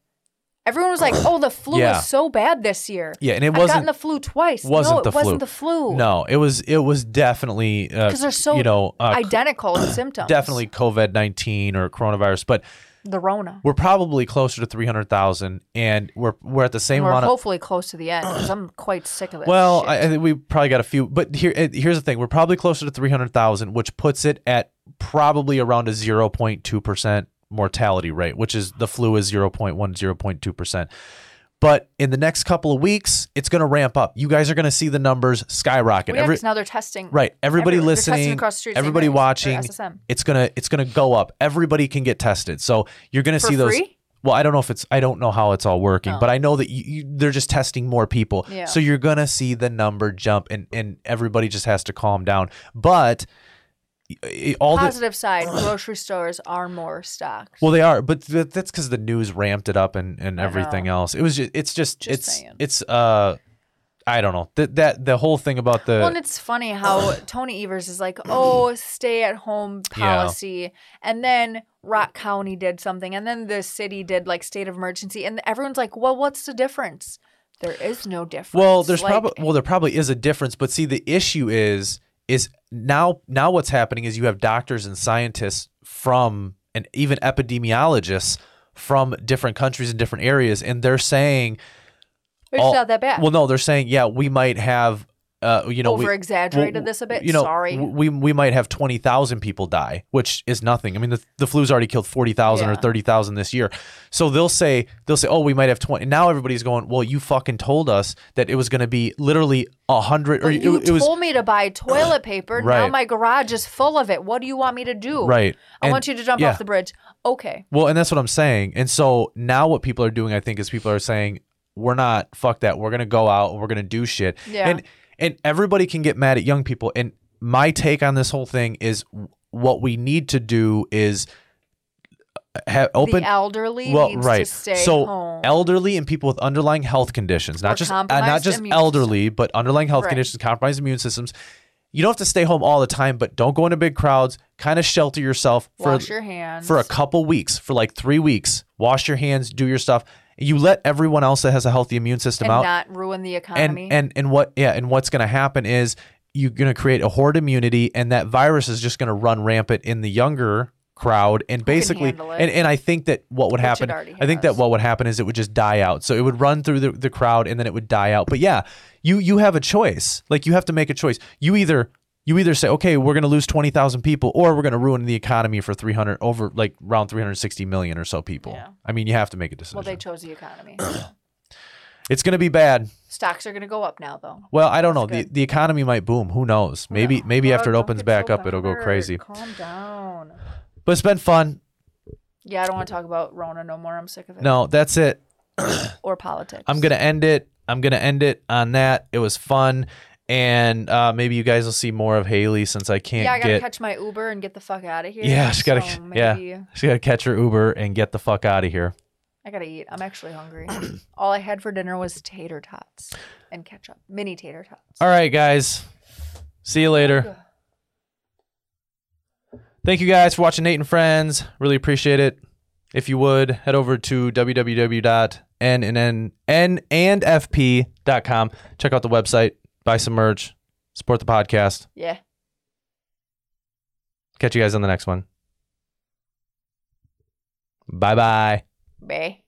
Everyone was like, "Oh, the flu
Yeah.
is so bad this year."
Yeah, and it
I've gotten
wasn't.
the flu twice.
wasn't
no, it
the flu.
wasn't the flu.
No, it was it was definitely because
because they're so
you know uh, c-
identical in symptoms.
definitely COVID nineteen or coronavirus, but
the Rona.
we're probably closer to three hundred thousand, and we're we're at the same
We're
amount. of,
hopefully close to the end because I'm quite sick of this.
Well,
shit.
I, I think we probably got a few, but here eh, here's the thing: we're probably closer to three hundred thousand, which puts it at probably around a zero point two percent mortality rate, which is the flu is 0.1, 0.2 percent. But in the next couple of weeks, it's going to ramp up. You guys are going to see the numbers skyrocket.
we
Every-
have, 'cause now they're testing.
right, everybody
everywhere. They're testing
listening,
across the street, same
everybody
thing, or
watching,
SSM.
it's gonna it's gonna go up. Everybody can get tested, so you're gonna
For
see those.
free?
Well, I don't know if it's I don't know how it's all working,
Oh.
but I know that you, you, they're just testing more people,
Yeah.
so you're gonna see the number jump, and and everybody just has to calm down. But eh, all the
Positive side, grocery stores are more stocked.
well, they are, but th- that's because the news ramped it up and, and
I
everything else. It was just, it's just,
Just
it's
saying.
it's uh, I don't know that that the whole thing about the
Well, and it's funny how Tony Evers is like, "Oh, stay at home
Yeah.
policy," and then Rock County did something, and then the city did like state of emergency, and everyone's like, "Well, what's the difference?" There is no difference.
Well, there's
Like,
probably well, there probably is a difference, but see, the issue is is now now what's happening is you have doctors and scientists from and even epidemiologists from different countries and different areas and they're saying
It's
all-
not that bad.
oh, well no they're saying yeah we might have uh you know we
Over exaggerated
well,
this a bit.
you know,
Sorry.
w- we we might have twenty thousand people die, which is nothing. I mean, the, the flu's already killed forty thousand or
Yeah.
thirty thousand this year. So they'll say they'll say, oh, we might have twenty. Now everybody's going, well, you fucking told us that it was going to be literally a hundred, or
But
it,
you
it was
told me to buy toilet paper. Now
Right.
my garage is full of it. What do you want me to do?
right.
I
And-
want you to jump
yeah.
off the bridge. Okay.
Well, and that's what I'm saying. And so now what people are doing, I think, is people are saying, we're not, fuck that. We're going to go out and we're going to do shit.
Yeah.
And, and everybody can get mad at young people. And my take on this whole thing is w- what we need to do is uh, ha- open.
the elderly
well,
needs to
right.
stay
So
home.
elderly and people with underlying health conditions, not
Or
just uh, not
compromised
just
immune
elderly, but underlying health
Right.
conditions, compromised immune systems. You don't have to stay home all the time, but don't go into big crowds. Kind of shelter yourself for
Wash your hands.
for a couple weeks, for like three weeks. Wash your hands, do your stuff. You let everyone else that has a healthy immune system
and
out.
not ruin the
and
economy.
and and what yeah, and what's gonna happen is you're gonna create a horde immunity and that virus is just gonna run rampant in the younger crowd and basically
handle it.
and, and I think that what would
Which it
happen
already
I think that
has.
what would happen is it would just die out. So it would run through the, the crowd and then it would die out. But yeah, you you have a choice. Like you have to make a choice. You either you either say, okay, we're going to lose 20,000 people or we're going to ruin the economy for 300 over like around 360 million or so people.
Yeah.
I mean, you have to make a decision.
well, they chose the economy.
it's going to be bad.
Stocks are going to go up now, though.
Well, I don't know. The,
good.
the economy might boom. Who knows? Maybe
Oh,
maybe
God,
after it
don't
opens
get
back
so
up, it'll go
hard.
crazy.
Calm down.
But it's been fun.
Yeah, I don't want to talk about Rona no more. I'm sick of it.
No, that's it.
Or politics.
I'm gonna end it. I'm gonna end it on that. It was fun, and uh, maybe you guys will see more of Haley since I can't
Yeah, I got to
get.
catch my Uber and get the fuck out of here.
yeah, she gotta.
so
yeah,
maybe-
she gotta catch her Uber and get the fuck out of here.
I gotta eat. I'm actually hungry. All I had for dinner was tater tots and ketchup, mini tater tots.
All right, guys. See you later. Thank you guys for watching Nate and Friends. Really appreciate it. If you would, head over to www.nnandfp.com. Check out the website, buy some merch, support the podcast.
Yeah.
Catch you guys on the next one. Bye bye.
Bye.